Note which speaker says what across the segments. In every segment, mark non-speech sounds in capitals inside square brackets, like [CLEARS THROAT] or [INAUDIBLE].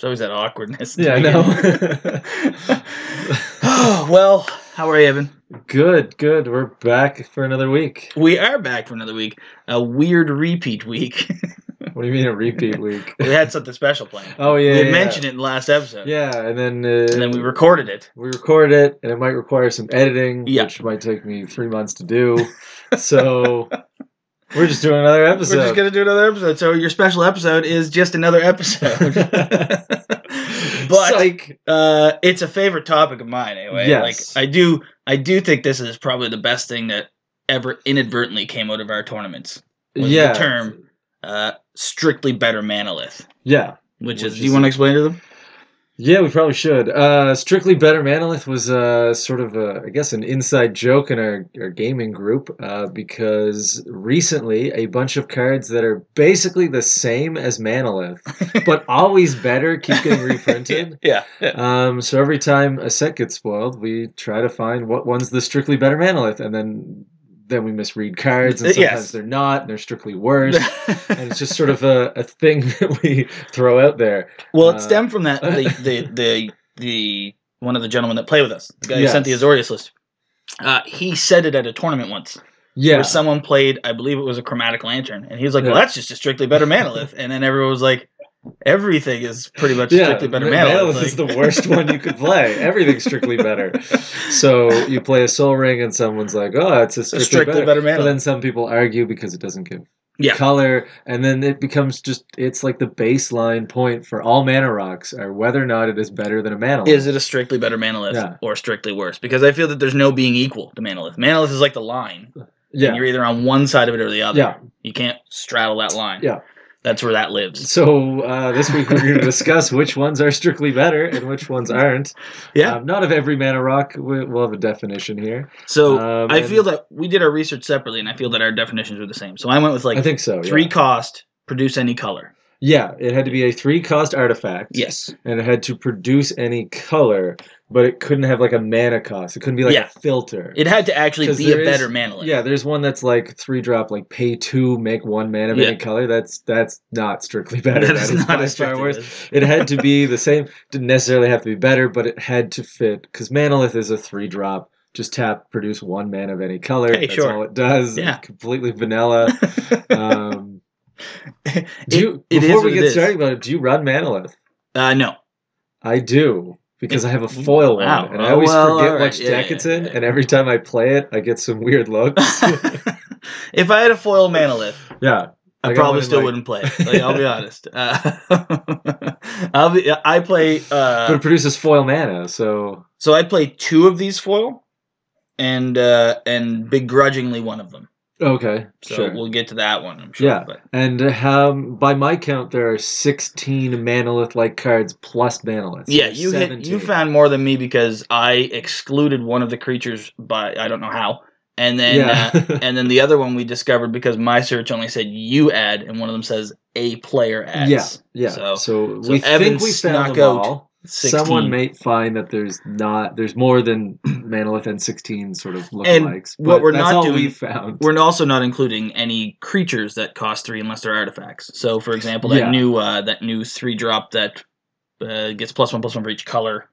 Speaker 1: There's always that awkwardness. [LAUGHS]
Speaker 2: Yeah, I know.
Speaker 1: oh, [LAUGHS] [SIGHS] well, how are you, Evan?
Speaker 2: [LAUGHS] good, good. We're back for another week.
Speaker 1: We are back for another week. A weird repeat week. [LAUGHS]
Speaker 2: What do you mean a repeat week?
Speaker 1: we had something special planned.
Speaker 2: oh yeah,
Speaker 1: we had
Speaker 2: yeah.
Speaker 1: mentioned it in the last episode.
Speaker 2: Yeah, and then uh,
Speaker 1: And then we recorded it.
Speaker 2: we record it, and it might require some editing,
Speaker 1: Yeah.
Speaker 2: which might take me three months
Speaker 1: [LAUGHS]
Speaker 2: to do. so we're just doing another episode.
Speaker 1: We're just going to do another episode. So your special episode is just another
Speaker 2: [LAUGHS]
Speaker 1: episode. but
Speaker 2: Psych.
Speaker 1: [LAUGHS] uh, it's a favorite topic of mine anyway.
Speaker 2: Yes.
Speaker 1: Like I do I do think this is probably the best thing that ever inadvertently came out of our tournaments. was the
Speaker 2: yeah,
Speaker 1: term. Uh, strictly better manolith.
Speaker 2: yeah.
Speaker 1: Which,
Speaker 2: Which
Speaker 1: is,
Speaker 2: is
Speaker 1: do you want to explain to them?
Speaker 2: Yeah, we probably should. Uh, Strictly Better Manolith was uh, sort of, a, I guess, an inside joke in our, our gaming group uh, because recently a bunch of cards that are basically the same as Manolith, but always better, keep getting reprinted.
Speaker 1: [LAUGHS] Yeah. yeah.
Speaker 2: Um, so every time a set gets spoiled, we try to find what one's the Strictly Better Manolith, and then then we misread cards, and
Speaker 1: Yes.
Speaker 2: sometimes they're not, and they're
Speaker 1: [LAUGHS]
Speaker 2: strictly worse. and it's just sort of a, a thing [LAUGHS] that we throw out there.
Speaker 1: well, it
Speaker 2: uh,
Speaker 1: stemmed from that
Speaker 2: [LAUGHS]
Speaker 1: the the the, the one of the gentlemen that played with us, the guy who sent the
Speaker 2: Yes.
Speaker 1: Azorius list. Uh, he said it at a tournament once,
Speaker 2: Yeah.
Speaker 1: where someone played, I believe it was a chromatic lantern, and he was like, "Well,
Speaker 2: Yeah.
Speaker 1: that's just a strictly better manolith," and then everyone was like, "Everything is pretty much strictly better
Speaker 2: Ma-
Speaker 1: manolith."
Speaker 2: is the
Speaker 1: like- [LAUGHS]
Speaker 2: worst one you could play. Everything's strictly better. So you play a soul ring, and someone's like, "Oh, it's a strictly,
Speaker 1: strictly
Speaker 2: better."
Speaker 1: better
Speaker 2: But
Speaker 1: manolith.
Speaker 2: then some people argue because it doesn't give
Speaker 1: Yeah.
Speaker 2: color, and then it becomes just—it's like the baseline point for all mana rocks, are whether or not it is better than a mana.
Speaker 1: [LAUGHS] Is it a strictly better manolith
Speaker 2: Yeah.
Speaker 1: or strictly worse? Because I feel that there's no being equal to manolith. Manolith is like the line. And
Speaker 2: Yeah.
Speaker 1: you're either on one side of it or the other.
Speaker 2: Yeah.
Speaker 1: You can't straddle that line.
Speaker 2: Yeah.
Speaker 1: That's where that lives.
Speaker 2: So uh, this week we're going to discuss which ones are strictly better and which ones aren't.
Speaker 1: Yeah.
Speaker 2: Um, not of every mana rock. We, we'll have a definition here.
Speaker 1: So
Speaker 2: Um,
Speaker 1: I
Speaker 2: and-
Speaker 1: feel that we did our research separately and I feel that our definitions were the same. So I went with like
Speaker 2: I think so. yeah.
Speaker 1: three cost, produce any color.
Speaker 2: Yeah, it had to be a three-cost artifact.
Speaker 1: Yes.
Speaker 2: and it had to produce any color, but it couldn't have like a mana cost. It couldn't be like
Speaker 1: Yeah.
Speaker 2: a filter.
Speaker 1: It had to actually
Speaker 2: 'Cause
Speaker 1: be a
Speaker 2: there is-
Speaker 1: better manolith.
Speaker 2: yeah, there's one that's like three drop, like pay two, make one mana of
Speaker 1: Yeah.
Speaker 2: any color. That's that's not strictly better.
Speaker 1: [LAUGHS] That
Speaker 2: [LAUGHS]
Speaker 1: is not
Speaker 2: by
Speaker 1: a
Speaker 2: far
Speaker 1: strictly
Speaker 2: worse.
Speaker 1: better.
Speaker 2: It had to be the same. Didn't necessarily have to be better, but it had to fit because Manolith is a three drop. Just tap, produce one mana of any color.
Speaker 1: Hey,
Speaker 2: that's
Speaker 1: sure.
Speaker 2: all it does.
Speaker 1: Yeah.
Speaker 2: completely vanilla.
Speaker 1: [LAUGHS]
Speaker 2: um, do
Speaker 1: It-
Speaker 2: you,
Speaker 1: it is
Speaker 2: before
Speaker 1: what
Speaker 2: we
Speaker 1: it
Speaker 2: get
Speaker 1: is.
Speaker 2: started about it, do you run Manolith?
Speaker 1: Uh,
Speaker 2: [LAUGHS]
Speaker 1: no.
Speaker 2: I do because I have a foil one,
Speaker 1: Wow.
Speaker 2: and I always
Speaker 1: Well,
Speaker 2: forget
Speaker 1: all right.
Speaker 2: which
Speaker 1: Yeah,
Speaker 2: deck
Speaker 1: yeah,
Speaker 2: it's in.
Speaker 1: yeah.
Speaker 2: And every time I play it, I get some weird looks.
Speaker 1: [LAUGHS]
Speaker 2: [LAUGHS]
Speaker 1: if I had a foil manolith,
Speaker 2: yeah,
Speaker 1: I,
Speaker 2: Like, I
Speaker 1: probably
Speaker 2: wouldn't
Speaker 1: still
Speaker 2: like-
Speaker 1: wouldn't play.
Speaker 2: [LAUGHS]
Speaker 1: it. Like, I'll be honest. Uh, [LAUGHS] I'll be, I play.
Speaker 2: but
Speaker 1: Uh,
Speaker 2: it produces foil mana, so
Speaker 1: so I play two of these foil, and uh, and begrudgingly one of them.
Speaker 2: okay,
Speaker 1: So
Speaker 2: sure.
Speaker 1: we'll get to that one. I'm sure.
Speaker 2: Yeah.
Speaker 1: But
Speaker 2: and um, by my count, there are sixteen manolith-like cards plus manolith.
Speaker 1: yeah, you hit,
Speaker 2: 17.
Speaker 1: you found more than me because I excluded one of the creatures by I don't know how, and then
Speaker 2: yeah, [LAUGHS]
Speaker 1: uh, and then the other one we discovered because my search only said you add, and one of them says a player adds.
Speaker 2: yeah, yeah.
Speaker 1: So-
Speaker 2: So,
Speaker 1: so
Speaker 2: we
Speaker 1: Evan
Speaker 2: think we
Speaker 1: snuck
Speaker 2: found them
Speaker 1: out
Speaker 2: all.
Speaker 1: 16.
Speaker 2: Someone may find that there's not there's more than [CLEARS THROAT] manolith and sixteen sort of
Speaker 1: And
Speaker 2: lookalikes.
Speaker 1: what
Speaker 2: but
Speaker 1: we're
Speaker 2: that's
Speaker 1: not
Speaker 2: all
Speaker 1: doing-
Speaker 2: we found.
Speaker 1: We're also not including any creatures that cost three unless they're artifacts. So, for example, that
Speaker 2: Yeah.
Speaker 1: new uh, that new three drop that uh, gets plus one plus one for each color.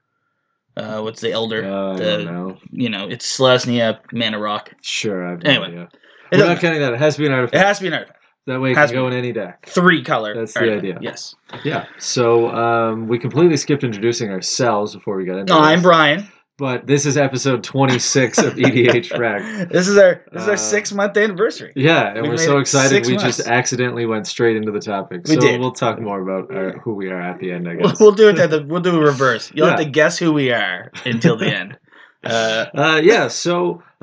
Speaker 1: Uh, what's the elder?
Speaker 2: Uh, I
Speaker 1: the-
Speaker 2: don't know.
Speaker 1: You know, it's Slasnia Mana Rock.
Speaker 2: Sure, I've
Speaker 1: Anyway,
Speaker 2: idea.
Speaker 1: It, doesn't
Speaker 2: We're not
Speaker 1: matter.
Speaker 2: counting that. It has to be an
Speaker 1: It
Speaker 2: artifact.
Speaker 1: has to be an artifact.
Speaker 2: that way it
Speaker 1: has
Speaker 2: can go in any deck.
Speaker 1: Three color.
Speaker 2: That's the
Speaker 1: artifact.
Speaker 2: idea.
Speaker 1: Yes.
Speaker 2: Yeah. So um, we completely skipped introducing ourselves before we got into
Speaker 1: No, I'm
Speaker 2: this.
Speaker 1: Brian.
Speaker 2: But this is episode 26
Speaker 1: [LAUGHS]
Speaker 2: of E EDH Rec.
Speaker 1: This is our this is our
Speaker 2: Uh,
Speaker 1: six month anniversary.
Speaker 2: Yeah, and
Speaker 1: We
Speaker 2: we are
Speaker 1: made
Speaker 2: so
Speaker 1: it
Speaker 2: excited
Speaker 1: six
Speaker 2: we
Speaker 1: months.
Speaker 2: just accidentally went straight into the topic.
Speaker 1: We
Speaker 2: so
Speaker 1: did.
Speaker 2: we'll talk more about our, who we are at the end, I
Speaker 1: [LAUGHS] We'll,
Speaker 2: guess.
Speaker 1: we'll do it. That the, we'll do a reverse. You'll have
Speaker 2: Yeah.
Speaker 1: to guess who we are until the
Speaker 2: [LAUGHS]
Speaker 1: end. Uh,
Speaker 2: uh, yeah, so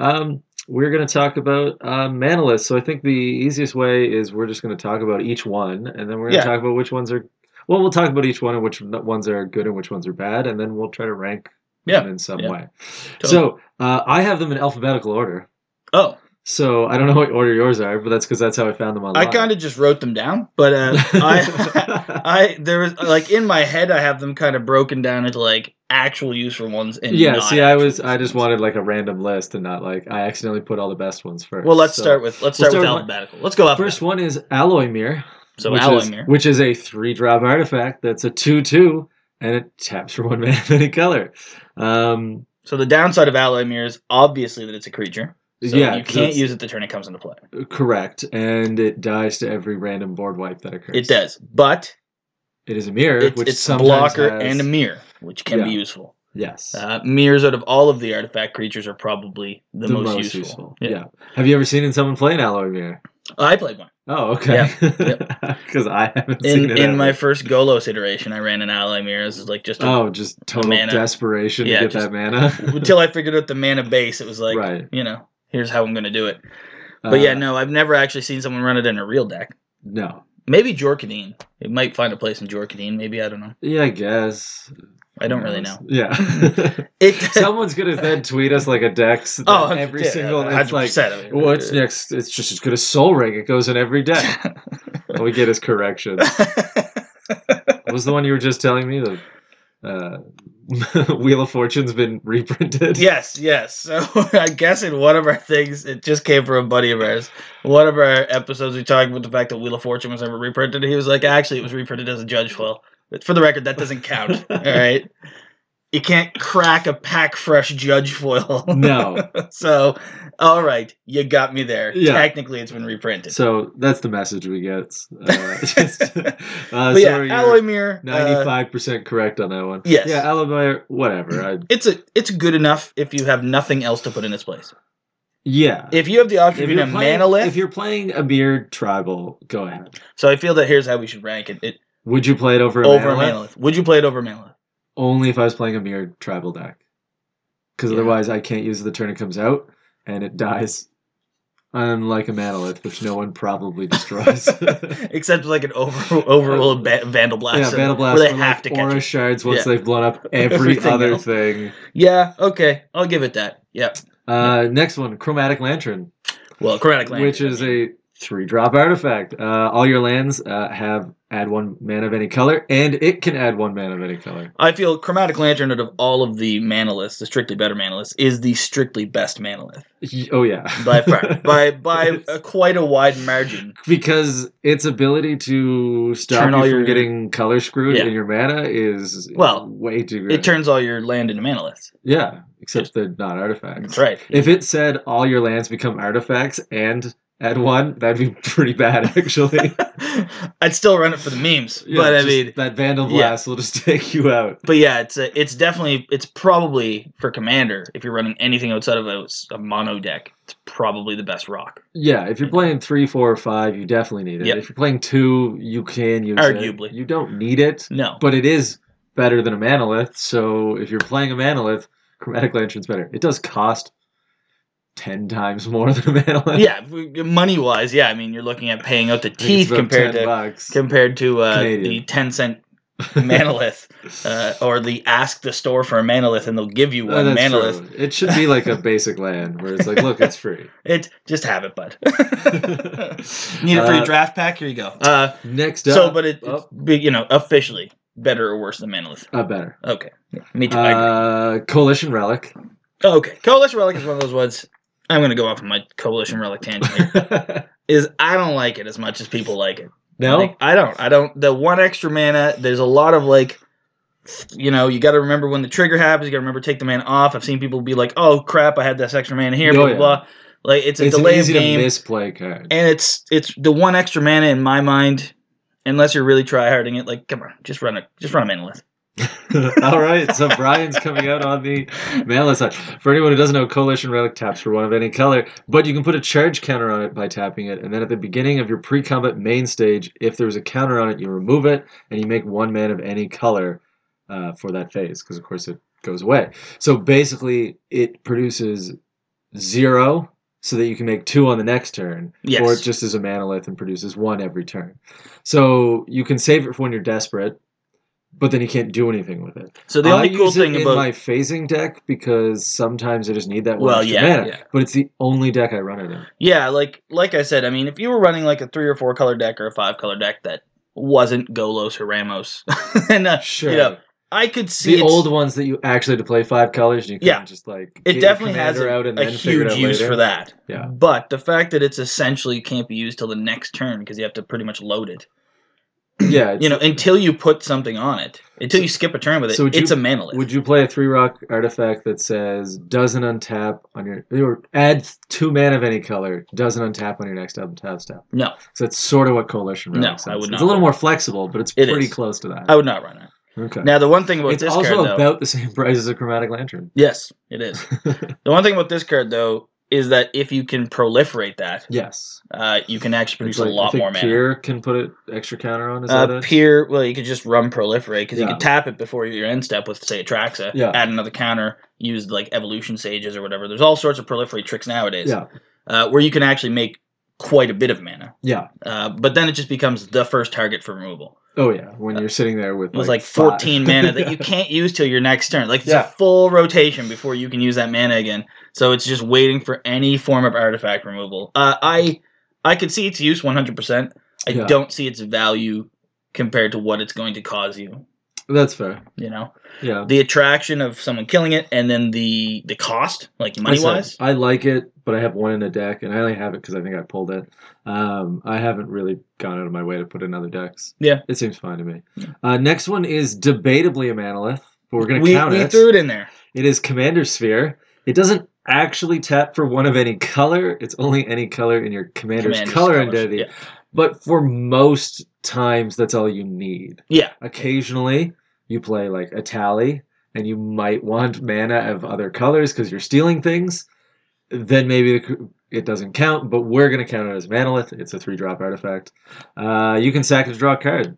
Speaker 2: um, we're going to talk about uh, Manolith. So I think the easiest way is we're just going to talk about each one, and then we're going to
Speaker 1: Yeah.
Speaker 2: talk about which ones are. Well, we'll talk about each one and which n- ones are good and which ones are bad, and then we'll try to rank
Speaker 1: Yeah,
Speaker 2: them in some
Speaker 1: yeah.
Speaker 2: way.
Speaker 1: Totally.
Speaker 2: So uh, I have them in alphabetical order.
Speaker 1: oh,
Speaker 2: So I don't know what order yours are, but that's because that's how I found them online.
Speaker 1: I
Speaker 2: [LAUGHS]
Speaker 1: kind of just wrote them down, but uh, I I there was like in my head I have them kind of broken down into like actual useful ones and
Speaker 2: yeah.
Speaker 1: not
Speaker 2: See, I
Speaker 1: actual
Speaker 2: was I
Speaker 1: useful
Speaker 2: just
Speaker 1: ones.
Speaker 2: wanted like a random list and not like I accidentally put all the best ones first.
Speaker 1: Well, let's
Speaker 2: So,
Speaker 1: start with let's
Speaker 2: we'll
Speaker 1: start with
Speaker 2: start with-
Speaker 1: alphabetical. Let's go
Speaker 2: First
Speaker 1: alphabetical.
Speaker 2: one is Alloy Mirror.
Speaker 1: So
Speaker 2: which
Speaker 1: alloy
Speaker 2: is,
Speaker 1: mirror.
Speaker 2: which is a three drop artifact that's a two two and it taps [LAUGHS] for one mana of any color. Um,
Speaker 1: So the downside of Alloy Mirror is obviously that it's a creature. So
Speaker 2: yeah,
Speaker 1: you
Speaker 2: 'cause
Speaker 1: can't
Speaker 2: it's-
Speaker 1: use it the turn it comes into play.
Speaker 2: correct, and it dies to every random board wipe that occurs.
Speaker 1: It does, but
Speaker 2: It is a mirror,
Speaker 1: it's,
Speaker 2: which
Speaker 1: it's a
Speaker 2: sometimes
Speaker 1: blocker
Speaker 2: has-
Speaker 1: and a mirror, which can be
Speaker 2: Yeah.
Speaker 1: useful.
Speaker 2: Yes.
Speaker 1: Uh, mirrors out of all of the artifact creatures are probably the, most, useful.
Speaker 2: Yeah. Have you ever seen someone play an alloy mirror?
Speaker 1: I played one
Speaker 2: Oh, okay. [LAUGHS] Because I haven't seen
Speaker 1: in
Speaker 2: it
Speaker 1: in
Speaker 2: ever.
Speaker 1: my first Golos iteration. I ran an Alloy Mirror. This is like just a,
Speaker 2: oh, just total
Speaker 1: mana.
Speaker 2: desperation
Speaker 1: Yeah,
Speaker 2: to get
Speaker 1: just-
Speaker 2: that mana.
Speaker 1: [LAUGHS] until I figured out the mana base. It was like
Speaker 2: Right. Uh.
Speaker 1: you know. Here's how I'm going to do it. [LAUGHS] But yeah, no, I've never actually seen someone run it in a real deck.
Speaker 2: no.
Speaker 1: Maybe Jorkadine. It might find a place in Jorkadine. Maybe I don't know.
Speaker 2: Yeah, I guess.
Speaker 1: I don't really know. Hmm.
Speaker 2: Knows? Yeah.
Speaker 1: It. [LAUGHS]
Speaker 2: Someone's gonna then tweet us like a dex.
Speaker 1: oh,
Speaker 2: Oh, every
Speaker 1: yeah,
Speaker 2: single. It's like,
Speaker 1: 100%. I mean,
Speaker 2: what's next? It's just as good as Soul Ring. It goes in every deck.
Speaker 1: [LAUGHS]
Speaker 2: And we get his correction. What was the one you were just telling me? The uh, [LAUGHS] Wheel of Fortune's been reprinted.
Speaker 1: yes, yes. So [LAUGHS] I guess in one of our things, it just came from a buddy of ours. One of our episodes, we talked about the fact that Wheel of Fortune was never reprinted. He was like, actually, it was reprinted as a judge foil. But for the record, that doesn't
Speaker 2: [LAUGHS]
Speaker 1: count. all right. You can't crack a pack fresh judge foil.
Speaker 2: No.
Speaker 1: [LAUGHS] so, all right, you got me there.
Speaker 2: Yeah.
Speaker 1: Technically, it's been reprinted.
Speaker 2: So that's the message we get. Uh, [LAUGHS] just, uh,
Speaker 1: but yeah,
Speaker 2: sorry,
Speaker 1: Alloy Mirror. uh,
Speaker 2: ninety-five percent correct on that one.
Speaker 1: Yes.
Speaker 2: Yeah, alibi. Whatever. I,
Speaker 1: it's a it's good enough if you have nothing else to put in its place.
Speaker 2: yeah.
Speaker 1: If you have the option of being a
Speaker 2: you're playing,
Speaker 1: manolith,
Speaker 2: if you're playing a beard tribal, go ahead.
Speaker 1: So I feel that here's how we should rank it. it
Speaker 2: Would you play it over a
Speaker 1: over a
Speaker 2: manolith?
Speaker 1: Manolith. Would you play it over a Manolith?
Speaker 2: Only if I was playing a mirror tribal deck, because
Speaker 1: Yeah.
Speaker 2: otherwise I can't use the turn it comes out and it dies. Unlike a manolith, which no one
Speaker 1: [LAUGHS]
Speaker 2: probably destroys. [LAUGHS]
Speaker 1: Except like an over overworld ba- Vandal Blast.
Speaker 2: yeah,
Speaker 1: and-
Speaker 2: battle blast.
Speaker 1: Where they
Speaker 2: or,
Speaker 1: have
Speaker 2: like,
Speaker 1: to catch
Speaker 2: aura
Speaker 1: it.
Speaker 2: shards once
Speaker 1: Yeah.
Speaker 2: they've blown up
Speaker 1: [LAUGHS]
Speaker 2: every
Speaker 1: Everything
Speaker 2: other
Speaker 1: else.
Speaker 2: thing.
Speaker 1: Yeah, okay. I'll give it that. Yeah.
Speaker 2: Uh, next one, Chromatic Lantern,
Speaker 1: Well, Chromatic Lantern.
Speaker 2: which is a three drop artifact. Uh, all your lands uh, have add one mana of any color, and it can add one mana of any color.
Speaker 1: I feel Chromatic Lantern out of all of the Manoliths, the strictly better Manoliths, is the strictly best Manolith.
Speaker 2: Y- Oh yeah,
Speaker 1: By far.
Speaker 2: [LAUGHS]
Speaker 1: by by a, quite a wide margin.
Speaker 2: because its ability to stop
Speaker 1: Turn
Speaker 2: you
Speaker 1: all
Speaker 2: from
Speaker 1: your-
Speaker 2: getting color screwed
Speaker 1: Yeah.
Speaker 2: in your mana is
Speaker 1: Well,
Speaker 2: way too good.
Speaker 1: It turns all your land into Manoliths.
Speaker 2: yeah, except they're not artifacts.
Speaker 1: That's right. [LAUGHS]
Speaker 2: If it said all your lands become artifacts and add one, that'd be [LAUGHS] pretty
Speaker 1: [LAUGHS]
Speaker 2: bad actually.
Speaker 1: I'd still run it for the memes.
Speaker 2: Yeah,
Speaker 1: but I
Speaker 2: just
Speaker 1: mean
Speaker 2: that Vandal
Speaker 1: yeah.
Speaker 2: Blast will just [LAUGHS] take you out.
Speaker 1: But yeah, it's a, it's definitely it's probably for commander if you're running anything outside of a, a mono deck, it's probably the best rock.
Speaker 2: Yeah, if you're playing three, four, or five, you definitely need it.
Speaker 1: Yep.
Speaker 2: If you're playing two, you can use it.
Speaker 1: Arguably.
Speaker 2: You don't need it, [LAUGHS]
Speaker 1: No,
Speaker 2: but it is better than a manolith. So if you're playing a manolith, chromatic lantern's better. It does cost ten times more [LAUGHS] than a manolith.
Speaker 1: yeah, money wise, yeah. I mean, you're looking at paying out the
Speaker 2: I think it's
Speaker 1: teeth
Speaker 2: about
Speaker 1: compared
Speaker 2: 10
Speaker 1: to
Speaker 2: bucks.
Speaker 1: compared to uh,
Speaker 2: Canadian.
Speaker 1: the ten
Speaker 2: [LAUGHS]
Speaker 1: cent manolith uh, or the ask the store for a manolith and they'll give you
Speaker 2: Oh,
Speaker 1: one
Speaker 2: that's
Speaker 1: manolith.
Speaker 2: true. It should
Speaker 1: [LAUGHS]
Speaker 2: be like a basic land where it's like, look, it's free.
Speaker 1: It just have it,
Speaker 2: [LAUGHS]
Speaker 1: bud. [LAUGHS] Need it for
Speaker 2: Uh,
Speaker 1: your draft pack? Here you go. Uh,
Speaker 2: Next up,
Speaker 1: so, but it, it's
Speaker 2: Oh.
Speaker 1: big, you know, officially better or worse than manolith.
Speaker 2: uh, better.
Speaker 1: Okay, me too. I agree.
Speaker 2: Uh,
Speaker 1: [LAUGHS]
Speaker 2: Coalition Relic.
Speaker 1: Oh, Okay, coalition relic is one of those ones. I'm gonna go off on my coalition relic tangent here. is I don't like it as much as people like it.
Speaker 2: no?
Speaker 1: Like, I don't. I don't. The one extra mana. There's a lot of like, you know, you got to remember when the trigger happens. You got to remember to take the mana off. I've seen people be like, "Oh crap, I had this extra mana here."
Speaker 2: Oh,
Speaker 1: blah blah
Speaker 2: yeah.
Speaker 1: blah. Like it's a
Speaker 2: it's
Speaker 1: delay
Speaker 2: an
Speaker 1: of
Speaker 2: easy
Speaker 1: game,
Speaker 2: to misplay card.
Speaker 1: and it's it's the one extra mana in my mind. Unless you're really tryharding it, like come on, just run a just run a mana list.
Speaker 2: [LAUGHS] All right, so Brian's coming out on the manless side. For anyone who doesn't know, Coalition Relic taps for one of any color, but you can put a charge counter on it by tapping it, and then at the beginning of your pre-combat main stage, if there's a counter on it, you remove it, and you make one man of any color uh, for that phase, because of course it goes away. So basically, it produces zero, so that you can make two on the next turn,
Speaker 1: Yes.
Speaker 2: or it just is a manolith and produces one every turn. So you can save it for when you're desperate, but then you can't do anything with it.
Speaker 1: so the only
Speaker 2: I
Speaker 1: cool
Speaker 2: use
Speaker 1: thing
Speaker 2: it
Speaker 1: about
Speaker 2: in my phasing deck because sometimes I just need that one
Speaker 1: Well,
Speaker 2: extra
Speaker 1: yeah,
Speaker 2: mana.
Speaker 1: yeah.
Speaker 2: But it's the only deck I run it in.
Speaker 1: Yeah, like like I said, I mean, if you were running like a three or four color deck or a five color deck that wasn't Golos or Ramos, [LAUGHS] and uh,
Speaker 2: Sure.
Speaker 1: Yeah, I could see
Speaker 2: the
Speaker 1: it's-
Speaker 2: old ones that you actually had to play five colors and you can
Speaker 1: Yeah.
Speaker 2: just like
Speaker 1: it
Speaker 2: get your
Speaker 1: definitely has
Speaker 2: commander
Speaker 1: a,
Speaker 2: out and
Speaker 1: a
Speaker 2: then figure
Speaker 1: huge
Speaker 2: it out
Speaker 1: use
Speaker 2: later.
Speaker 1: for that.
Speaker 2: Yeah.
Speaker 1: But the fact that it's essentially can't be used till the next turn because you have to pretty much load it
Speaker 2: yeah,
Speaker 1: You know, until you put something on it, until you skip a turn with it,
Speaker 2: So would you-
Speaker 1: it's a manolith.
Speaker 2: Would you play a three rock artifact that says doesn't untap on your or add two mana of any color doesn't untap on your next untap step?
Speaker 1: no,
Speaker 2: So that's sort of what Coalition Relic
Speaker 1: No,
Speaker 2: says.
Speaker 1: I would
Speaker 2: It's
Speaker 1: not
Speaker 2: a little
Speaker 1: play
Speaker 2: more flexible, but it's
Speaker 1: It
Speaker 2: pretty
Speaker 1: is.
Speaker 2: close to that.
Speaker 1: I would not run it.
Speaker 2: okay.
Speaker 1: Now, the one thing about
Speaker 2: it's
Speaker 1: this
Speaker 2: also
Speaker 1: card, though,
Speaker 2: about the same [LAUGHS] price as a Chromatic Lantern. [LAUGHS]
Speaker 1: yes, it is. the one thing about this card, though, is that if you can proliferate that,
Speaker 2: yes.
Speaker 1: uh, you can actually produce
Speaker 2: It's like-
Speaker 1: a
Speaker 2: I
Speaker 1: lot
Speaker 2: think
Speaker 1: more mana.
Speaker 2: Kier can put an extra counter on. Is that
Speaker 1: Uh,
Speaker 2: it?
Speaker 1: peer, well, you could just run proliferate because you
Speaker 2: Yeah.
Speaker 1: could tap it before your end step with, say, a Traxa,
Speaker 2: Yeah.
Speaker 1: add another counter, use like evolution sages or whatever. There's all sorts of proliferate tricks nowadays
Speaker 2: Yeah.
Speaker 1: uh, where you can actually make quite a bit of mana.
Speaker 2: Yeah.
Speaker 1: Uh, but then it just becomes the first target for removal.
Speaker 2: Oh yeah. When you're sitting there with
Speaker 1: Uh, It was like,
Speaker 2: like,
Speaker 1: 14
Speaker 2: five.
Speaker 1: mana
Speaker 2: [LAUGHS]
Speaker 1: that you can't use till your next turn. Like it's
Speaker 2: Yeah.
Speaker 1: a full rotation before you can use that mana again. So it's just waiting for any form of artifact removal. Uh, I I could see its use 100%. I
Speaker 2: Yeah.
Speaker 1: don't see its value compared to what it's going to cause you.
Speaker 2: That's fair.
Speaker 1: You know
Speaker 2: Yeah.
Speaker 1: the attraction of someone killing it, and then the the cost, like
Speaker 2: I
Speaker 1: money
Speaker 2: said,
Speaker 1: wise.
Speaker 2: I like it, but I have one in a deck, and I only have it because I think I pulled it. Um, I haven't really gone out of my way to put in other decks.
Speaker 1: Yeah.
Speaker 2: it seems fine to me.
Speaker 1: Yeah.
Speaker 2: Uh, next one is debatably a manolith, but we're gonna
Speaker 1: We,
Speaker 2: count
Speaker 1: we
Speaker 2: it.
Speaker 1: threw it in there.
Speaker 2: It is Commander Sphere. It doesn't actually tap for one of any color. It's only any color in your commander's,
Speaker 1: Commander's
Speaker 2: color
Speaker 1: colours,
Speaker 2: identity.
Speaker 1: yeah.
Speaker 2: But for most times, that's all you need.
Speaker 1: Yeah.
Speaker 2: Occasionally, you play like a tally, and you might want mana of other colors because you're stealing things. Then maybe the, it doesn't count, but we're going to count it as Manolith. It's a three-drop artifact. Uh, you can sack it to draw a card.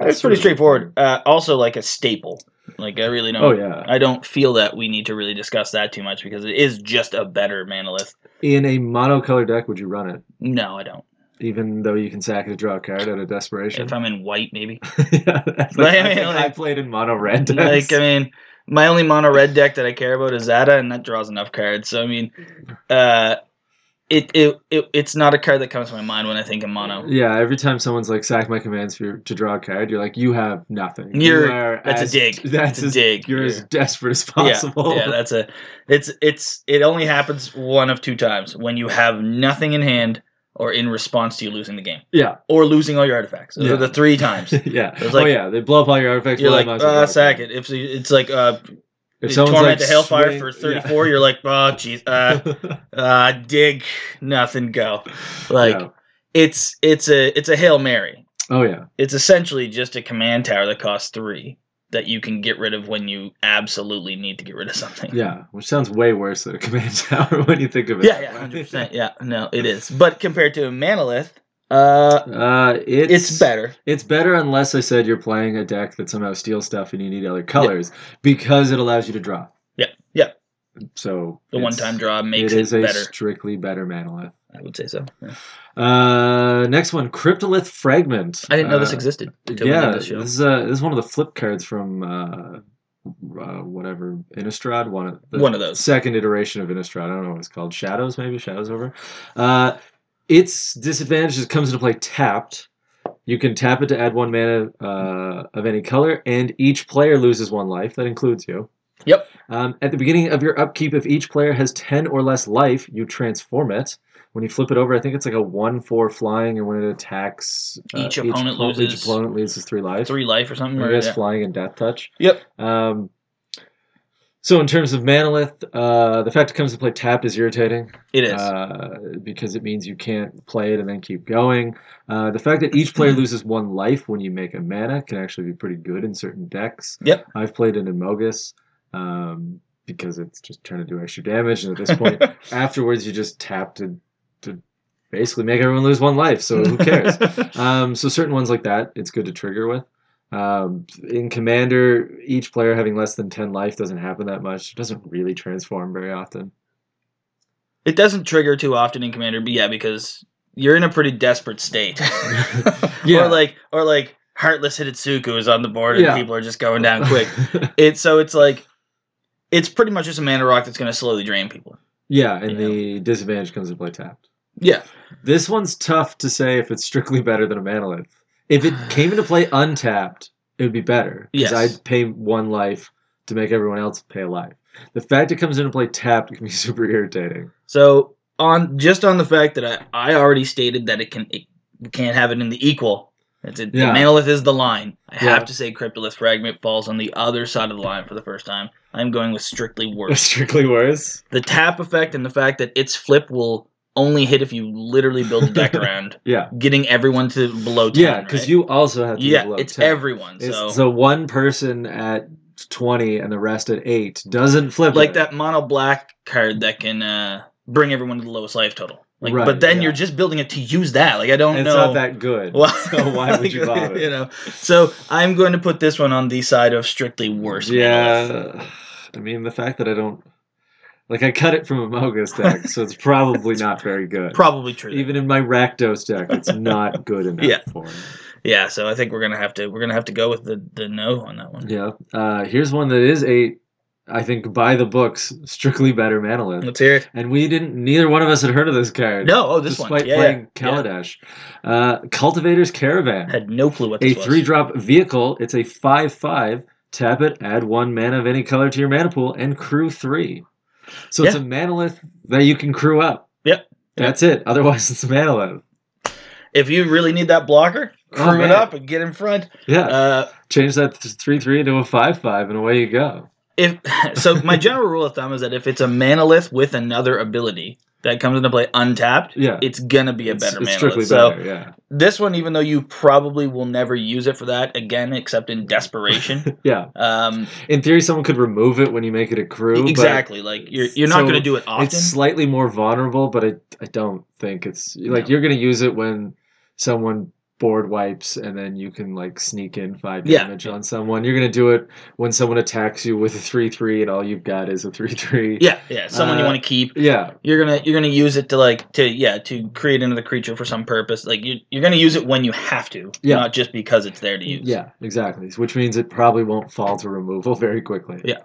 Speaker 1: It's pretty straightforward. Uh, also, like a staple. Like I really don't.
Speaker 2: Oh yeah.
Speaker 1: I don't feel that we need to really discuss that too much because it is just a better manolith.
Speaker 2: In a monocolor deck, would you run it?
Speaker 1: No, I don't.
Speaker 2: even though you can sack it to draw a card out of desperation.
Speaker 1: If I'm in white, maybe.
Speaker 2: [LAUGHS] yeah, that's
Speaker 1: Like,
Speaker 2: like,
Speaker 1: I
Speaker 2: I,
Speaker 1: mean,
Speaker 2: think I
Speaker 1: like-
Speaker 2: played in mono red decks.
Speaker 1: like I mean, my only mono red deck that I care about is Zada, and that draws enough cards. So I mean, uh, it, it it it's not a card that comes to my mind when I think of mono.
Speaker 2: yeah, every time someone's like sack my commands for to draw a card, you're like, you have nothing. You
Speaker 1: You're-
Speaker 2: are
Speaker 1: that's a
Speaker 2: as-
Speaker 1: dig.
Speaker 2: [LAUGHS] That's
Speaker 1: It's a
Speaker 2: as,
Speaker 1: dig.
Speaker 2: You're as
Speaker 1: Yeah.
Speaker 2: desperate as [LAUGHS] possible.
Speaker 1: Yeah, yeah, that's a. It's it's it only happens one of two times when you have nothing in hand or in response to you losing the game
Speaker 2: yeah,
Speaker 1: or losing all your artifacts. Those
Speaker 2: Yeah.
Speaker 1: are the three times.
Speaker 2: [LAUGHS] yeah.
Speaker 1: It's
Speaker 2: oh
Speaker 1: like-
Speaker 2: yeah, they blow up all your artifacts.
Speaker 1: You're
Speaker 2: well, I
Speaker 1: like,
Speaker 2: might as well draw
Speaker 1: uh,
Speaker 2: a
Speaker 1: sack
Speaker 2: card."
Speaker 1: it. If it's like uh,
Speaker 2: If someone's
Speaker 1: torment
Speaker 2: like,
Speaker 1: to hellfire
Speaker 2: swing-
Speaker 1: for
Speaker 2: yeah. [LAUGHS]
Speaker 1: 34, you're like, oh jeez, uh, uh, dig, nothing go. Like
Speaker 2: Yeah.
Speaker 1: it's it's a it's a hail mary.
Speaker 2: oh yeah,
Speaker 1: It's essentially just a command tower that costs three that you can get rid of when you absolutely need to get rid of something.
Speaker 2: yeah. Which sounds way worse than a command [LAUGHS] tower when you think of it.
Speaker 1: yeah,
Speaker 2: that
Speaker 1: yeah,
Speaker 2: way.
Speaker 1: hundred percent. Yeah, no, it is. But compared to a manolith, uh,
Speaker 2: [LAUGHS] Uh, it's
Speaker 1: it's better.
Speaker 2: It's better unless I said you're playing a deck that somehow steals stuff and you need other colors because it allows you to draw.
Speaker 1: Yeah, yeah.
Speaker 2: So
Speaker 1: The
Speaker 2: it's-
Speaker 1: one-time draw makes
Speaker 2: it
Speaker 1: it,
Speaker 2: is a
Speaker 1: better.
Speaker 2: strictly better manolith.
Speaker 1: I would say so. Yeah.
Speaker 2: Uh, next one, Cryptolith Fragment.
Speaker 1: I didn't know this
Speaker 2: Uh,
Speaker 1: existed until we
Speaker 2: Yeah,
Speaker 1: did this
Speaker 2: this,
Speaker 1: show.
Speaker 2: is uh, this is one of the flip cards from uh, uh, whatever Innistrad. One of the
Speaker 1: One of those.
Speaker 2: second iteration of Innistrad. I don't know what it's called. Shadows, maybe Shadows over. Uh, its disadvantage is it comes into play tapped. You can tap it to add one mana uh, of any color, and each player loses one life. That includes you.
Speaker 1: Yep.
Speaker 2: Um, at the beginning of your upkeep, if each player has ten or less life, you transform it. When you flip it over, I think it's like a one-four flying, and when it attacks,
Speaker 1: Each opponent
Speaker 2: po- Each
Speaker 1: loses-
Speaker 2: opponent loses three life.
Speaker 1: Three life or something.
Speaker 2: I
Speaker 1: Or,
Speaker 2: guess
Speaker 1: yeah.
Speaker 2: flying and death touch.
Speaker 1: Yep.
Speaker 2: Um, so in terms of Manolith, uh, the fact it comes to play tap is irritating
Speaker 1: It is.
Speaker 2: uh, because it means you can't play it and then keep going. Uh, the fact that each
Speaker 1: Hmm.
Speaker 2: player loses one life when you make a mana can actually be pretty good in certain decks.
Speaker 1: Yep.
Speaker 2: I've played it in Mogus um, because it's just trying to do extra damage, and at
Speaker 1: [LAUGHS]
Speaker 2: this point, afterwards you just tap to to basically make everyone lose one life. So
Speaker 1: [LAUGHS]
Speaker 2: who [LAUGHS] cares? Um, so certain ones like that, it's good to trigger with. Um, in Commander, each player having less than ten life doesn't happen that much. It doesn't really transform very often.
Speaker 1: It doesn't trigger too often in Commander, but yeah, because you're in a pretty desperate state.
Speaker 2: Yeah.
Speaker 1: Or like, or like, Heartless Hitotsuku is on the board and
Speaker 2: Yeah.
Speaker 1: people are just going
Speaker 2: [LAUGHS]
Speaker 1: down quick. It's so it's like, it's pretty much just a mana rock that's going to slowly drain people.
Speaker 2: yeah, and
Speaker 1: Yeah.
Speaker 2: the disadvantage comes into play tapped.
Speaker 1: Yeah.
Speaker 2: This one's tough to say if it's strictly better than a Manolith. If it came into play untapped, it would be better. Because
Speaker 1: Yes.
Speaker 2: I'd pay one life to make everyone else pay a life. The fact it comes into play tapped can be [LAUGHS] super irritating.
Speaker 1: So on just on the fact that I, I already stated that it can it, you can't have it in the equal. It's it,
Speaker 2: Yeah.
Speaker 1: Manolith is the line. I
Speaker 2: Yeah.
Speaker 1: have to say Cryptolith Fragment falls on the other side of the line for the first time. I'm going with Strictly
Speaker 2: [LAUGHS]
Speaker 1: Worse.
Speaker 2: Strictly worse.
Speaker 1: the tap effect and the fact that its flip will only hit if you literally build a
Speaker 2: [LAUGHS]
Speaker 1: deck around,
Speaker 2: Yeah.
Speaker 1: getting everyone to below 10.
Speaker 2: Yeah, because
Speaker 1: right?
Speaker 2: you also have to be
Speaker 1: Yeah,
Speaker 2: below
Speaker 1: it's
Speaker 2: 10.
Speaker 1: everyone.
Speaker 2: It's
Speaker 1: so.
Speaker 2: the one person at 20 and the rest at 8 doesn't flip
Speaker 1: like
Speaker 2: it.
Speaker 1: that mono black card that can uh, bring everyone to the lowest life total. Like,
Speaker 2: Right,
Speaker 1: but then
Speaker 2: yeah.
Speaker 1: you're just building it to use that. Like, I don't
Speaker 2: It's
Speaker 1: know.
Speaker 2: not that [LAUGHS] good.
Speaker 1: Well,
Speaker 2: So why
Speaker 1: [LAUGHS]
Speaker 2: would you bother?
Speaker 1: You know, so I'm going to put this one on the side of strictly worse. Manolith.
Speaker 2: Yeah, I mean the fact that I don't like I cut it from a
Speaker 1: [LAUGHS]
Speaker 2: Mogus deck, so it's probably not very good.
Speaker 1: probably true.
Speaker 2: Even in my Rakdos deck,
Speaker 1: [LAUGHS]
Speaker 2: it's not good enough
Speaker 1: Yeah.
Speaker 2: for me.
Speaker 1: yeah, so I think we're gonna have to we're gonna have to go with the the no on that one.
Speaker 2: Yeah. Uh, here's one that is eight. I think by the books, strictly better Manolith.
Speaker 1: Let's hear it.
Speaker 2: And we didn't. Neither one of us had heard of this card.
Speaker 1: No, oh this
Speaker 2: despite
Speaker 1: one, yeah,
Speaker 2: playing
Speaker 1: yeah. yeah.
Speaker 2: Kaladesh. Uh, Cultivator's Caravan.
Speaker 1: had no clue what
Speaker 2: a
Speaker 1: this was.
Speaker 2: three drop vehicle. It's a five five. Tap it, add one mana of any color to your mana pool, and crew three. So it's a manolith that you can crew up.
Speaker 1: Yep.
Speaker 2: That's it. Otherwise, it's a manolith.
Speaker 1: If you really need that blocker,
Speaker 2: Oh,
Speaker 1: crew it
Speaker 2: man.
Speaker 1: up and get in front.
Speaker 2: Yeah.
Speaker 1: Uh,
Speaker 2: Change that th- three three into a five five, and away you go.
Speaker 1: if [LAUGHS] so my general rule of thumb is that if it's a manolith with another ability that comes into play untapped
Speaker 2: Yeah.
Speaker 1: it's gonna be a
Speaker 2: It's-
Speaker 1: better
Speaker 2: it's
Speaker 1: manolith
Speaker 2: strictly
Speaker 1: so
Speaker 2: better. Yeah.
Speaker 1: this one even though you probably will never use it for that again except in desperation
Speaker 2: [LAUGHS] Yeah.
Speaker 1: um
Speaker 2: In theory, someone could remove it when you make it a crew. but
Speaker 1: exactly like you're, you're not
Speaker 2: So
Speaker 1: gonna do it often
Speaker 2: It's slightly more vulnerable, but I, I don't think it's like
Speaker 1: No.
Speaker 2: you're going to use it when someone board wipes and then you can like sneak in five
Speaker 1: Yeah.
Speaker 2: damage on someone. You're going to do it when someone attacks you with a 3 3 and all you've got is a 3 3.
Speaker 1: yeah yeah someone you
Speaker 2: uh,
Speaker 1: want to keep
Speaker 2: Yeah.
Speaker 1: you're gonna you're gonna use it to like to yeah to create another creature for some purpose like you, you're gonna use it when you have to
Speaker 2: Yeah.
Speaker 1: not just because it's there to use
Speaker 2: Yeah, exactly. Which means it probably won't fall to removal [LAUGHS] very quickly.
Speaker 1: Yeah.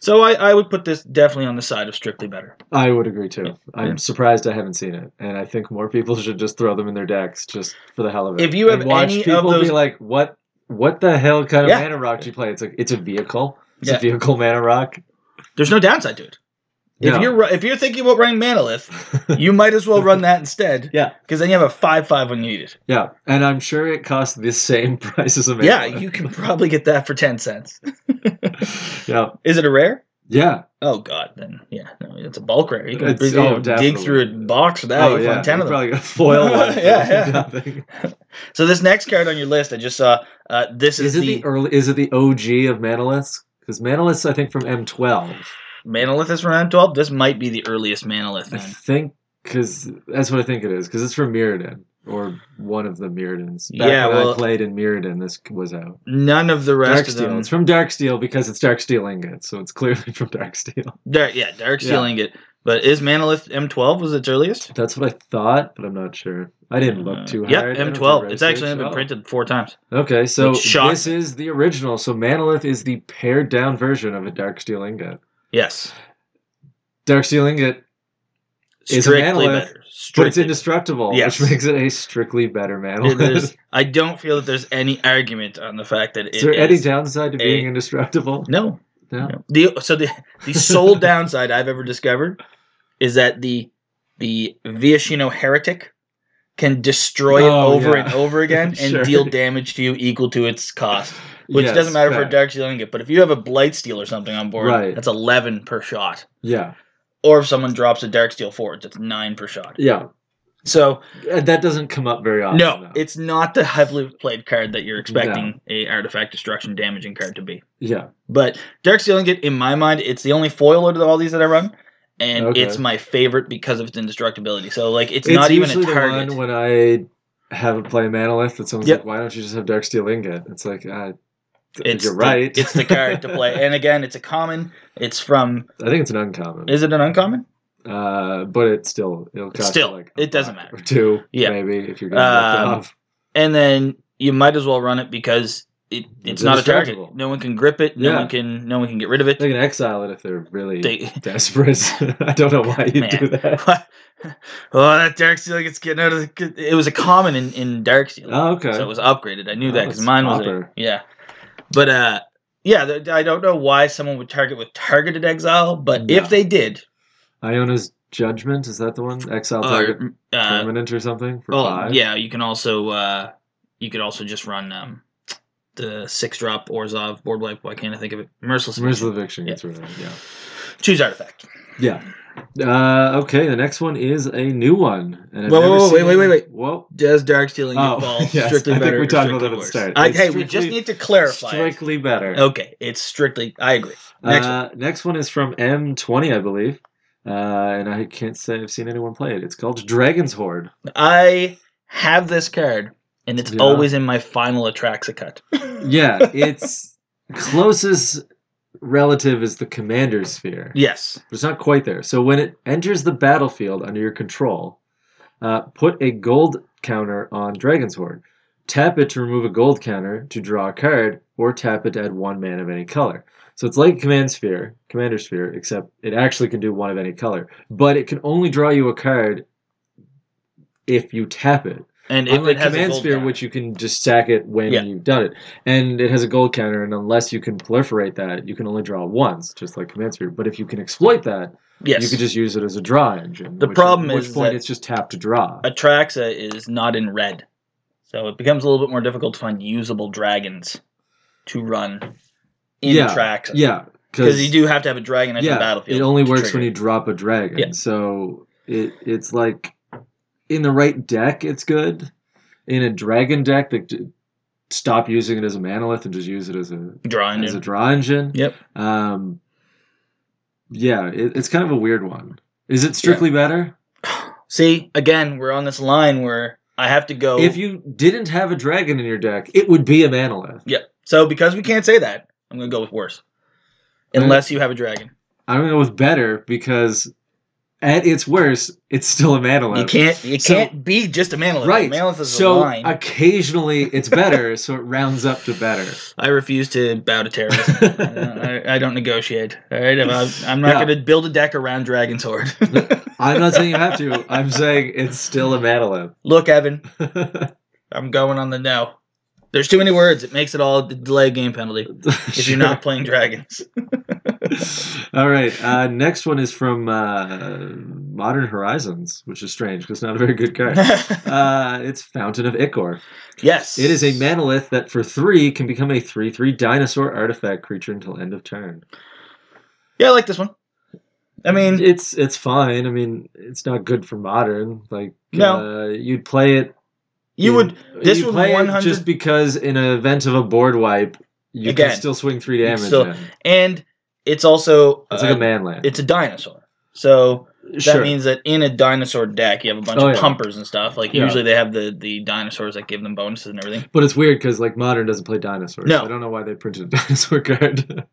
Speaker 1: so I, I would put this definitely on the side of strictly better
Speaker 2: I would agree too. I'm
Speaker 1: Yeah.
Speaker 2: surprised I haven't seen it, and I think more people [LAUGHS] should just throw them in their decks just for the hell of it.
Speaker 1: If you have
Speaker 2: and watch
Speaker 1: any of
Speaker 2: people be
Speaker 1: those-
Speaker 2: like, "What? What the hell kind of
Speaker 1: Yeah.
Speaker 2: mana rock do you play?" It's like it's a vehicle. It's a
Speaker 1: Yeah.
Speaker 2: vehicle mana rock. [LAUGHS]
Speaker 1: there's no downside to it
Speaker 2: No.
Speaker 1: If you're ru- if you're thinking about running Manolith, you might as well run that instead.
Speaker 2: [LAUGHS] Yeah.
Speaker 1: because then you have a five five when you need it.
Speaker 2: yeah, and I'm sure it costs the same [LAUGHS] price as a mana.
Speaker 1: Yeah,
Speaker 2: rock.
Speaker 1: you can probably get that for ten cents.
Speaker 2: [LAUGHS] yeah,
Speaker 1: Is it a rare?
Speaker 2: yeah.
Speaker 1: Oh God, then yeah, no, it's a bulk rare. You can
Speaker 2: It's-
Speaker 1: you
Speaker 2: oh,
Speaker 1: can dig
Speaker 2: definitely.
Speaker 1: through a box of that.
Speaker 2: oh
Speaker 1: you
Speaker 2: yeah,
Speaker 1: find ten
Speaker 2: you
Speaker 1: of them.
Speaker 2: probably got a
Speaker 1: [LAUGHS]
Speaker 2: foil one. for
Speaker 1: Yeah, yeah.
Speaker 2: [LAUGHS] nothing.
Speaker 1: So this next card on your list, I just saw. Uh, this
Speaker 2: Is
Speaker 1: is,
Speaker 2: it
Speaker 1: the,
Speaker 2: the early? Is it the OG of manaliths? Because manaliths, I think, from M12.
Speaker 1: Manolith is from round twelve. This might be the earliest Manolith.
Speaker 2: I
Speaker 1: Then.
Speaker 2: think because that's what I think it is because it's from Mirrodin or one of the Mirrodins.
Speaker 1: Yeah,
Speaker 2: when I
Speaker 1: well-
Speaker 2: played in Mirrodin, this was out.
Speaker 1: None of the rest of
Speaker 2: Darksteel.
Speaker 1: them.
Speaker 2: It's from Darksteel because it's Darksteel ingot, so it's clearly [LAUGHS] from Darksteel.
Speaker 1: Dar- yeah, Dark
Speaker 2: Yeah.
Speaker 1: Steel Ingot. But is Manolith M12 was its earliest?
Speaker 2: That's what I thought, but I'm not sure. I didn't look too
Speaker 1: Uh,
Speaker 2: hard. I
Speaker 1: Yep,
Speaker 2: don't do
Speaker 1: M12. It's
Speaker 2: research.
Speaker 1: actually only been
Speaker 2: Oh.
Speaker 1: printed four times.
Speaker 2: Okay, so
Speaker 1: Which shocked
Speaker 2: this is the original. So Manolith is the pared down version of a Darksteel ingot.
Speaker 1: Yes.
Speaker 2: Darksteel ingot, It's a
Speaker 1: Strictly
Speaker 2: Manolith,
Speaker 1: better.
Speaker 2: but it's
Speaker 1: Strictly.
Speaker 2: indestructible,
Speaker 1: Yes.
Speaker 2: which makes it a strictly better
Speaker 1: It
Speaker 2: Manolith. [LAUGHS]
Speaker 1: is- I don't feel that there's any argument on the fact that it
Speaker 2: Is there any
Speaker 1: is-
Speaker 2: downside to
Speaker 1: a-
Speaker 2: being indestructible?
Speaker 1: no,
Speaker 2: No.
Speaker 1: no. The so the the sole downside I've ever discovered is that the the Viashino heretic can destroy it
Speaker 2: Oh,
Speaker 1: over
Speaker 2: yeah.
Speaker 1: and over
Speaker 2: [LAUGHS]
Speaker 1: again and
Speaker 2: Sure.
Speaker 1: deal damage to you equal to its cost, which doesn't matter for
Speaker 2: Dark.
Speaker 1: dark stealing it. But if you have a blight steal or something on board,
Speaker 2: Right.
Speaker 1: that's eleven per shot.
Speaker 2: Yeah,
Speaker 1: Or if someone drops a dark steel forge, it's nine per shot.
Speaker 2: yeah.
Speaker 1: So
Speaker 2: Uh, That doesn't come up very often.
Speaker 1: No,
Speaker 2: though.
Speaker 1: it's not the heavily played card that you're expecting a artifact destruction damaging card to be.
Speaker 2: yeah,
Speaker 1: But Dark Stealing it, in my mind, it's the only foil out of all these that I run, and
Speaker 2: Okay.
Speaker 1: it's my favorite because of its indestructibility. So like, it's,
Speaker 2: it's,
Speaker 1: not even a
Speaker 2: usually
Speaker 1: target.
Speaker 2: the one when I have a play Manolith that someone's
Speaker 1: Yep.
Speaker 2: like, "Why don't you just have Dark Steel Ingot?" It's like, uh,
Speaker 1: it's
Speaker 2: you're
Speaker 1: the,
Speaker 2: right.
Speaker 1: it's the card to play, and again, it's a common. It's from.
Speaker 2: [LAUGHS] I think it's an uncommon,
Speaker 1: Is it an uncommon?
Speaker 2: uh, but it's still it'll cost
Speaker 1: Still,
Speaker 2: you like
Speaker 1: it doesn't
Speaker 2: buck
Speaker 1: matter.
Speaker 2: or two,
Speaker 1: Yeah.
Speaker 2: maybe if you're getting ripped
Speaker 1: Um,
Speaker 2: off.
Speaker 1: And then you might as well run it because it, it's not a target.
Speaker 2: Indestructible.
Speaker 1: No one can grip it. No
Speaker 2: Yeah.
Speaker 1: one can. No one can get rid of it.
Speaker 2: They can exile it if they're really
Speaker 1: They- [LAUGHS]
Speaker 2: desperate. [LAUGHS] I don't know why you do
Speaker 1: Man.
Speaker 2: that.
Speaker 1: [LAUGHS] oh, that dark steel gets getting out of the. It was a common in in dark steel,
Speaker 2: Oh, okay.
Speaker 1: so it was upgraded. I knew that
Speaker 2: Oh,
Speaker 1: because
Speaker 2: it's
Speaker 1: mine was a,
Speaker 2: proper.
Speaker 1: yeah, but uh, yeah. th- I don't know why someone would target with targeted exile, but
Speaker 2: No.
Speaker 1: if they did,
Speaker 2: Iona's Judgment is that the one? Exile target
Speaker 1: or, uh, oh,
Speaker 2: permanent or something for
Speaker 1: well,
Speaker 2: five.
Speaker 1: yeah, you can also uh, you could also just run um, the six drop Orzov board wipe. Why can't I think of it? Merciless.
Speaker 2: Where's
Speaker 1: Evasion.
Speaker 2: the eviction?
Speaker 1: Yeah.
Speaker 2: Gets rid of it,
Speaker 1: Choose artifact.
Speaker 2: Yeah. Yeah. Uh, okay, the next one is a new one. And I've
Speaker 1: Whoa,
Speaker 2: never
Speaker 1: whoa, whoa,
Speaker 2: seen
Speaker 1: wait, wait,
Speaker 2: it.
Speaker 1: wait, wait.
Speaker 2: Whoa.
Speaker 1: Does dark stealing
Speaker 2: Oh,
Speaker 1: fall
Speaker 2: [LAUGHS] yes.
Speaker 1: strictly
Speaker 2: I think
Speaker 1: better? or
Speaker 2: we talked
Speaker 1: strictly
Speaker 2: about that at the
Speaker 1: worse?
Speaker 2: start.
Speaker 1: I,
Speaker 2: It's
Speaker 1: hey, we just
Speaker 2: strictly-
Speaker 1: need to clarify. it.
Speaker 2: Strictly better.
Speaker 1: Okay, it's strictly. I agree. Oh, Next one.
Speaker 2: Uh, next one is from M20, I believe. Uh, and I can't say I've seen anyone play it. It's called Dragon's Horde.
Speaker 1: I have this card, and it's
Speaker 2: Yeah.
Speaker 1: always in my final Atraxa
Speaker 2: [LAUGHS]
Speaker 1: cut. [LAUGHS]
Speaker 2: Yeah, it's closest relative is the Commander Sphere.
Speaker 1: Yes.
Speaker 2: but it's not quite there. So when it enters the battlefield under your control, uh, put a gold counter on Dragon's Horde. Tap it to remove a gold counter to draw a card, or tap it to add one man of any color. So it's like Command Sphere, Commander Sphere, except it actually can do one of any color, but it can only draw you a card if you tap it.
Speaker 1: And if
Speaker 2: Unlike
Speaker 1: it has a
Speaker 2: Command
Speaker 1: gold
Speaker 2: Sphere,
Speaker 1: counter.
Speaker 2: which you can just stack it when
Speaker 1: Yeah.
Speaker 2: you've done it, and it has a gold counter, and unless you can proliferate that, you can only draw once, just like Command Sphere. But if you can exploit that,
Speaker 1: yes,
Speaker 2: you could just use it as a draw engine.
Speaker 1: The
Speaker 2: which-
Speaker 1: problem
Speaker 2: at which
Speaker 1: is
Speaker 2: point
Speaker 1: that-
Speaker 2: it's just tap to draw.
Speaker 1: Atraxa is not in red, so it becomes a little bit more difficult to find usable dragons to run in
Speaker 2: Yeah,
Speaker 1: Atraxa.
Speaker 2: yeah,
Speaker 1: because you do have to have a dragon enter
Speaker 2: Yeah,
Speaker 1: the battlefield.
Speaker 2: it only
Speaker 1: to
Speaker 2: works when
Speaker 1: trigger
Speaker 2: you
Speaker 1: it.
Speaker 2: drop a dragon.
Speaker 1: Yeah.
Speaker 2: So it it's like in the right deck, it's good. In a dragon deck, they d- stop using it as a manolith and just use it as a
Speaker 1: draw in.
Speaker 2: as a draw engine.
Speaker 1: Yep.
Speaker 2: Um, yeah, it, it's kind of a weird one. Is it strictly better?
Speaker 1: See, again, we're on this line where I have to go.
Speaker 2: If you didn't have a dragon in your deck, it would be a manolith.
Speaker 1: so because we can't say that, I'm gonna go with worse, unless you have a dragon.
Speaker 2: I'm gonna go with better because at its worst, it's still a manolith.
Speaker 1: You can't. You
Speaker 2: So-
Speaker 1: can't be just a manolith.
Speaker 2: Right.
Speaker 1: Manolith is
Speaker 2: so
Speaker 1: a line. I,
Speaker 2: occasionally
Speaker 1: [LAUGHS]
Speaker 2: it's better, so it rounds up to better.
Speaker 1: refuse to bow to terrorism. [LAUGHS] I, don't- I, I don't negotiate. All right. I'm, I'm not
Speaker 2: Yeah.
Speaker 1: going to build a deck around Dragon's Horde.
Speaker 2: I'm not saying you have to. I'm saying it's still a manolith.
Speaker 1: [LAUGHS] Look, Evan, I'm going on the no. There's too many words. It makes it all a delay game penalty if you're not playing dragons.
Speaker 2: [LAUGHS]
Speaker 1: [LAUGHS]
Speaker 2: All right. Uh, next one is from uh, Modern Horizons, which is strange because it's not a very good
Speaker 1: [LAUGHS]
Speaker 2: card. Uh, it's Fountain of Ichor.
Speaker 1: yes.
Speaker 2: It is a manolith that for three can become a three-three dinosaur artifact creature until end of turn.
Speaker 1: Yeah, I like this one. I mean,
Speaker 2: it's it's fine. I mean, it's not good for modern. Like,
Speaker 1: No.
Speaker 2: uh, you'd play it.
Speaker 1: you would. This
Speaker 2: you'd
Speaker 1: would
Speaker 2: play it
Speaker 1: 100
Speaker 2: just because in an event of a board wipe, you
Speaker 1: Again,
Speaker 2: can still swing three damage.
Speaker 1: still-
Speaker 2: in.
Speaker 1: And it's also.
Speaker 2: It's
Speaker 1: uh,
Speaker 2: like a man land.
Speaker 1: It's a dinosaur. So That
Speaker 2: sure.
Speaker 1: means that in a dinosaur deck, you have a bunch
Speaker 2: Oh,
Speaker 1: of
Speaker 2: yeah.
Speaker 1: pumpers and stuff. Like
Speaker 2: Yeah.
Speaker 1: usually they have the the dinosaurs that give them bonuses and everything.
Speaker 2: but it's weird because like modern doesn't play dinosaurs.
Speaker 1: No.
Speaker 2: I don't know why they printed a [LAUGHS] dinosaur card.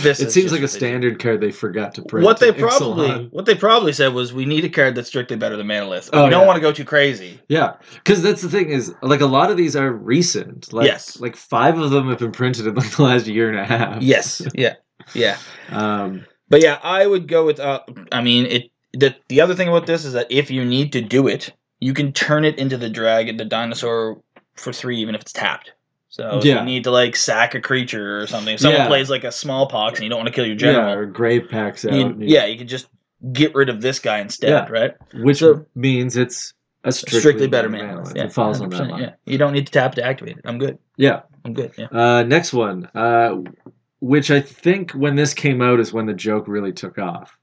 Speaker 1: This
Speaker 2: it
Speaker 1: is
Speaker 2: seems
Speaker 1: just
Speaker 2: like a
Speaker 1: what they do.
Speaker 2: standard card they forgot to print.
Speaker 1: What they
Speaker 2: in
Speaker 1: probably
Speaker 2: Solon.
Speaker 1: what they probably said was we need a card that's strictly better than Manolith.
Speaker 2: Oh,
Speaker 1: we don't
Speaker 2: yeah.
Speaker 1: want to go too
Speaker 2: [LAUGHS]
Speaker 1: crazy.
Speaker 2: Yeah, because that's the thing is like a lot of these are recent. Like,
Speaker 1: Yes.
Speaker 2: like five of them have been printed in like the last year and a half.
Speaker 1: Yes. Yeah. Yeah.
Speaker 2: [LAUGHS] Um,
Speaker 1: But yeah, I would go with uh, I mean it the the other thing about this is that if you need to do it, you can turn it into the dragon the dinosaur for three even if it's tapped. So if
Speaker 2: Yeah.
Speaker 1: you need to like sack a creature or something. If someone
Speaker 2: Yeah.
Speaker 1: plays like a smallpox and you don't want to kill your general.
Speaker 2: Yeah, or grave packs out.
Speaker 1: You-
Speaker 2: and you-
Speaker 1: yeah, you could just get rid of this guy instead,
Speaker 2: Yeah.
Speaker 1: right?
Speaker 2: which
Speaker 1: So-
Speaker 2: means it's a
Speaker 1: Strictly,
Speaker 2: strictly,
Speaker 1: better
Speaker 2: man.
Speaker 1: man.
Speaker 2: It falls on that line.
Speaker 1: Yeah, you don't need to tap to activate it. I'm good.
Speaker 2: Yeah.
Speaker 1: I'm good. Yeah.
Speaker 2: Uh, next one, uh, which I think when this came out is when the joke really took off,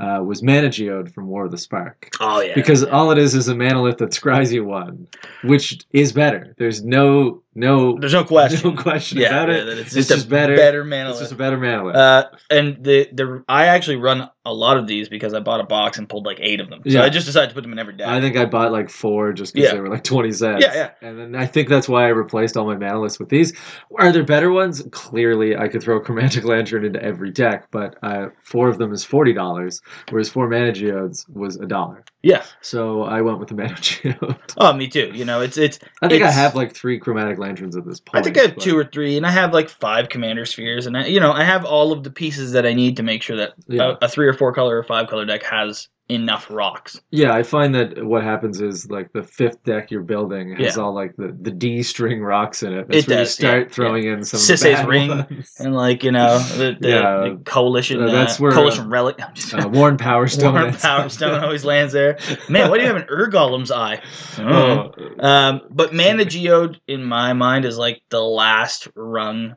Speaker 2: uh, was Mana Geode from War of the Spark.
Speaker 1: Oh yeah.
Speaker 2: Because all it is is a manolith that's Scryzy one, which is better. There's no no
Speaker 1: there's no question.
Speaker 2: [LAUGHS] no question
Speaker 1: yeah,
Speaker 2: about
Speaker 1: yeah,
Speaker 2: it.
Speaker 1: that it's
Speaker 2: It's
Speaker 1: just,
Speaker 2: just
Speaker 1: a better,
Speaker 2: better-
Speaker 1: better mana.
Speaker 2: It's just a better manolith.
Speaker 1: uh, and the the I actually run a lot of these because I bought a box and pulled like eight of them. So
Speaker 2: Yeah.
Speaker 1: I just decided to put them in every deck.
Speaker 2: I think I bought like four just because
Speaker 1: Yeah.
Speaker 2: they were like 20 cents.
Speaker 1: Yeah, yeah.
Speaker 2: And then I think that's why I replaced all my mana lists with these. Are there better ones? Clearly, I could throw [LAUGHS] Chromatic Lantern into every deck, but uh, four of them is $40, whereas four mana geodes was a dollar.
Speaker 1: yeah.
Speaker 2: So I went with the mana [LAUGHS] geode.
Speaker 1: Oh, me too. You know, it's it's.
Speaker 2: I think I
Speaker 1: It's-
Speaker 2: have like three Chromatic Lanterns at this
Speaker 1: I
Speaker 2: point.
Speaker 1: think I have
Speaker 2: but-
Speaker 1: two or three, and I have like five commander spheres, and I, you know, I have all of the pieces that I need to make sure that
Speaker 2: Yeah.
Speaker 1: a, a three or four color or five color deck has enough rocks.
Speaker 2: Yeah, I find that what happens is like the fifth deck you're building has all like the, the D string rocks in it. That's
Speaker 1: It
Speaker 2: where
Speaker 1: does,
Speaker 2: you
Speaker 1: yeah,
Speaker 2: start throwing in some
Speaker 1: Sisse's
Speaker 2: bad
Speaker 1: ring.
Speaker 2: ones.
Speaker 1: And like you
Speaker 2: [LAUGHS]
Speaker 1: know the, the,
Speaker 2: Yeah,
Speaker 1: the coalition
Speaker 2: uh, that's
Speaker 1: that's
Speaker 2: where,
Speaker 1: where
Speaker 2: uh,
Speaker 1: coalition relic. I'm just-
Speaker 2: Uh, Warren Power [LAUGHS]
Speaker 1: [LAUGHS]
Speaker 2: Stone.
Speaker 1: Warren Power
Speaker 2: [LAUGHS]
Speaker 1: Stone always lands there. Man, why do you have an Urgolem's eye?
Speaker 2: Oh,
Speaker 1: Um, but Mana Geode, in my mind, is like the last run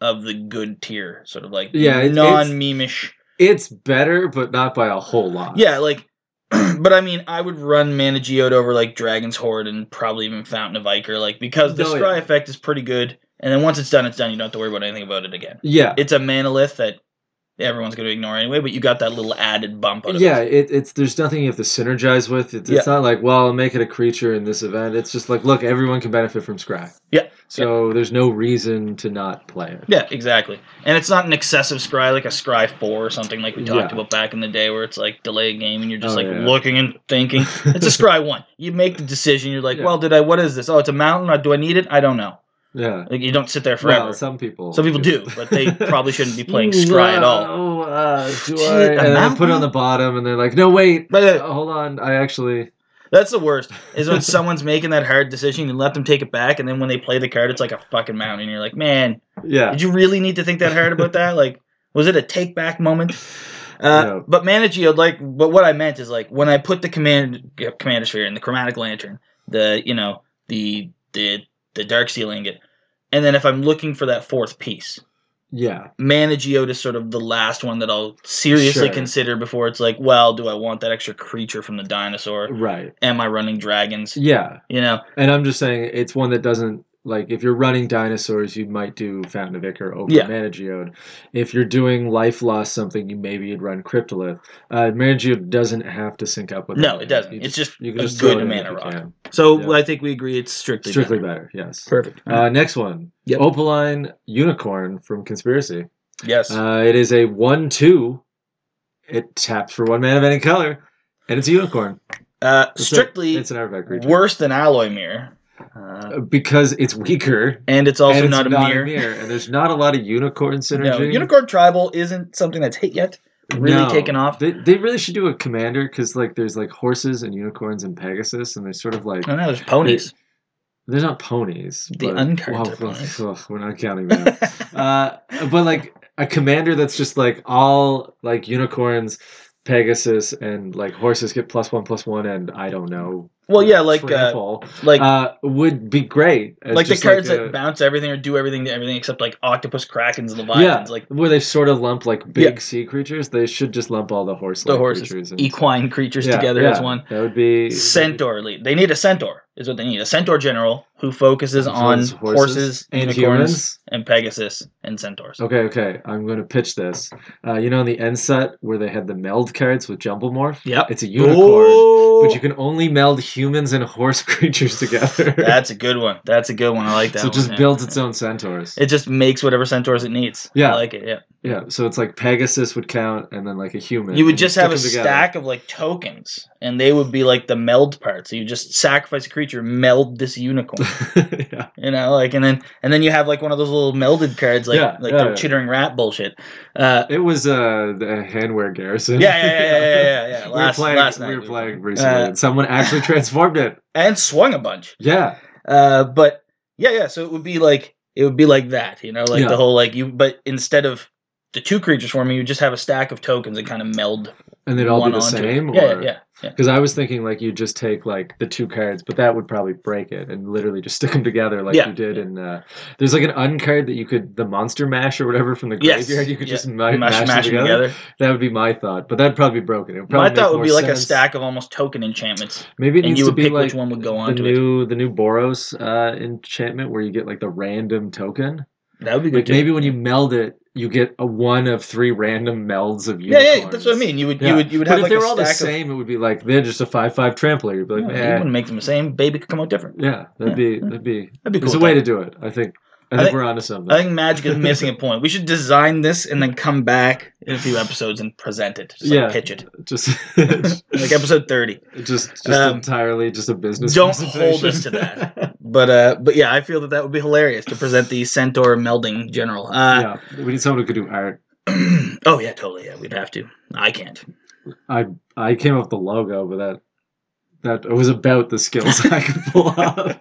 Speaker 1: of the good tier, sort of like
Speaker 2: Yeah, it- it's-
Speaker 1: non-memeish.
Speaker 2: it's better, but not by a whole lot.
Speaker 1: Yeah, like, [CLEARS THROAT] but I mean, I would run Mana Geode over like Dragon's Horde and probably even Fountain of Iker, like because the
Speaker 2: Oh,
Speaker 1: scry
Speaker 2: yeah.
Speaker 1: effect is pretty good, and then once it's done, it's done. You don't have to worry about anything about it again.
Speaker 2: Yeah.
Speaker 1: It's a manolith that everyone's going to ignore anyway, but you got that little added bump. Out of
Speaker 2: yeah,
Speaker 1: it.
Speaker 2: it, it's there's nothing you have to synergize with. It, it's
Speaker 1: Yeah.
Speaker 2: not like well, I'll make it a creature in this event. It's just like look, everyone can benefit from Scry.
Speaker 1: Yeah.
Speaker 2: So there's no reason to not play it.
Speaker 1: Yeah, exactly. And it's not an excessive scry like a scry four or something like we talked
Speaker 2: Yeah.
Speaker 1: about back in the day where it's like delay a game and you're just
Speaker 2: Oh,
Speaker 1: like
Speaker 2: yeah.
Speaker 1: looking and thinking. It's a scry one. You make the decision, you're like,
Speaker 2: Yeah.
Speaker 1: Well, did I what is this? Oh, it's a mountain, Uh, do I need it? I don't know.
Speaker 2: [LAUGHS] yeah.
Speaker 1: Like you don't sit there forever.
Speaker 2: Well, some people.
Speaker 1: Some people do, but they probably shouldn't be
Speaker 2: [LAUGHS]
Speaker 1: playing scry at all.
Speaker 2: Oh, uh, do
Speaker 1: Shit,
Speaker 2: I?
Speaker 1: a
Speaker 2: And then they put it
Speaker 1: mountain?
Speaker 2: on the bottom, and they're like, no, wait,
Speaker 1: But uh,
Speaker 2: uh, hold on, I actually.
Speaker 1: that's the worst is when someone's making that hard decision, you let them take it back, and then when they play the card, it's like a fucking mountain. You're like, man,
Speaker 2: Yeah.
Speaker 1: did you really need to think that hard about that? Like, was it a take back moment? Uh,
Speaker 2: No.
Speaker 1: But Mana Geode, like, but what I meant is like when I put the command commander sphere and the chromatic lantern, the you know the the the dark seal ingot, and then if I'm looking for that fourth piece,
Speaker 2: Yeah.
Speaker 1: Mana Geode is sort of the last one that I'll seriously
Speaker 2: Sure.
Speaker 1: consider before it's like, well, do I want that extra creature from the dinosaur?
Speaker 2: Right.
Speaker 1: Am I running dragons?
Speaker 2: Yeah.
Speaker 1: You know,
Speaker 2: And I'm just saying it's one that doesn't like if you're running dinosaurs, you might do Fountain of Ichor over
Speaker 1: Yeah.
Speaker 2: Mana Geode. If you're doing Life Loss something, you maybe you'd run Cryptolith. Uh, Mana Geode doesn't have to sync up with.
Speaker 1: No,
Speaker 2: that.
Speaker 1: it doesn't.
Speaker 2: You
Speaker 1: It's just
Speaker 2: you
Speaker 1: a
Speaker 2: throw
Speaker 1: good
Speaker 2: it in
Speaker 1: mana
Speaker 2: if you
Speaker 1: rock.
Speaker 2: can.
Speaker 1: so
Speaker 2: Yeah.
Speaker 1: I think we agree it's strictly
Speaker 2: Strictly
Speaker 1: better.
Speaker 2: better. Yes.
Speaker 1: perfect.
Speaker 2: Uh, next one,
Speaker 1: Yep.
Speaker 2: Opaline Unicorn from Conspiracy.
Speaker 1: yes,
Speaker 2: Uh, it is a one-two. It taps for one man of any color, and it's a unicorn.
Speaker 1: uh,
Speaker 2: It's a-
Speaker 1: strictly
Speaker 2: it's an artifact creature
Speaker 1: worse than alloy mirror. Uh,
Speaker 2: because it's weaker
Speaker 1: and it's also
Speaker 2: And it's
Speaker 1: not, a, mirror.
Speaker 2: and there's not a lot of unicorn synergy.
Speaker 1: No, Unicorn Tribal isn't something that's hit yet. really taken off.
Speaker 2: They, they really should do a commander because like there's like horses and unicorns and Pegasus, and they're sort of like
Speaker 1: I don't know, there's ponies.
Speaker 2: they're not ponies.
Speaker 1: Uh, The uncards are ponies.
Speaker 2: [LAUGHS] ugh, we're not
Speaker 1: [LAUGHS]
Speaker 2: counting that. [LAUGHS] uh, but like a commander that's just like all like unicorns. Pegasus and like horses get plus one plus one and I don't know.
Speaker 1: well, yeah, like uh,
Speaker 2: trample,
Speaker 1: like
Speaker 2: uh, would be great. as
Speaker 1: like the
Speaker 2: just,
Speaker 1: cards
Speaker 2: a-
Speaker 1: that bounce everything or do everything to everything except like octopus, krakens, leviathans, like
Speaker 2: where they sort of lump like big
Speaker 1: Yeah.
Speaker 2: sea creatures. They should just lump all the horse
Speaker 1: The horses.
Speaker 2: creatures and-
Speaker 1: equine creatures
Speaker 2: Yeah,
Speaker 1: together
Speaker 2: yeah.
Speaker 1: as one.
Speaker 2: That would be
Speaker 1: Centaur lead. They need a centaur is what they need. A centaur general who focuses
Speaker 2: As well
Speaker 1: on
Speaker 2: as
Speaker 1: horses,
Speaker 2: horses and
Speaker 1: unicorns,
Speaker 2: humans.
Speaker 1: and Pegasus and centaurs.
Speaker 2: Okay, okay. I'm going to pitch this. Uh, you know, in the end set where they had the meld cards with Jumble Morph,
Speaker 1: Yep.
Speaker 2: it's a unicorn, but you can only meld humans and horse [LAUGHS] creatures together.
Speaker 1: That's a good one. That's a good one. I like that.
Speaker 2: so it
Speaker 1: one,
Speaker 2: just
Speaker 1: yeah.
Speaker 2: builds its own centaurs.
Speaker 1: It just makes whatever centaurs it needs.
Speaker 2: Yeah.
Speaker 1: I like it. Yeah.
Speaker 2: yeah, so it's like Pegasus would count, and then like a human.
Speaker 1: You would
Speaker 2: and
Speaker 1: just
Speaker 2: stick
Speaker 1: have a
Speaker 2: them together.
Speaker 1: stack of like tokens, and they would be like the meld part. So you just sacrifice a creature, meld this
Speaker 2: [LAUGHS]
Speaker 1: unicorn,
Speaker 2: yeah,
Speaker 1: you know, like, and then and then you have like one of those little melded cards, like
Speaker 2: Yeah,
Speaker 1: like
Speaker 2: yeah,
Speaker 1: the
Speaker 2: yeah.
Speaker 1: chittering rat bullshit. Uh,
Speaker 2: it was uh, the handware garrison.
Speaker 1: yeah, yeah, yeah, yeah, yeah, yeah. yeah.
Speaker 2: [LAUGHS] We
Speaker 1: Last
Speaker 2: were playing,
Speaker 1: last night
Speaker 2: we were playing recently,
Speaker 1: Uh,
Speaker 2: and
Speaker 1: [LAUGHS]
Speaker 2: someone actually transformed it.
Speaker 1: and swung a bunch.
Speaker 2: Yeah,
Speaker 1: Uh, but yeah, yeah. So it would be like it would be like that, you know, like
Speaker 2: Yeah.
Speaker 1: the whole like you. But instead of the two creatures forming, you just have a stack of tokens and kind of meld
Speaker 2: and they'd all
Speaker 1: one
Speaker 2: be the
Speaker 1: onto it.
Speaker 2: same.
Speaker 1: Yeah,
Speaker 2: or-
Speaker 1: yeah, yeah,
Speaker 2: Because I was thinking like you just take like the two cards, but that would probably break it, and literally just [LAUGHS] stick them together like
Speaker 1: Yeah.
Speaker 2: you did. And uh, there's like an uncard that you could the monster mash or whatever from the
Speaker 1: Yes,
Speaker 2: graveyard. You could
Speaker 1: yeah.
Speaker 2: just ma-
Speaker 1: yeah.
Speaker 2: mash,
Speaker 1: Mash,
Speaker 2: them
Speaker 1: mash them
Speaker 2: together.
Speaker 1: together.
Speaker 2: That would be my thought, but that'd probably be broken. It would probably
Speaker 1: My thought
Speaker 2: make
Speaker 1: would be
Speaker 2: more
Speaker 1: like a
Speaker 2: sense.
Speaker 1: stack of almost token enchantments,
Speaker 2: Maybe it
Speaker 1: and
Speaker 2: needs
Speaker 1: you
Speaker 2: to
Speaker 1: would
Speaker 2: be
Speaker 1: pick
Speaker 2: like
Speaker 1: which one would go
Speaker 2: the
Speaker 1: on to it.
Speaker 2: new the new Boros uh, enchantment where you get like the random token.
Speaker 1: That would be good.
Speaker 2: Like
Speaker 1: too.
Speaker 2: maybe when you meld it, you get a one of three random melds of
Speaker 1: yeah,
Speaker 2: unicorns.
Speaker 1: yeah, that's what I mean. You would,
Speaker 2: Yeah.
Speaker 1: you would, you would have
Speaker 2: But if
Speaker 1: like
Speaker 2: they
Speaker 1: a
Speaker 2: were all the
Speaker 1: stack of.
Speaker 2: same, it would be like they're just a five-five trampler. You'd be like,
Speaker 1: Yeah,
Speaker 2: "Eh,
Speaker 1: you wouldn't make them the same. Baby could come out different.
Speaker 2: Yeah, that'd
Speaker 1: Yeah,
Speaker 2: be
Speaker 1: yeah.
Speaker 2: that'd
Speaker 1: [LAUGHS]
Speaker 2: be
Speaker 1: That'd be cool.
Speaker 2: there's a way to do it. I think I,
Speaker 1: I
Speaker 2: think,
Speaker 1: think-
Speaker 2: we're onto something.
Speaker 1: I think Magic is missing a
Speaker 2: [LAUGHS]
Speaker 1: point. We should design this and then come back in a few episodes and present it. Just like
Speaker 2: Yeah.
Speaker 1: pitch
Speaker 2: [LAUGHS]
Speaker 1: it.
Speaker 2: just
Speaker 1: [LAUGHS]
Speaker 2: [LAUGHS]
Speaker 1: Like episode thirty.
Speaker 2: just just
Speaker 1: um,
Speaker 2: entirely just a business.
Speaker 1: don't hold
Speaker 2: presentation.
Speaker 1: us to
Speaker 2: [LAUGHS]
Speaker 1: that. But uh but yeah, I feel that that would be hilarious to present the centaur melding general. Uh
Speaker 2: yeah, we need someone who could do art.
Speaker 1: [CLEARS THROAT] oh yeah, totally. Yeah, we'd have to. I can't.
Speaker 2: I I came up with the logo, but that that it was about the skills I could
Speaker 1: [LAUGHS]
Speaker 2: pull off.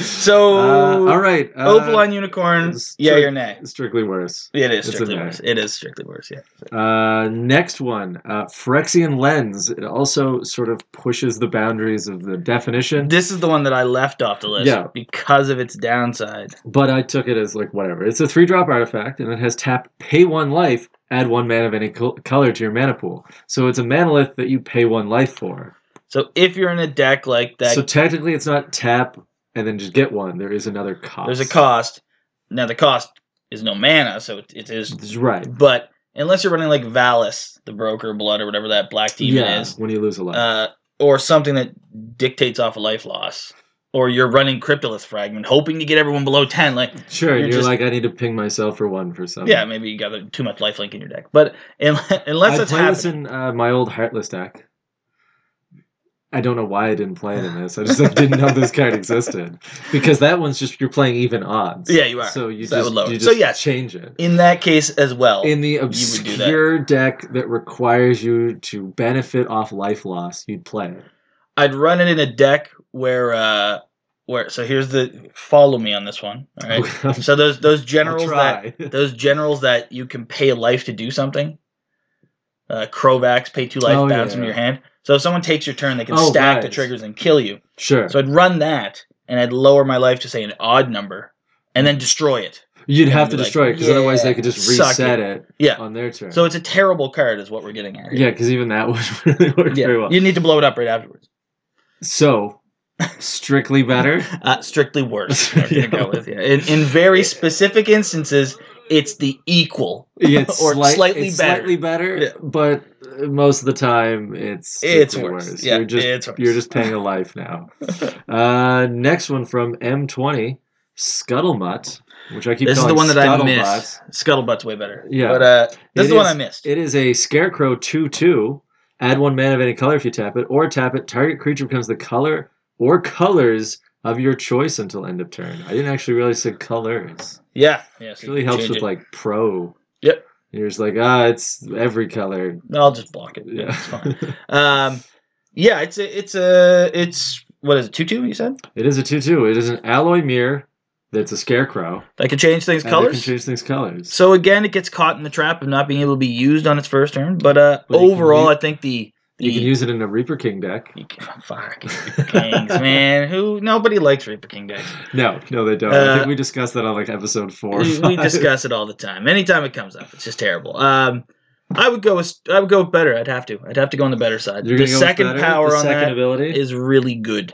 Speaker 1: So
Speaker 2: Uh, all right, uh,
Speaker 1: Opaline Unicorn,
Speaker 2: it's
Speaker 1: yeah
Speaker 2: tri-
Speaker 1: or nay?
Speaker 2: Strictly worse.
Speaker 1: It is
Speaker 2: It's a
Speaker 1: strictly
Speaker 2: nay.
Speaker 1: worse. It is strictly worse. Yeah.
Speaker 2: Uh, next one, uh, Phyrexian lens. It also sort of pushes the boundaries of the definition,
Speaker 1: This is the one that I left off the list
Speaker 2: Yeah.
Speaker 1: because of its downside.
Speaker 2: but I took it as like whatever. It's a three drop artifact, and it has tap, pay one life, add one mana of any col- color to your mana pool. So it's a manolith that you pay one life for.
Speaker 1: So if you're in a deck like that,
Speaker 2: So technically, it's not tap and then just get one. There is another cost.
Speaker 1: there's a cost. Now the cost is no mana, so it, it is.
Speaker 2: That's Right.
Speaker 1: But unless you're running like Valis, the Broker Blood, or whatever that black demon
Speaker 2: yeah,
Speaker 1: is,
Speaker 2: when you lose a life.
Speaker 1: uh, or something that dictates off a life loss, or you're running Cryptolith Fragment, hoping to get everyone below ten. Like,
Speaker 2: sure,
Speaker 1: you're
Speaker 2: you're,
Speaker 1: just-
Speaker 2: like, I need to ping myself for one for something.
Speaker 1: yeah, maybe you got uh, too much lifelink in your deck. But [LAUGHS] un- unless
Speaker 2: I
Speaker 1: it's
Speaker 2: play this
Speaker 1: happening,
Speaker 2: in uh, my old Heartless deck. I don't know why I didn't play it in this. I just [LAUGHS] like, didn't know this card existed because that one's just you're playing even odds.
Speaker 1: Yeah, you are.
Speaker 2: So you
Speaker 1: So that
Speaker 2: just
Speaker 1: would lower
Speaker 2: you
Speaker 1: it.
Speaker 2: just
Speaker 1: So yes.
Speaker 2: change it.
Speaker 1: in that case as well.
Speaker 2: In the
Speaker 1: do that.
Speaker 2: obscure deck that requires you to benefit off life loss, you'd play it.
Speaker 1: I'd run it in a deck where uh where so here's the follow me on this one. All right.
Speaker 2: [LAUGHS] I'll
Speaker 1: So those those generals that
Speaker 2: try.
Speaker 1: those generals that you can pay life to do something. Uh Crovax, pay two life,
Speaker 2: Oh,
Speaker 1: bounce from
Speaker 2: yeah.
Speaker 1: your hand. So if someone takes your turn, they can
Speaker 2: Oh,
Speaker 1: stack the
Speaker 2: right.
Speaker 1: triggers and kill you.
Speaker 2: [LAUGHS] sure.
Speaker 1: So I'd run that and I'd lower my life to say an odd number and then destroy it.
Speaker 2: You'd
Speaker 1: Yeah,
Speaker 2: have to
Speaker 1: you're like,
Speaker 2: destroy it because
Speaker 1: yeah,
Speaker 2: otherwise they could just
Speaker 1: suck
Speaker 2: reset it.
Speaker 1: Yeah.
Speaker 2: on their turn.
Speaker 1: So it's a terrible card is what we're getting at.
Speaker 2: yeah, because even that [LAUGHS] wouldn't really work
Speaker 1: Yeah.
Speaker 2: very well.
Speaker 1: You need to blow it up right afterwards.
Speaker 2: So,
Speaker 1: [LAUGHS]
Speaker 2: strictly better.
Speaker 1: Uh, strictly
Speaker 2: [LAUGHS]
Speaker 1: worse. we're
Speaker 2: Yeah.
Speaker 1: gonna go with, [LAUGHS] yeah. in, in very specific instances, it's the equal.
Speaker 2: Yeah,
Speaker 1: [LAUGHS]
Speaker 2: it's
Speaker 1: Or
Speaker 2: slight-
Speaker 1: slightly
Speaker 2: it's
Speaker 1: better.
Speaker 2: slightly better,
Speaker 1: Yeah.
Speaker 2: but uh, most of the time it's
Speaker 1: It's
Speaker 2: strictly
Speaker 1: worse. Yeah,
Speaker 2: you're just
Speaker 1: it's worse.
Speaker 2: you're just paying a life
Speaker 1: [LAUGHS]
Speaker 2: now. uh, next one from M20, Scuttlemutt, which I keep.
Speaker 1: this is the
Speaker 2: calling
Speaker 1: one that I
Speaker 2: Scuttlebutt.
Speaker 1: missed. Scuttlebutt's way better.
Speaker 2: Yeah.
Speaker 1: But uh, this
Speaker 2: It
Speaker 1: is the one
Speaker 2: is-
Speaker 1: I missed.
Speaker 2: It is a scarecrow two two. Add one mana of any color if you tap it, or tap it. Target creature becomes the color or colors of your choice until end of turn. I didn't actually realize it said colors.
Speaker 1: yeah. yeah
Speaker 2: It really helps with like pro.
Speaker 1: Yep.
Speaker 2: You're just like, ah, it's every color.
Speaker 1: I'll just block it. Yeah.
Speaker 2: Yeah.
Speaker 1: It's fine.
Speaker 2: [LAUGHS]
Speaker 1: Um, yeah, it's a, it's a, it's, what is it, 2 2 you said?
Speaker 2: it is a 2 2. It is an alloy mirror that's a scarecrow.
Speaker 1: That can change things
Speaker 2: and it
Speaker 1: colors.
Speaker 2: can change things colors.
Speaker 1: so again, it gets caught in the trap of not being able to be used on its first turn. But uh,
Speaker 2: But you can
Speaker 1: overall,
Speaker 2: u-
Speaker 1: I think the. the
Speaker 2: You can use it in a Reaper King deck.
Speaker 1: You can- [LAUGHS] fuck Reaper
Speaker 2: [LAUGHS]
Speaker 1: Kings, man. Who nobody likes Reaper King decks.
Speaker 2: No, no, they don't. I
Speaker 1: Uh,
Speaker 2: think we discussed that on like episode four. or
Speaker 1: we,
Speaker 2: [LAUGHS]
Speaker 1: we
Speaker 2: five.
Speaker 1: discuss it all the time. Anytime it comes up, it's just terrible. Um, I would go. With, I would go with better. I'd have to. I'd have to go on the better side.
Speaker 2: You're
Speaker 1: the
Speaker 2: gonna go with
Speaker 1: second
Speaker 2: better,
Speaker 1: power
Speaker 2: the
Speaker 1: on
Speaker 2: second
Speaker 1: that is
Speaker 2: ability.
Speaker 1: really good.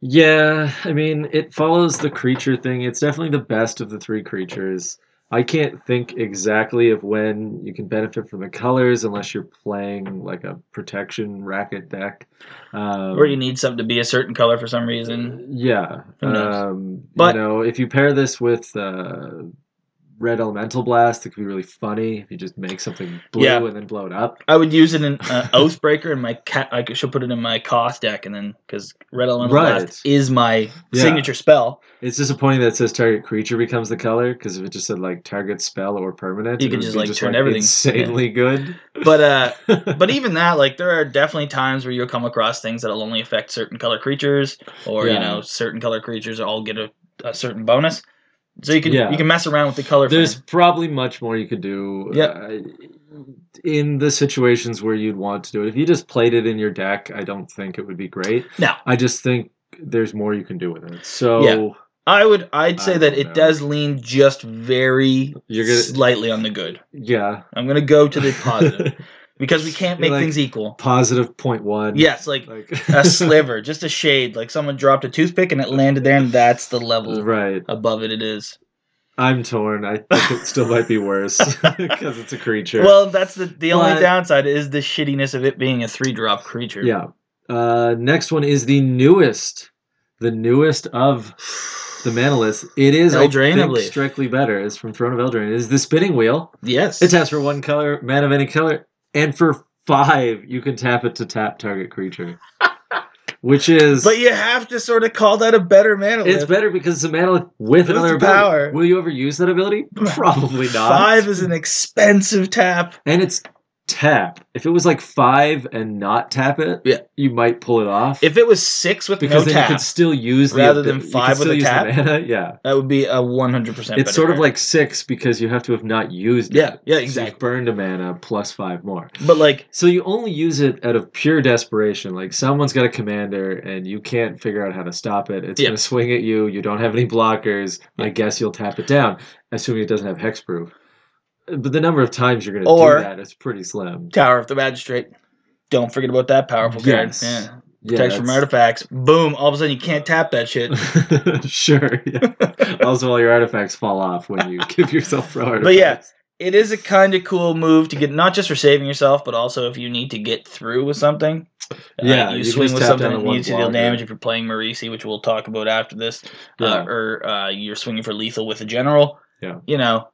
Speaker 2: Yeah, I mean, it follows the creature thing. It's definitely the best of the three creatures. I can't think exactly of when you can benefit from the colors unless you're playing like a protection racket deck. Um,
Speaker 1: Or you need something to be a certain color for some reason.
Speaker 2: Yeah.
Speaker 1: Who knows?
Speaker 2: Um,
Speaker 1: But-
Speaker 2: you know, if you pair this with uh, Red Elemental Blast, it could be really funny if you just make something blue
Speaker 1: Yeah.
Speaker 2: and then blow it up.
Speaker 1: I would use it in
Speaker 2: [LAUGHS]
Speaker 1: uh, Oathbreaker and my cat. I should put it in my cost deck, and then because Red Elemental
Speaker 2: Right.
Speaker 1: Blast is my
Speaker 2: Yeah.
Speaker 1: signature spell,
Speaker 2: It's disappointing that it says target creature becomes the color because if it just said like target spell or permanent,
Speaker 1: You
Speaker 2: it
Speaker 1: could
Speaker 2: would
Speaker 1: just,
Speaker 2: be
Speaker 1: like, turn everything.
Speaker 2: insanely good.
Speaker 1: but uh.
Speaker 2: but
Speaker 1: But even that, like, there are definitely times where you'll come across things that'll only affect certain color creatures, or you
Speaker 2: Yeah.
Speaker 1: know, certain color creatures all get a, a certain bonus. So you can
Speaker 2: Yeah.
Speaker 1: you can mess around with the color.
Speaker 2: there's
Speaker 1: thing.
Speaker 2: probably much more you could do.
Speaker 1: Yep.
Speaker 2: uh, in the situations where you'd want to do it, if you just played it in your deck, I don't think it would be great.
Speaker 1: No.
Speaker 2: I just think there's more you can do with it. So
Speaker 1: Yeah. I would I'd say
Speaker 2: I
Speaker 1: that
Speaker 2: don't
Speaker 1: it
Speaker 2: know.
Speaker 1: does lean just very
Speaker 2: You're gonna-
Speaker 1: slightly on the good.
Speaker 2: yeah,
Speaker 1: I'm gonna go to the
Speaker 2: [LAUGHS]
Speaker 1: positive because we can't
Speaker 2: You're
Speaker 1: make
Speaker 2: like-
Speaker 1: things equal.
Speaker 2: positive point one.
Speaker 1: Yes, like
Speaker 2: like [LAUGHS]
Speaker 1: a [LAUGHS] sliver, just a shade, like someone dropped a toothpick and it landed there, and that's the level
Speaker 2: Right,
Speaker 1: above it. It is.
Speaker 2: I'm torn. I think it still might be
Speaker 1: [LAUGHS]
Speaker 2: worse because it's a creature.
Speaker 1: Well, that's the the
Speaker 2: But-
Speaker 1: only downside is the shittiness of it being a three drop creature.
Speaker 2: Yeah. Uh, next one is the newest, the newest of the Manoliths. It is I
Speaker 1: Eldraine, I
Speaker 2: think,
Speaker 1: believe.
Speaker 2: strictly better. It's from Throne of Eldraine. It is the spinning wheel.
Speaker 1: Yes.
Speaker 2: It taps for one color, man of any color, and for five you can tap it to tap target
Speaker 1: [LAUGHS]
Speaker 2: creature, which is
Speaker 1: but you have to sort of call that a better [LAUGHS] manolith.
Speaker 2: it's better because it's a Manolith with
Speaker 1: With
Speaker 2: another
Speaker 1: the power. [LAUGHS]
Speaker 2: ability. Will you ever use that ability? Probably not.
Speaker 1: Five is an expensive tap.
Speaker 2: and it's tap, if it was like five and not tap it,
Speaker 1: Yeah.
Speaker 2: you might pull it off.
Speaker 1: If it was six with
Speaker 2: because
Speaker 1: no
Speaker 2: then
Speaker 1: tap,
Speaker 2: you could still use the
Speaker 1: rather than
Speaker 2: you could
Speaker 1: five with
Speaker 2: still
Speaker 1: a
Speaker 2: use the
Speaker 1: tap.
Speaker 2: mana, [LAUGHS] Yeah,
Speaker 1: that would be a one hundred percent.
Speaker 2: it's sort of like six because you have to have not used it.
Speaker 1: yeah, yeah,
Speaker 2: So you've
Speaker 1: exactly.
Speaker 2: burned a mana plus five more.
Speaker 1: But like
Speaker 2: So you only use it out of pure desperation. Like someone's got a commander and you can't figure out how to stop it. It's
Speaker 1: Yeah.
Speaker 2: gonna swing at you. You don't have any blockers. I
Speaker 1: Yeah.
Speaker 2: guess you'll tap it down, assuming it doesn't have hexproof. But the number of times you're gonna
Speaker 1: Or-
Speaker 2: do that is pretty slim.
Speaker 1: Tower of the Magistrate. Don't forget about that powerful card.
Speaker 2: Yes.
Speaker 1: Yeah.
Speaker 2: Yeah,
Speaker 1: Protects from artifacts. Boom! All of a sudden, you can't tap that shit.
Speaker 2: that's- [LAUGHS] sure. Yeah. also, all your artifacts fall off when you [LAUGHS] give yourself pro artifacts.
Speaker 1: But yeah. it is a kind of cool move to get not just for saving yourself, but also if you need to get through with something. Uh,
Speaker 2: Yeah, you
Speaker 1: you
Speaker 2: can
Speaker 1: swing
Speaker 2: just
Speaker 1: with
Speaker 2: tap
Speaker 1: something
Speaker 2: down to
Speaker 1: that
Speaker 2: one
Speaker 1: needs to deal
Speaker 2: blocker.
Speaker 1: damage if you're playing Marisi, which we'll talk about after this,
Speaker 2: Yeah.
Speaker 1: uh, or uh, you're swinging for lethal with a general.
Speaker 2: Yeah.
Speaker 1: you know,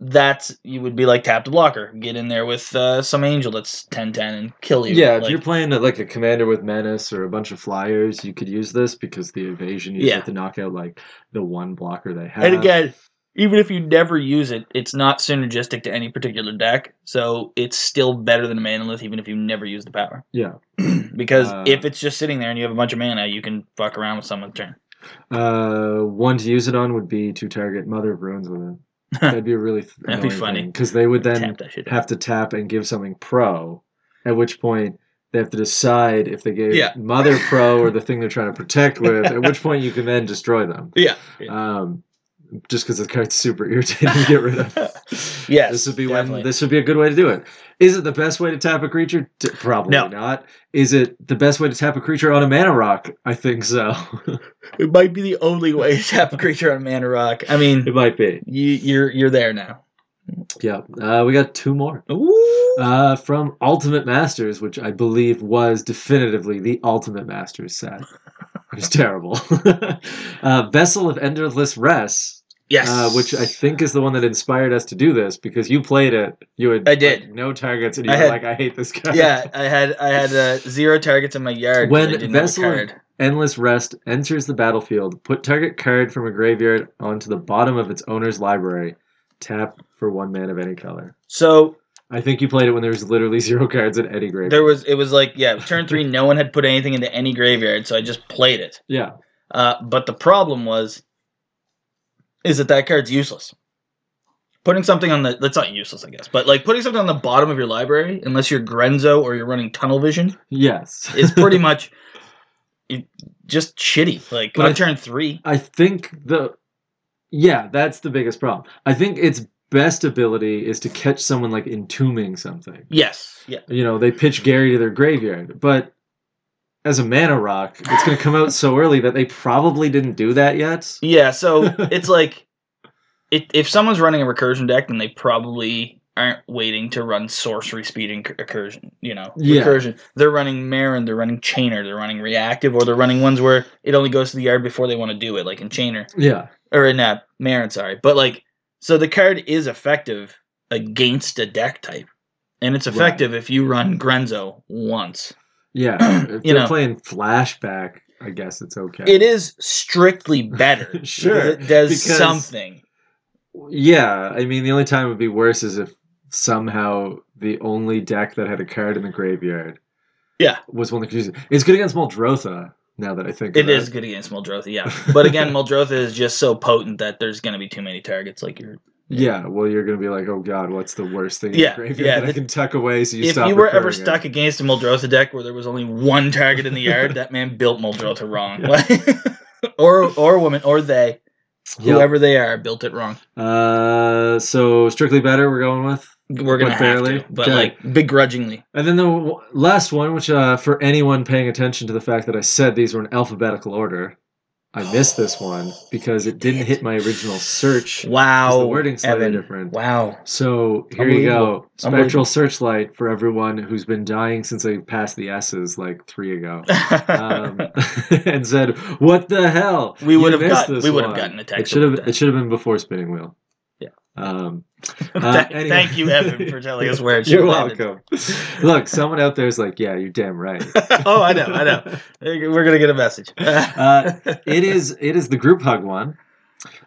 Speaker 1: that's you would be like tap the blocker, get in there with uh, some angel that's 10-10 and kill you.
Speaker 2: Yeah, if
Speaker 1: like,
Speaker 2: you're playing uh, like a commander with menace or a bunch of flyers, you could use this because the evasion you
Speaker 1: Yeah.
Speaker 2: get to knock out like the one blocker they have.
Speaker 1: and again. Even if you never use it, it's not synergistic to any particular deck, so it's still better than a manolith, even if you never use the power.
Speaker 2: yeah.
Speaker 1: [CLEARS THROAT] because
Speaker 2: Uh,
Speaker 1: if it's just sitting there and you have a bunch of mana, you can fuck around with someone's turn.
Speaker 2: Uh, one to use it on would be to target Mother of Ruins with it. That'd be a really th-
Speaker 1: [LAUGHS] That'd be funny.
Speaker 2: because they would then
Speaker 1: Tap that shit.
Speaker 2: have to tap and give something pro, at which point they have to decide if they gave
Speaker 1: Yeah. [LAUGHS]
Speaker 2: Mother pro or the thing they're trying to protect with. At which point you can then destroy them.
Speaker 1: yeah. Uh,
Speaker 2: Um, just because the card's super irritating to get rid of.
Speaker 1: [LAUGHS] Yes,
Speaker 2: this would be
Speaker 1: definitely.
Speaker 2: when this would be a good way to do it. Is it the best way to tap a creature? T- Probably
Speaker 1: No.
Speaker 2: not. Is it the best way to tap a creature on a mana rock? I think so. [LAUGHS]
Speaker 1: It might be the only way to tap a creature on mana rock. I mean,
Speaker 2: it might be.
Speaker 1: you, you're you're there now.
Speaker 2: Yeah, uh, we got two more.
Speaker 1: Ooh.
Speaker 2: Uh, from Ultimate Masters, which I believe was definitively the Ultimate Masters set. It was terrible. [LAUGHS] uh, Vessel of Endless Rest,
Speaker 1: yes.
Speaker 2: uh, which I think is the one that inspired us to do this because you played it. You had
Speaker 1: I did.
Speaker 2: like, no targets, and you
Speaker 1: I
Speaker 2: were
Speaker 1: had-
Speaker 2: like, "I hate this card."
Speaker 1: yeah, I had I had uh, zero targets in my yard. 'cause
Speaker 2: When
Speaker 1: I didn't have a
Speaker 2: Vessel-
Speaker 1: card.
Speaker 2: [LAUGHS] Endless Rest enters the battlefield. Put target card from a graveyard onto the bottom of its owner's library. Tap for one man of any color.
Speaker 1: So
Speaker 2: I think you played it when there was literally [LAUGHS] zero cards in any graveyard.
Speaker 1: there was it was like yeah, turn three, no one had put anything into any graveyard, so I just played it.
Speaker 2: yeah.
Speaker 1: Uh, but the problem was, is that that card's useless. Putting something on the that's not useless, I guess, but like putting something on the bottom of your library, unless you're Grenzo or you're running Tunnel Vision,
Speaker 2: Yes.
Speaker 1: is pretty much it, just shitty. Like
Speaker 2: But
Speaker 1: on
Speaker 2: I-
Speaker 1: turn three,
Speaker 2: [LAUGHS] I think the yeah, that's the biggest problem. I think its best ability is to catch someone like entombing something.
Speaker 1: yes, yeah,
Speaker 2: You know, they pitch Gary to their graveyard, but as a mana rock, it's going to come out so early that they probably didn't do that yet.
Speaker 1: yeah.
Speaker 2: [LAUGHS]
Speaker 1: So it's like, it, if someone's running a recursion deck, then they probably aren't waiting to run sorcery speed and recursion. You know,
Speaker 2: Yeah.
Speaker 1: recursion. They're running Marin, they're running Chainer, they're running Reactive, or they're running ones where it only goes to the yard before they want to do it, like in Chainer
Speaker 2: Yeah.
Speaker 1: or in uh, Marin. Sorry, but like, so the card is effective against a deck type. And it's
Speaker 2: Right.
Speaker 1: effective if you run Grenzo once. [CLEARS THROAT]
Speaker 2: Yeah, if
Speaker 1: You
Speaker 2: you're
Speaker 1: know.
Speaker 2: playing flashback, I guess it's okay.
Speaker 1: It is strictly better.
Speaker 2: [LAUGHS] Sure,
Speaker 1: because It does
Speaker 2: because-
Speaker 1: something.
Speaker 2: yeah, I mean the only time it would be worse is if somehow the only deck that had a card in the graveyard,
Speaker 1: Yeah.
Speaker 2: was one that could use it. It's good against Moldrotha. Now that I think
Speaker 1: It
Speaker 2: of
Speaker 1: is good against Muldrotha, yeah. But
Speaker 2: [LAUGHS]
Speaker 1: again, Muldrotha is just so potent that there's going to be too many targets. Like you're,
Speaker 2: Yeah, well, you're gonna be like, oh god, what's the worst thing in
Speaker 1: Yeah,
Speaker 2: the graveyard
Speaker 1: yeah,
Speaker 2: that I
Speaker 1: the-
Speaker 2: can tuck away? So you
Speaker 1: if
Speaker 2: stop.
Speaker 1: you were ever
Speaker 2: recurring it?
Speaker 1: stuck against a Muldrotha deck where there was only one target in the yard, that man built
Speaker 2: [LAUGHS]
Speaker 1: Muldrotha wrong. Like- or or a woman or they,
Speaker 2: Yeah.
Speaker 1: whoever they are, built it wrong.
Speaker 2: Uh, so strictly better, we're going with.
Speaker 1: We're
Speaker 2: But
Speaker 1: gonna have
Speaker 2: barely?
Speaker 1: to, but
Speaker 2: Okay.
Speaker 1: like begrudgingly.
Speaker 2: And then the w- last one, which uh, for anyone paying attention to the fact that I said these were in alphabetical order, I missed this one because it didn't hit my original search. 'cause
Speaker 1: Wow,
Speaker 2: the wording's slightly
Speaker 1: Evan.
Speaker 2: different.
Speaker 1: Wow,
Speaker 2: So here you go,
Speaker 1: Unbelievable. Unbelievable.
Speaker 2: spectral searchlight for everyone who's been dying since I passed the S's like three ago, um, [LAUGHS] and said, "What the hell?
Speaker 1: [LAUGHS] we
Speaker 2: You
Speaker 1: would have
Speaker 2: missed
Speaker 1: gotten
Speaker 2: this
Speaker 1: we would have
Speaker 2: one."
Speaker 1: gotten a
Speaker 2: It
Speaker 1: text.
Speaker 2: should
Speaker 1: about
Speaker 2: have. It should have been before spinning wheel.
Speaker 1: Yeah. [LAUGHS]
Speaker 2: Um,
Speaker 1: that.
Speaker 2: uh,
Speaker 1: Thank-
Speaker 2: anyway.
Speaker 1: Thank you, Evan, for telling us where it should
Speaker 2: [LAUGHS] You're
Speaker 1: have landed.
Speaker 2: welcome. Look, someone out there is like, "Yeah, you're damn right."
Speaker 1: oh, [LAUGHS] I know, I know. We're gonna get a
Speaker 2: [LAUGHS]
Speaker 1: message.
Speaker 2: Uh, it is. It is the group hug one.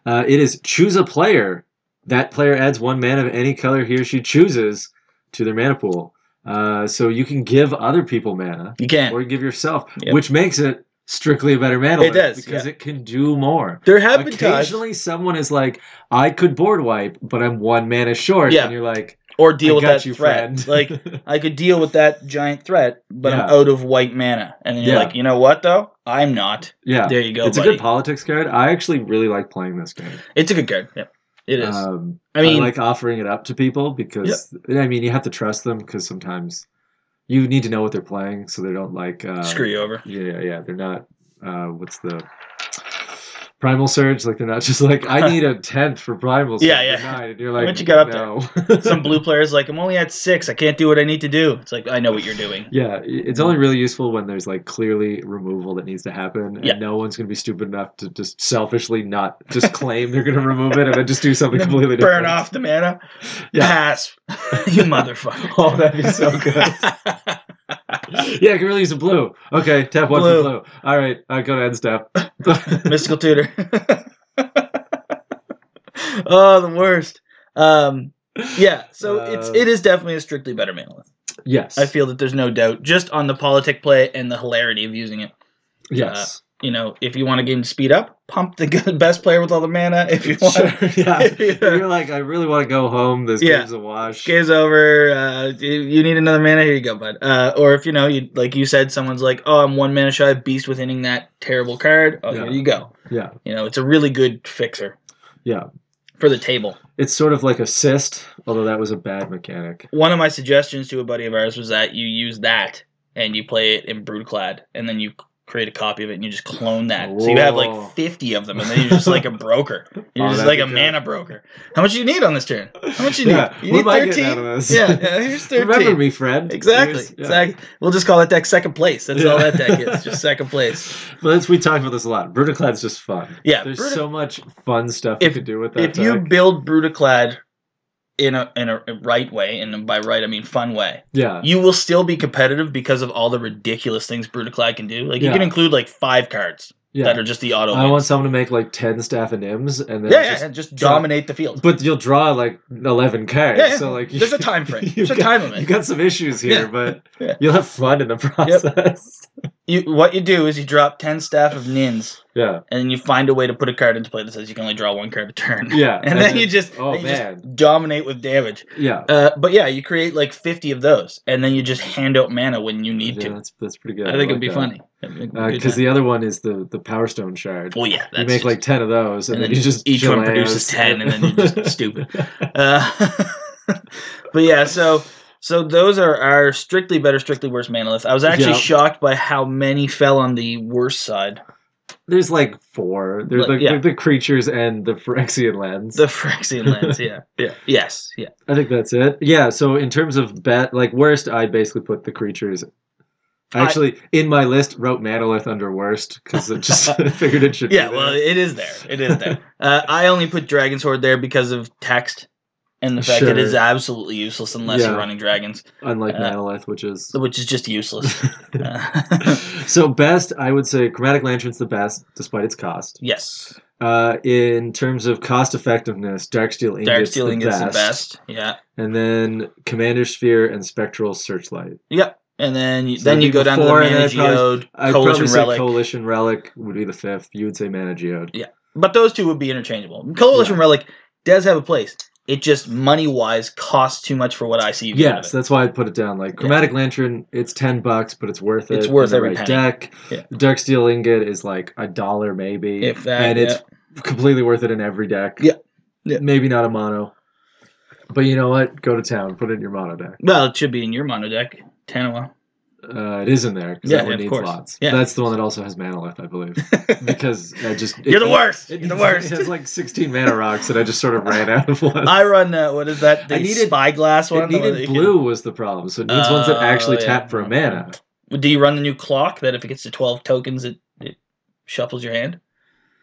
Speaker 2: Uh, it is choose a player. That player adds one man of any color he or she chooses to their mana pool. Uh, so you can give other people mana
Speaker 1: You can.
Speaker 2: or give yourself,
Speaker 1: Yep.
Speaker 2: which makes it strictly a better mana.
Speaker 1: It
Speaker 2: list
Speaker 1: does,
Speaker 2: because it can do more.
Speaker 1: There have been times,
Speaker 2: Occasionally, someone is like, "I could board wipe, but I'm one mana short,"
Speaker 1: Yeah.
Speaker 2: and you're like,
Speaker 1: or
Speaker 2: I
Speaker 1: deal with
Speaker 2: got
Speaker 1: that
Speaker 2: you,
Speaker 1: threat. [LAUGHS]
Speaker 2: friend.
Speaker 1: like I could deal with that giant threat, but I'm
Speaker 2: Yeah.
Speaker 1: out of white mana. And then you're
Speaker 2: Yeah.
Speaker 1: like, you know what though? I'm not.
Speaker 2: [LAUGHS] yeah,
Speaker 1: There you go.
Speaker 2: it's a
Speaker 1: buddy.
Speaker 2: good politics card. I actually really like playing this game.
Speaker 1: It's a good card. Yeah, it is.
Speaker 2: Um,
Speaker 1: I mean,
Speaker 2: like offering it up to people because I mean, you have to trust them because sometimes you need to know what they're playing so they don't like uh,
Speaker 1: screw you
Speaker 2: [LAUGHS]
Speaker 1: over.
Speaker 2: Yeah, yeah, they're not. Uh, what's the primal surge? Like they're not just like I
Speaker 1: [LAUGHS]
Speaker 2: need a tenth for primal surge.
Speaker 1: Yeah,
Speaker 2: at
Speaker 1: yeah.
Speaker 2: Nine, and you're like,
Speaker 1: What you got up
Speaker 2: no.
Speaker 1: Some blue players like I'm only at six. I can't do what I need to do. It's like I know what you're doing.
Speaker 2: [LAUGHS] Yeah, i- it's only really useful when there's like clearly removal that needs to happen, and
Speaker 1: Yeah.
Speaker 2: no one's gonna be stupid enough to just selfishly not just claim they're gonna remove it and then just
Speaker 1: [LAUGHS]
Speaker 2: do something completely different.
Speaker 1: Burn off the mana.
Speaker 2: Yeah,
Speaker 1: Pass. [LAUGHS] you motherfucker.
Speaker 2: [LAUGHS] Oh, that'd be so
Speaker 1: [LAUGHS]
Speaker 2: good. [LAUGHS] yeah, I can really use a blue. Okay, tap one
Speaker 1: Blue.
Speaker 2: for blue. All right, I go to end step.
Speaker 1: [LAUGHS] Mystical tutor. [LAUGHS] oh, the worst. Um, yeah. So it's
Speaker 2: Uh,
Speaker 1: it is definitely a strictly better mana list.
Speaker 2: yes,
Speaker 1: I feel that there's no doubt, just on the politic play and the hilarity of using it.
Speaker 2: yes.
Speaker 1: You know, if you want a game to speed up, pump the [LAUGHS] good, best player with all the mana. If you want,
Speaker 2: Sure, yeah.
Speaker 1: if you- [LAUGHS]
Speaker 2: If You're like, I really want to go home. This
Speaker 1: Yeah.
Speaker 2: game's a wash.
Speaker 1: game's over. Uh, you you need another mana. Here you go, bud. Uh, or if you know, you like you said, someone's like, "Oh, I'm one mana shy. Beast with inning that terrible card." Oh,
Speaker 2: Yeah.
Speaker 1: here you go.
Speaker 2: Yeah.
Speaker 1: You know, it's a really good fixer.
Speaker 2: Yeah.
Speaker 1: For the table.
Speaker 2: It's sort of like assist, although that was a bad mechanic.
Speaker 1: one of my suggestions to a buddy of ours was that you use that and you play it in Broodclad, and then you create a copy of it and you just clone that. So you have
Speaker 2: Whoa.
Speaker 1: like fifty of them, and then you're just like a broker. You're
Speaker 2: [LAUGHS] Oh,
Speaker 1: just
Speaker 2: that'd
Speaker 1: like
Speaker 2: be
Speaker 1: a
Speaker 2: good.
Speaker 1: mana broker. How much do you need on this turn? How much you
Speaker 2: Yeah,
Speaker 1: need? You
Speaker 2: what
Speaker 1: need
Speaker 2: am I getting out of this? [LAUGHS]
Speaker 1: Yeah, yeah, here's thirteen.
Speaker 2: Remember me,
Speaker 1: [LAUGHS]
Speaker 2: friend.
Speaker 1: Exactly.
Speaker 2: Here's- yeah.
Speaker 1: Exactly. We'll just call that deck second place. That's all
Speaker 2: Yeah.
Speaker 1: that deck is.
Speaker 2: [LAUGHS]
Speaker 1: Just second place.
Speaker 2: But that's, we talk about this a lot. Brutaclad's just fun.
Speaker 1: Yeah.
Speaker 2: There's
Speaker 1: Brutical-
Speaker 2: so much fun stuff you
Speaker 1: If-
Speaker 2: could do with that.
Speaker 1: if you
Speaker 2: deck.
Speaker 1: build Brutaclad in a in a right way, and by right I mean fun way,
Speaker 2: yeah,
Speaker 1: you will still be competitive because of all the ridiculous things Brutaclad can do. Like you
Speaker 2: Yeah.
Speaker 1: can include like five cards
Speaker 2: yeah.
Speaker 1: that are just the auto.
Speaker 2: I
Speaker 1: wins.
Speaker 2: want someone to make like ten staff and ims, and then
Speaker 1: yeah,
Speaker 2: just
Speaker 1: yeah, and just
Speaker 2: draw-
Speaker 1: dominate the field.
Speaker 2: But you'll draw like eleven cards,
Speaker 1: Yeah, yeah.
Speaker 2: so like [LAUGHS]
Speaker 1: There's a time frame.
Speaker 2: you've
Speaker 1: There's a
Speaker 2: got-
Speaker 1: time limit.
Speaker 2: You got some issues here,
Speaker 1: Yeah.
Speaker 2: but
Speaker 1: [LAUGHS] Yeah.
Speaker 2: you'll have fun in the [LAUGHS] process.
Speaker 1: You, what you do is you drop ten staff of nins, and then you find a way to put a card into play that says you can only draw one card a turn.
Speaker 2: Yeah, yeah.
Speaker 1: And then you just
Speaker 2: oh
Speaker 1: then you just [LAUGHS]
Speaker 2: man,
Speaker 1: dominate with damage.
Speaker 2: yeah,
Speaker 1: Uh, but yeah, you create like fifty of those, and then you just hand out mana when you
Speaker 2: yeah.
Speaker 1: need to.
Speaker 2: That's that's pretty good.
Speaker 1: I think it'd
Speaker 2: like
Speaker 1: be
Speaker 2: that.
Speaker 1: funny. It'd be a good
Speaker 2: because
Speaker 1: time.
Speaker 2: the other one is the the power stone shard.
Speaker 1: well, yeah, that's
Speaker 2: you make
Speaker 1: just-
Speaker 2: like ten of those, and, then, you just
Speaker 1: each one
Speaker 2: chill
Speaker 1: produces
Speaker 2: ass.
Speaker 1: 10, and then
Speaker 2: [LAUGHS]
Speaker 1: you're just stupid. Uh, [LAUGHS] but yeah, so so those are our strictly better, strictly worse mana lists. I was actually
Speaker 2: Yeah.
Speaker 1: shocked by how many fell on the worse side. [LAUGHS]
Speaker 2: There's like four. There's
Speaker 1: Like,
Speaker 2: like
Speaker 1: yeah.
Speaker 2: the, the creatures and the Phyrexian lens.
Speaker 1: The Phyrexian lands,
Speaker 2: [LAUGHS]
Speaker 1: yeah, yeah, yes, yeah,
Speaker 2: I think that's it. Yeah. So in terms of bet, like worst, I basically put the creatures. I
Speaker 1: I-
Speaker 2: actually in my list wrote Manolith under worst because I just [LAUGHS] figured it should.
Speaker 1: yeah.
Speaker 2: be
Speaker 1: Well,
Speaker 2: there.
Speaker 1: it is there. It is
Speaker 2: [LAUGHS]
Speaker 1: there. Uh, I only put Dragon's Horde there because of text. And the fact that it is
Speaker 2: Sure.
Speaker 1: absolutely useless unless
Speaker 2: Yeah.
Speaker 1: you're running dragons,
Speaker 2: unlike
Speaker 1: uh,
Speaker 2: Manolith, which is.
Speaker 1: which is just
Speaker 2: [LAUGHS]
Speaker 1: useless. Uh, [LAUGHS]
Speaker 2: so best, I would say Chromatic Lantern's the best, despite its cost.
Speaker 1: yes,
Speaker 2: Uh, in terms of cost effectiveness, Darksteel Ingot's
Speaker 1: dark stealing
Speaker 2: the
Speaker 1: is
Speaker 2: best,
Speaker 1: the best. Yeah,
Speaker 2: and then Commander Sphere and Spectral Searchlight.
Speaker 1: Yep. And then you,
Speaker 2: So
Speaker 1: then
Speaker 2: that'd
Speaker 1: you
Speaker 2: be
Speaker 1: go down to the
Speaker 2: before, and then I'd probably-
Speaker 1: Mana Geode,
Speaker 2: I'd
Speaker 1: Coalition
Speaker 2: probably
Speaker 1: Relic.
Speaker 2: say Coalition Relic would be the fifth. You would say Mana Geode.
Speaker 1: but those two would be interchangeable. Coalition Relic does have a place. It just money wise costs too much for what I see. you get out of
Speaker 2: Yes,
Speaker 1: it.
Speaker 2: that's why I put it down. Like Chromatic Lantern, it's ten bucks, but it's worth it.
Speaker 1: It's worth
Speaker 2: in the
Speaker 1: every
Speaker 2: right
Speaker 1: penny.
Speaker 2: deck.
Speaker 1: Yeah.
Speaker 2: Dark Steel Ingot is like a dollar maybe,
Speaker 1: If that,
Speaker 2: and it's completely worth it in every deck.
Speaker 1: Yeah. Yeah.
Speaker 2: maybe not a mono, but you know what? Go to town, put it in your mono deck.
Speaker 1: well, it should be in your mono deck, Tanawa.
Speaker 2: Uh, it is in there. 'cause
Speaker 1: Yeah,
Speaker 2: that one
Speaker 1: yeah, of
Speaker 2: needs
Speaker 1: course.
Speaker 2: lots.
Speaker 1: Yeah.
Speaker 2: that's the one that also has mana left, I
Speaker 1: [LAUGHS]
Speaker 2: believe, [LAUGHS] because I just
Speaker 1: You're the
Speaker 2: it-
Speaker 1: worst.
Speaker 2: It,
Speaker 1: You're the
Speaker 2: It
Speaker 1: worst.
Speaker 2: has like sixteen mana rocks, and I just sort of ran out of
Speaker 1: [LAUGHS]
Speaker 2: one.
Speaker 1: I run uh, what is that? The
Speaker 2: I needed-
Speaker 1: spyglass one.
Speaker 2: it
Speaker 1: the one that
Speaker 2: needed
Speaker 1: you can-
Speaker 2: blue was the problem, so it needs ones that actually
Speaker 1: Oh, yeah.
Speaker 2: tap for a mana.
Speaker 1: Do you run the new clock that if it gets to twelve tokens, it, it shuffles your hand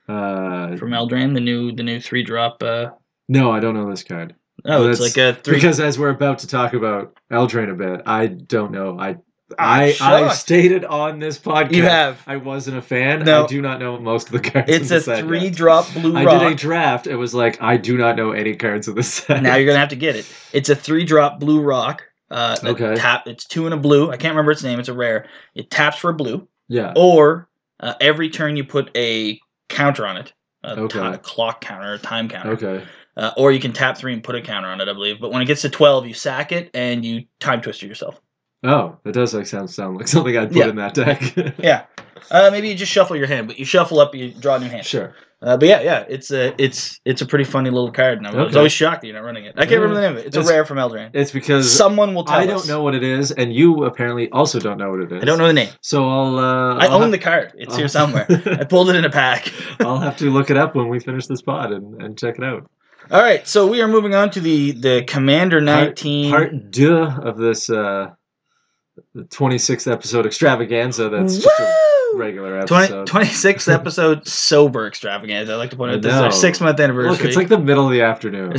Speaker 2: Uh,
Speaker 1: from Eldraine? The new the new three drop. Uh,
Speaker 2: no, I don't know this card.
Speaker 1: oh,
Speaker 2: Oh,
Speaker 1: it's
Speaker 2: that's-
Speaker 1: like a three.
Speaker 2: Because as we're about to talk about Eldraine a bit, I don't know. I
Speaker 1: I'm
Speaker 2: I I
Speaker 1: shocked.
Speaker 2: stated on this podcast
Speaker 1: you have.
Speaker 2: I wasn't a fan.
Speaker 1: No.
Speaker 2: I do not know most of the cards.
Speaker 1: It's
Speaker 2: in
Speaker 1: a
Speaker 2: the set
Speaker 1: three
Speaker 2: yet.
Speaker 1: drop blue
Speaker 2: I
Speaker 1: rock.
Speaker 2: did a draft. It was like I do not know any cards in this set. [LAUGHS]
Speaker 1: now you're gonna have to get it. It's a three drop blue rock Uh, it
Speaker 2: Okay.
Speaker 1: tap, it's two and a blue. I can't remember its name. It's a rare. It taps for a blue,
Speaker 2: Yeah.
Speaker 1: or uh, every turn you put a counter on it, a,
Speaker 2: Okay.
Speaker 1: ti- a clock counter, a time counter,
Speaker 2: Okay.
Speaker 1: uh, or you can tap three and put a counter on it, I believe. But when it gets to twelve, you sack it and you time twister yourself.
Speaker 2: Oh, that does like sound sound like something I'd put
Speaker 1: Yeah.
Speaker 2: in that deck.
Speaker 1: Yeah, uh, maybe you just shuffle your hand, but you shuffle up, you draw a new hand.
Speaker 2: [LAUGHS] Sure.
Speaker 1: Uh, but yeah, yeah, it's a it's it's a pretty funny little card, and I was
Speaker 2: Okay.
Speaker 1: always shocked that you're not running it. I can't
Speaker 2: Yeah.
Speaker 1: remember the name of it. It's
Speaker 2: That's-
Speaker 1: a rare from Eldraine.
Speaker 2: It's because
Speaker 1: Someone will tell
Speaker 2: I don't
Speaker 1: us.
Speaker 2: know what it is, and you apparently also don't know what it is.
Speaker 1: I don't know the name.
Speaker 2: So I'll. Uh,
Speaker 1: I
Speaker 2: I'll
Speaker 1: own
Speaker 2: have-
Speaker 1: the card. It's
Speaker 2: I'll-
Speaker 1: here somewhere.
Speaker 2: [LAUGHS]
Speaker 1: I pulled it in a pack.
Speaker 2: I'll have to look it up when we finish this pod and, and check it out.
Speaker 1: All right, so we are moving on to the the Commander 19.
Speaker 2: Part two of this uh, 26th episode extravaganza. That's just a
Speaker 1: Woo!
Speaker 2: regular
Speaker 1: 20,
Speaker 2: episode. [LAUGHS]
Speaker 1: 26th episode sober extravaganza. I like to point
Speaker 2: I
Speaker 1: out this is our
Speaker 2: know.
Speaker 1: six month anniversary.
Speaker 2: Look, it's like the middle of the afternoon.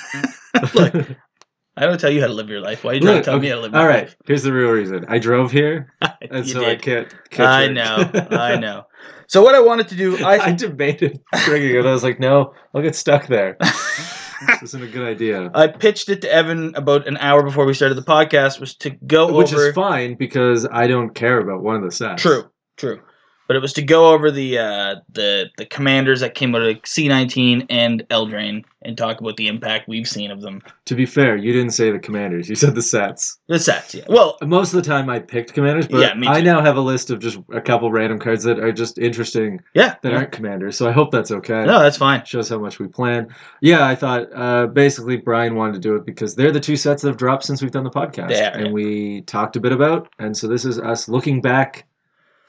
Speaker 1: [LAUGHS] Look,
Speaker 2: [LAUGHS]
Speaker 1: I don't tell you how to live your life. Why are you trying
Speaker 2: Look,
Speaker 1: to tell
Speaker 2: okay,
Speaker 1: me how to live my
Speaker 2: All
Speaker 1: life?
Speaker 2: right, here's the real reason. I drove here, and
Speaker 1: [LAUGHS] You
Speaker 2: so I
Speaker 1: did.
Speaker 2: can't. can't
Speaker 1: I
Speaker 2: drink. [LAUGHS]
Speaker 1: know. I know. So what I wanted to do, I,
Speaker 2: I debated drinking it. I was like, no, I'll get stuck
Speaker 1: [LAUGHS]
Speaker 2: there. This isn't a good idea.
Speaker 1: [LAUGHS] I pitched it to Evan about an hour before we started the podcast was to go
Speaker 2: Which
Speaker 1: over
Speaker 2: is fine because I don't care about one of the sets.
Speaker 1: True, true. But it was to go over the uh, the the commanders that came out of C nineteen and Eldraine and talk about the impact we've seen of them.
Speaker 2: To be fair, you didn't say the commanders. You said the sets.
Speaker 1: The sets, yeah. Well,
Speaker 2: Most of the time, I picked commanders, but
Speaker 1: Yeah, me
Speaker 2: I
Speaker 1: too.
Speaker 2: now have a list of just a couple random cards that are just interesting
Speaker 1: yeah.
Speaker 2: that aren't commanders. So I hope that's okay.
Speaker 1: No, that's fine.
Speaker 2: Shows how much we plan. Yeah, I thought uh, basically Brian wanted to do it because they're the two sets that have dropped since we've done the podcast,
Speaker 1: They are,
Speaker 2: and
Speaker 1: yeah.
Speaker 2: we talked a bit about. And so this is us looking back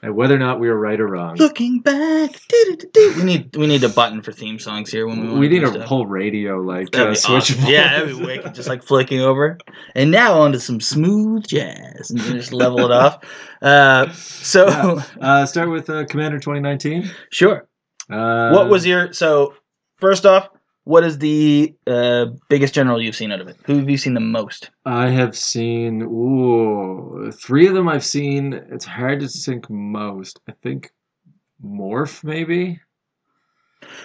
Speaker 2: at whether or not we were right or wrong.
Speaker 1: Looking back, doo-doo-doo-doo. we need we need a button for theme songs here when we want
Speaker 2: we
Speaker 1: to
Speaker 2: need
Speaker 1: do
Speaker 2: a
Speaker 1: stuff.
Speaker 2: whole radio like
Speaker 1: That'd
Speaker 2: uh,
Speaker 1: be
Speaker 2: switch.
Speaker 1: awesome. Yeah, that'd be wicked. Just like flicking over, and now onto some smooth jazz, and then just level it
Speaker 2: [LAUGHS]
Speaker 1: off. Uh, so,
Speaker 2: Yeah. [LAUGHS] uh, start with uh, Commander 2019.
Speaker 1: [LAUGHS] sure.
Speaker 2: Uh,
Speaker 1: What was your so? First off, what is the uh, biggest general you've seen out of it? Who have you seen the most?
Speaker 2: I have seen ooh three of them I've seen. It's hard to think most. I think Morph maybe.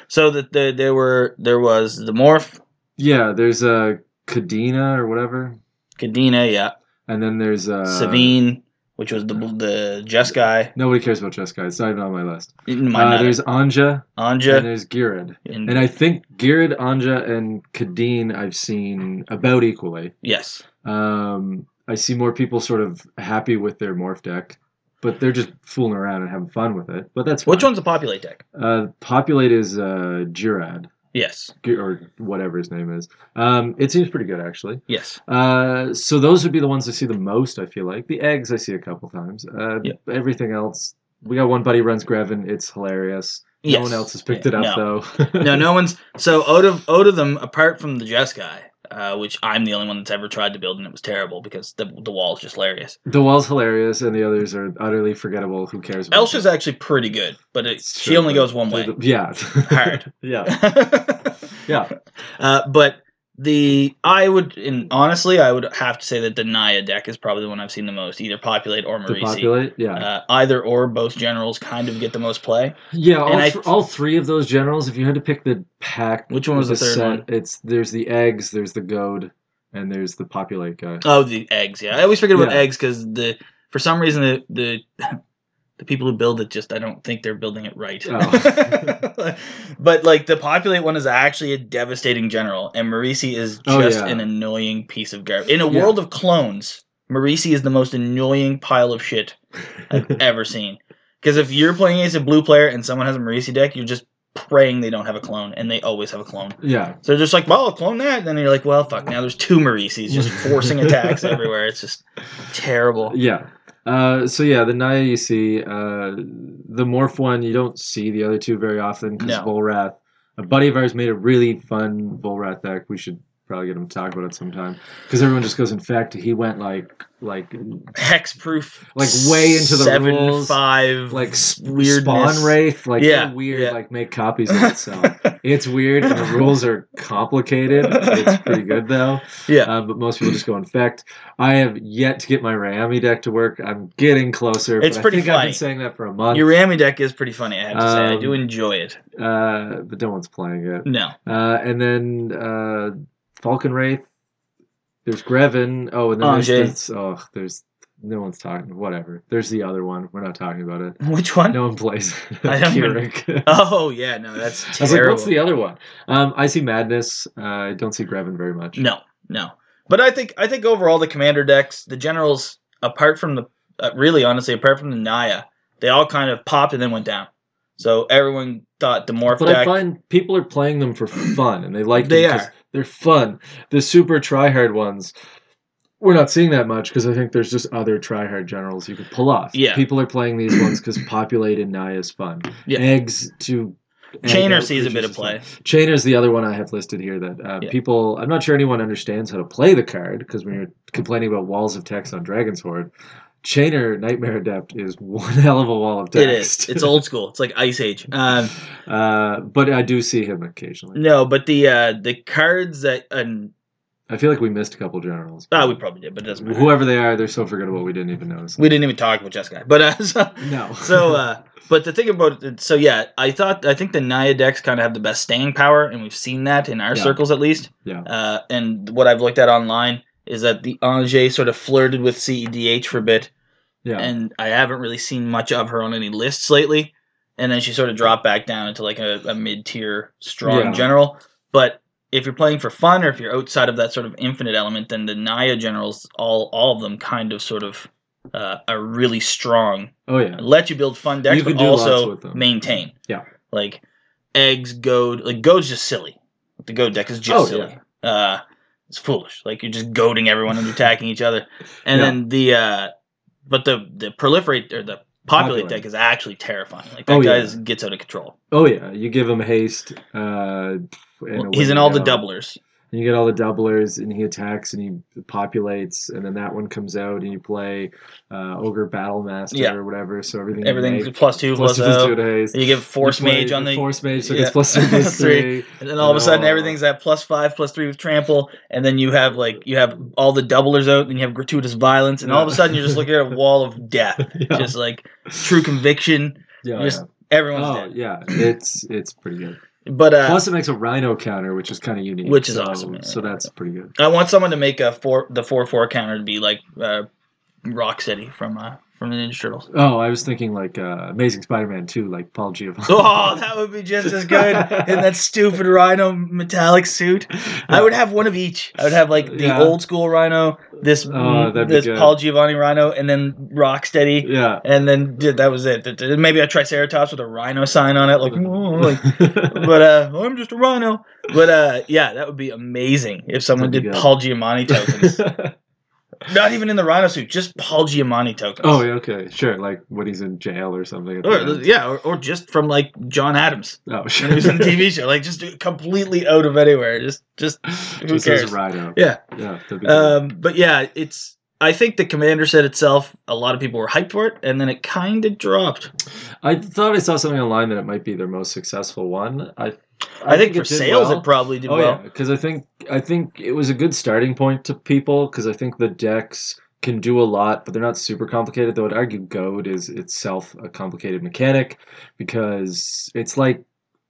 Speaker 1: So that the, there were there was the morph,
Speaker 2: Yeah, there's a Kadena or whatever,
Speaker 1: Kadena, yeah,
Speaker 2: and then there's uh, a
Speaker 1: Savine, which was the
Speaker 2: uh,
Speaker 1: the Jess guy,
Speaker 2: Nobody cares about Jessica. It's not even on my list. Uh,
Speaker 1: my
Speaker 2: there's Anja and
Speaker 1: Anja,
Speaker 2: there's Girard.
Speaker 1: and,
Speaker 2: And I think Girard, Anja, and Kadeen I've seen about equally.
Speaker 1: yes,
Speaker 2: Um, I see more people sort of happy with their morph deck, but they're just fooling around and having fun with it. But that's
Speaker 1: which
Speaker 2: fine.
Speaker 1: one's the populate deck?
Speaker 2: Uh, populate is uh, Girard
Speaker 1: Yes,
Speaker 2: Gir- or whatever his name is. Um, it seems pretty good actually.
Speaker 1: yes,
Speaker 2: Uh, so those would be the ones I see the most. I feel like the eggs I see a couple times. Uh,
Speaker 1: Yeah.
Speaker 2: everything else. We got one buddy runs Grevin. It's hilarious.
Speaker 1: yes.
Speaker 2: No one else has picked
Speaker 1: Yeah,
Speaker 2: it up
Speaker 1: no.
Speaker 2: though. [LAUGHS]
Speaker 1: no, no one's so out of out of them apart from the Jess guy, uh, which I'm the only one that's ever tried to build, and it was terrible because the the wall is just hilarious.
Speaker 2: The wall's hilarious, and the others are utterly forgettable. Who cares? About
Speaker 1: Elsha's
Speaker 2: them?
Speaker 1: actually pretty good, but it,
Speaker 2: It's
Speaker 1: she
Speaker 2: true,
Speaker 1: only
Speaker 2: but
Speaker 1: goes one
Speaker 2: they're
Speaker 1: way.
Speaker 2: the- yeah. [LAUGHS]
Speaker 1: Hard.
Speaker 2: yeah.
Speaker 1: [LAUGHS]
Speaker 2: Yeah.
Speaker 1: Uh, but the I would and honestly I would have to say that the Naya deck is probably the one I've seen the most, either populate or
Speaker 2: To
Speaker 1: Marisi.
Speaker 2: populate, yeah,
Speaker 1: Uh, either or both generals kind of get the most play.
Speaker 2: yeah. All,
Speaker 1: and I-
Speaker 2: th- all three of those generals. If you had to pick the pack,
Speaker 1: Which one was the
Speaker 2: with
Speaker 1: third one?
Speaker 2: It's there's the eggs, there's the goad, and there's the populate guy.
Speaker 1: Oh, the eggs. Yeah, I always forget about
Speaker 2: Yeah.
Speaker 1: eggs because the for some reason the the [LAUGHS] the people who build it just I don't think they're building it right.
Speaker 2: Oh.
Speaker 1: [LAUGHS] but like the populate one is actually a devastating general, and Marisi is
Speaker 2: Oh,
Speaker 1: just
Speaker 2: yeah.
Speaker 1: an annoying piece of garbage. In a
Speaker 2: Yeah.
Speaker 1: world of clones, Marisi is the most annoying pile of shit
Speaker 2: [LAUGHS]
Speaker 1: I've ever seen. Because if you're playing against a blue player and someone has a Marisi deck, you're just praying they don't have a clone, and they always have a clone.
Speaker 2: yeah,
Speaker 1: So they're just like, well, I'll clone that. And then you're like, well, fuck, now there's two Maurices
Speaker 2: [LAUGHS]
Speaker 1: just forcing attacks everywhere. It's just terrible.
Speaker 2: yeah. Uh, so yeah, the Naya you see, uh, the morph one you don't see the other two very often because
Speaker 1: No.
Speaker 2: Volrath. A buddy of ours made a really fun Volrath deck. We should probably get him to talk about it sometime because everyone just goes. In fact, he went like like
Speaker 1: Hexproof.
Speaker 2: Like, way into the
Speaker 1: seven,
Speaker 2: rules,
Speaker 1: five.
Speaker 2: like s-
Speaker 1: weirdness.
Speaker 2: spawn wraith like
Speaker 1: Yeah,
Speaker 2: they're weird
Speaker 1: yeah.
Speaker 2: like make copies of
Speaker 1: [LAUGHS]
Speaker 2: itself it's weird and the rules are complicated it's pretty good though
Speaker 1: yeah.
Speaker 2: um, but most people just go infect i have yet to get my Rayami deck to work i'm getting closer
Speaker 1: It's
Speaker 2: but
Speaker 1: pretty
Speaker 2: i think i've
Speaker 1: funny.
Speaker 2: been saying that for a month
Speaker 1: Your Rami deck is pretty funny, I have to say. I do
Speaker 2: uh, Um,
Speaker 1: enjoy it.
Speaker 2: uh, but no one's playing it
Speaker 1: No.
Speaker 2: uh, and then uh, falcon wraith There's Grevin. Oh, and then there's,
Speaker 1: Anjay.
Speaker 2: this- oh, there's no one's talking. Whatever. There's the other one. We're not talking about it.
Speaker 1: [LAUGHS] Which one?
Speaker 2: No one plays.
Speaker 1: [LAUGHS] I don't even-
Speaker 2: Keurig.
Speaker 1: Oh yeah, no, that's
Speaker 2: I was like,
Speaker 1: terrible.
Speaker 2: what's the other one? Um, I see Madness. Uh, I don't see Grevin very much.
Speaker 1: no, no. But I think I think overall the commander decks, the generals, apart from the uh, really honestly, apart from the Naya, they all kind of popped and then went down. So everyone thought the morph
Speaker 2: But I
Speaker 1: deck.
Speaker 2: find people are playing them for fun, and they like
Speaker 1: They
Speaker 2: them 'cause
Speaker 1: are.
Speaker 2: They're fun. The super tryhard ones, we're not seeing that much because I think there's just other tryhard generals you could pull off.
Speaker 1: Yeah.
Speaker 2: people are playing these ones because populate and Naya is fun.
Speaker 1: Yeah.
Speaker 2: Eggs to egg
Speaker 1: Chainer
Speaker 2: out
Speaker 1: sees a bit of
Speaker 2: creatures is
Speaker 1: play.
Speaker 2: fun. Chainer's the other one I have listed here that uh,
Speaker 1: Yeah.
Speaker 2: people. I'm not sure anyone understands how to play the card because when you're complaining about walls of text on Dragon's Horde. Chainer Nightmare Adept is one [LAUGHS] hell of a wall of
Speaker 1: It is.
Speaker 2: text. [LAUGHS]
Speaker 1: It's old school. It's like Ice Age. Um,
Speaker 2: Uh, but I do see him occasionally.
Speaker 1: no, but the uh, the cards that and
Speaker 2: I feel like we missed a couple generals.
Speaker 1: ah, we probably did, but it doesn't matter.
Speaker 2: Whoever they are, they're so forgettable we didn't even notice.
Speaker 1: We didn't even talk about Jessica. But uh, [LAUGHS] so,
Speaker 2: No.
Speaker 1: so uh but the thing about it so yeah i thought i think the naya decks kind of have the best staying power and we've seen that in our
Speaker 2: Yeah.
Speaker 1: circles at least
Speaker 2: Yeah.
Speaker 1: uh and what i've looked at online is that the Angers sort of flirted with CEDH for a bit,
Speaker 2: [LAUGHS] yeah.
Speaker 1: and I haven't really seen much of her on any lists lately. And then she sort of dropped back down into like a, a mid tier strong
Speaker 2: Yeah.
Speaker 1: general. But if you're playing for fun or if you're outside of that sort of infinite element, then the Naya generals, all all of them, kind of sort of uh, are really strong
Speaker 2: oh yeah.
Speaker 1: let you build fun decks,
Speaker 2: You can
Speaker 1: but
Speaker 2: do lots
Speaker 1: also
Speaker 2: with them.
Speaker 1: maintain.
Speaker 2: Yeah.
Speaker 1: Like eggs, goad, like goad's just silly. The goad deck is just
Speaker 2: Oh,
Speaker 1: silly. Uh, it's foolish. Like you're just goading everyone and attacking each
Speaker 2: [LAUGHS]
Speaker 1: other. And
Speaker 2: Yeah.
Speaker 1: then the uh, but the the proliferate or the populate,
Speaker 2: Populate.
Speaker 1: deck is actually terrifying. Like that
Speaker 2: Oh,
Speaker 1: guy
Speaker 2: yeah.
Speaker 1: is, gets out of control.
Speaker 2: Oh yeah. You give him haste. Uh, and away
Speaker 1: He's in
Speaker 2: you
Speaker 1: all the
Speaker 2: go.
Speaker 1: doublers.
Speaker 2: And you get all the doublers, and he attacks, and he populates, and then that one comes out, and you play uh, ogre battle master
Speaker 1: Yeah.
Speaker 2: or whatever. So everything you
Speaker 1: Everything's
Speaker 2: make,
Speaker 1: plus two, plus,
Speaker 2: plus
Speaker 1: plus
Speaker 2: two to haste.
Speaker 1: You give force
Speaker 2: You play
Speaker 1: mage on the
Speaker 2: force mage, so it
Speaker 1: Yeah.
Speaker 2: gets
Speaker 1: [LAUGHS]
Speaker 2: plus two, plus
Speaker 1: Three.
Speaker 2: three.
Speaker 1: And then all of a sudden,
Speaker 2: Oh.
Speaker 1: everything's at plus five, plus three with trample, and then you have like you have all the doublers out, and you have gratuitous violence, and all of a
Speaker 2: Yeah.
Speaker 1: sudden you're just looking at a wall of death,
Speaker 2: [LAUGHS] Yeah.
Speaker 1: just like true conviction.
Speaker 2: yeah,
Speaker 1: just-
Speaker 2: yeah.
Speaker 1: Everyone's
Speaker 2: Oh
Speaker 1: dead,
Speaker 2: yeah, it's it's pretty good.
Speaker 1: but uh,
Speaker 2: Plus, it makes a rhino counter, which is kind of unique.
Speaker 1: Which is
Speaker 2: so,
Speaker 1: awesome, yeah.
Speaker 2: So that's pretty good.
Speaker 1: I want someone to make a four the four four counter to be like uh, Rock City from uh, from the Ninja
Speaker 2: [LAUGHS]
Speaker 1: Turtles.
Speaker 2: Oh, I was thinking like uh, Amazing Spider-Man 2, like Paul Giamatti.
Speaker 1: Oh, that would be just as good in that stupid Rhino metallic suit. I would have one of each. I would have like the
Speaker 2: Yeah.
Speaker 1: old school Rhino, this
Speaker 2: Oh, that'd be
Speaker 1: this
Speaker 2: good.
Speaker 1: Paul Giovanni Rhino, and then Rocksteady.
Speaker 2: [LAUGHS] yeah.
Speaker 1: And then yeah, that was it. Th- th- Maybe a Triceratops with a rhino sign on it, like, "Oh," like-
Speaker 2: but
Speaker 1: but uh, I'm just a rhino. But uh, yeah, that would be amazing if someone
Speaker 2: That'd be
Speaker 1: did
Speaker 2: good.
Speaker 1: Paul Giamatti
Speaker 2: [LAUGHS]
Speaker 1: tokens. Not even in the rhino suit, just Paul Giamatti tokens.
Speaker 2: oh, yeah, okay, sure. Like when he's in jail or something. at the
Speaker 1: Or,
Speaker 2: end.
Speaker 1: yeah, or, or just from like John Adams
Speaker 2: Oh,
Speaker 1: when he
Speaker 2: [LAUGHS]
Speaker 1: was on the
Speaker 2: sure.
Speaker 1: TV show, like just completely out of anywhere. Just, just,
Speaker 2: Just
Speaker 1: cares?
Speaker 2: as Rhino.
Speaker 1: Yeah.
Speaker 2: Yeah. that'd be good.
Speaker 1: um, but yeah, it's. I think the commander set itself. A lot of people were hyped for it, and then it kind of dropped.
Speaker 2: I thought I saw something online that it might be their most successful one. I,
Speaker 1: I, think, for
Speaker 2: it did
Speaker 1: sales,
Speaker 2: well.
Speaker 1: it probably did
Speaker 2: oh
Speaker 1: well.
Speaker 2: yeah, because I think I think it was a good starting point to people because I think the decks can do a lot, but they're not super complicated. Though I'd argue Goad is itself a complicated mechanic because it's like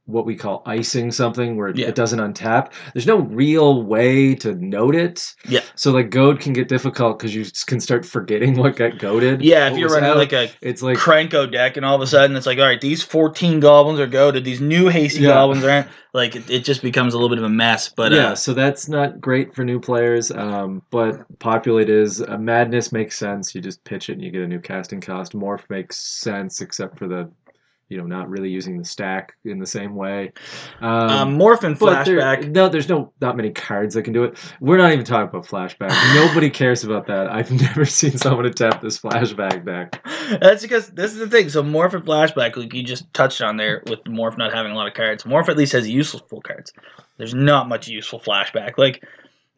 Speaker 2: what we call icing something where
Speaker 1: Yeah.
Speaker 2: it doesn't untap. There's no real way to note it.
Speaker 1: Yeah.
Speaker 2: So like Goad can get difficult because you s- can start forgetting [LAUGHS] what got goaded.
Speaker 1: Yeah, if
Speaker 2: what
Speaker 1: you're
Speaker 2: was
Speaker 1: running
Speaker 2: out.
Speaker 1: like a
Speaker 2: it's like
Speaker 1: Cranko deck, and all of a sudden it's like, all right, these 14 goblins are goaded, these new hasty
Speaker 2: Yeah.
Speaker 1: goblins aren't. Like, it, it just becomes a little bit of a mess. But
Speaker 2: yeah,
Speaker 1: uh,
Speaker 2: so that's not great for new players. Um, but populate is a madness makes sense. You just pitch it and you get a new casting cost. Morph makes sense, except for the, you know, not really using the stack in the same way. Um,
Speaker 1: um, Morph and
Speaker 2: but there-
Speaker 1: Flashback, [LAUGHS]
Speaker 2: no, there's no not many cards that can do it. We're not even talking about flashback. Nobody cares about that. I've [LAUGHS] never seen someone attempt this flashback deck.
Speaker 1: that's because this is the thing. So, Morph and Flashback, like you just touched on there with Morph not having a lot of cards. Morph at least has useful cards. There's not much useful Flashback. Like,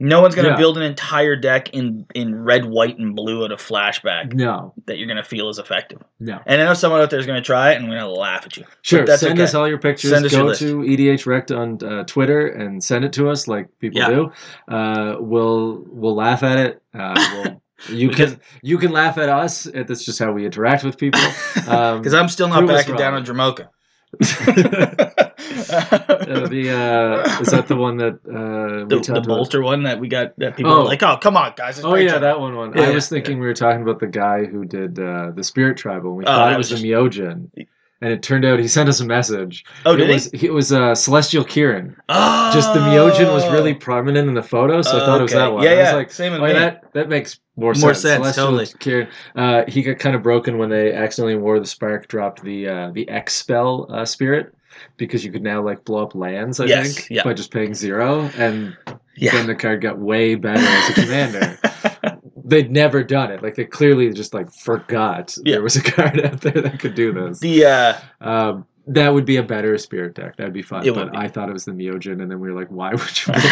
Speaker 1: no one's going to
Speaker 2: Yeah.
Speaker 1: build an entire deck in, in red, white, and blue out of Flashback
Speaker 2: No,
Speaker 1: that you're going to feel is effective.
Speaker 2: no.
Speaker 1: And I know someone out there is going to try it, and we're going to laugh
Speaker 2: [LAUGHS]
Speaker 1: at you.
Speaker 2: Sure,
Speaker 1: that's
Speaker 2: send
Speaker 1: okay.
Speaker 2: us all your pictures.
Speaker 1: Send us your
Speaker 2: Go
Speaker 1: list.
Speaker 2: to EDH Rect on uh, Twitter and send it to us, like people
Speaker 1: Yeah.
Speaker 2: do. Uh, we'll we'll laugh at it. Uh,
Speaker 1: [LAUGHS]
Speaker 2: we'll, you
Speaker 1: Because-
Speaker 2: can you can laugh at us. Uh, That's just how
Speaker 1: [LAUGHS]
Speaker 2: we interact with people. Um,
Speaker 1: Because I'm still not
Speaker 2: [LAUGHS] prove us
Speaker 1: backing down
Speaker 2: wrong.
Speaker 1: on Dramoka.
Speaker 2: Uh, the uh, is that the one that
Speaker 1: the,
Speaker 2: uh,
Speaker 1: the
Speaker 2: we talked about?
Speaker 1: bolter one that we got that people
Speaker 2: Oh.
Speaker 1: were like, oh come on guys. it's
Speaker 2: Oh yeah,
Speaker 1: Rachel."
Speaker 2: that one. One.
Speaker 1: Yeah,
Speaker 2: I was
Speaker 1: yeah,
Speaker 2: thinking we were talking about the guy who did uh, the Spirit Tribal. And we
Speaker 1: Oh,
Speaker 2: thought
Speaker 1: that
Speaker 2: it was
Speaker 1: was
Speaker 2: a
Speaker 1: just-
Speaker 2: Miogen, and it turned out he sent us a message.
Speaker 1: oh
Speaker 2: it
Speaker 1: did
Speaker 2: was it was uh, Celestial Kieran.
Speaker 1: Oh,
Speaker 2: Just the Miogen was really prominent in the photo, so I thought it was
Speaker 1: Okay.
Speaker 2: that one.
Speaker 1: Yeah,
Speaker 2: I was
Speaker 1: yeah,
Speaker 2: like,
Speaker 1: same with
Speaker 2: oh,
Speaker 1: me.
Speaker 2: that that makes more,
Speaker 1: More sense, totally.
Speaker 2: Kieran, uh, he got kind of broken when they accidentally in War of the Spark dropped the uh, the X spell uh, spirit because you could now like blow up lands. I
Speaker 1: Yes,
Speaker 2: think
Speaker 1: yeah.
Speaker 2: by just paying zero, and
Speaker 1: yeah. [LAUGHS]
Speaker 2: then the card got way better as a commander. They'd never done it. Like they clearly just like forgot
Speaker 1: Yeah.
Speaker 2: there was a [LAUGHS] card out there that could do this.
Speaker 1: the uh
Speaker 2: Um, that would be a better spirit deck. That'd be fun.
Speaker 1: It would
Speaker 2: but
Speaker 1: be.
Speaker 2: I thought it was the Miogen, and then we were like, why would you build a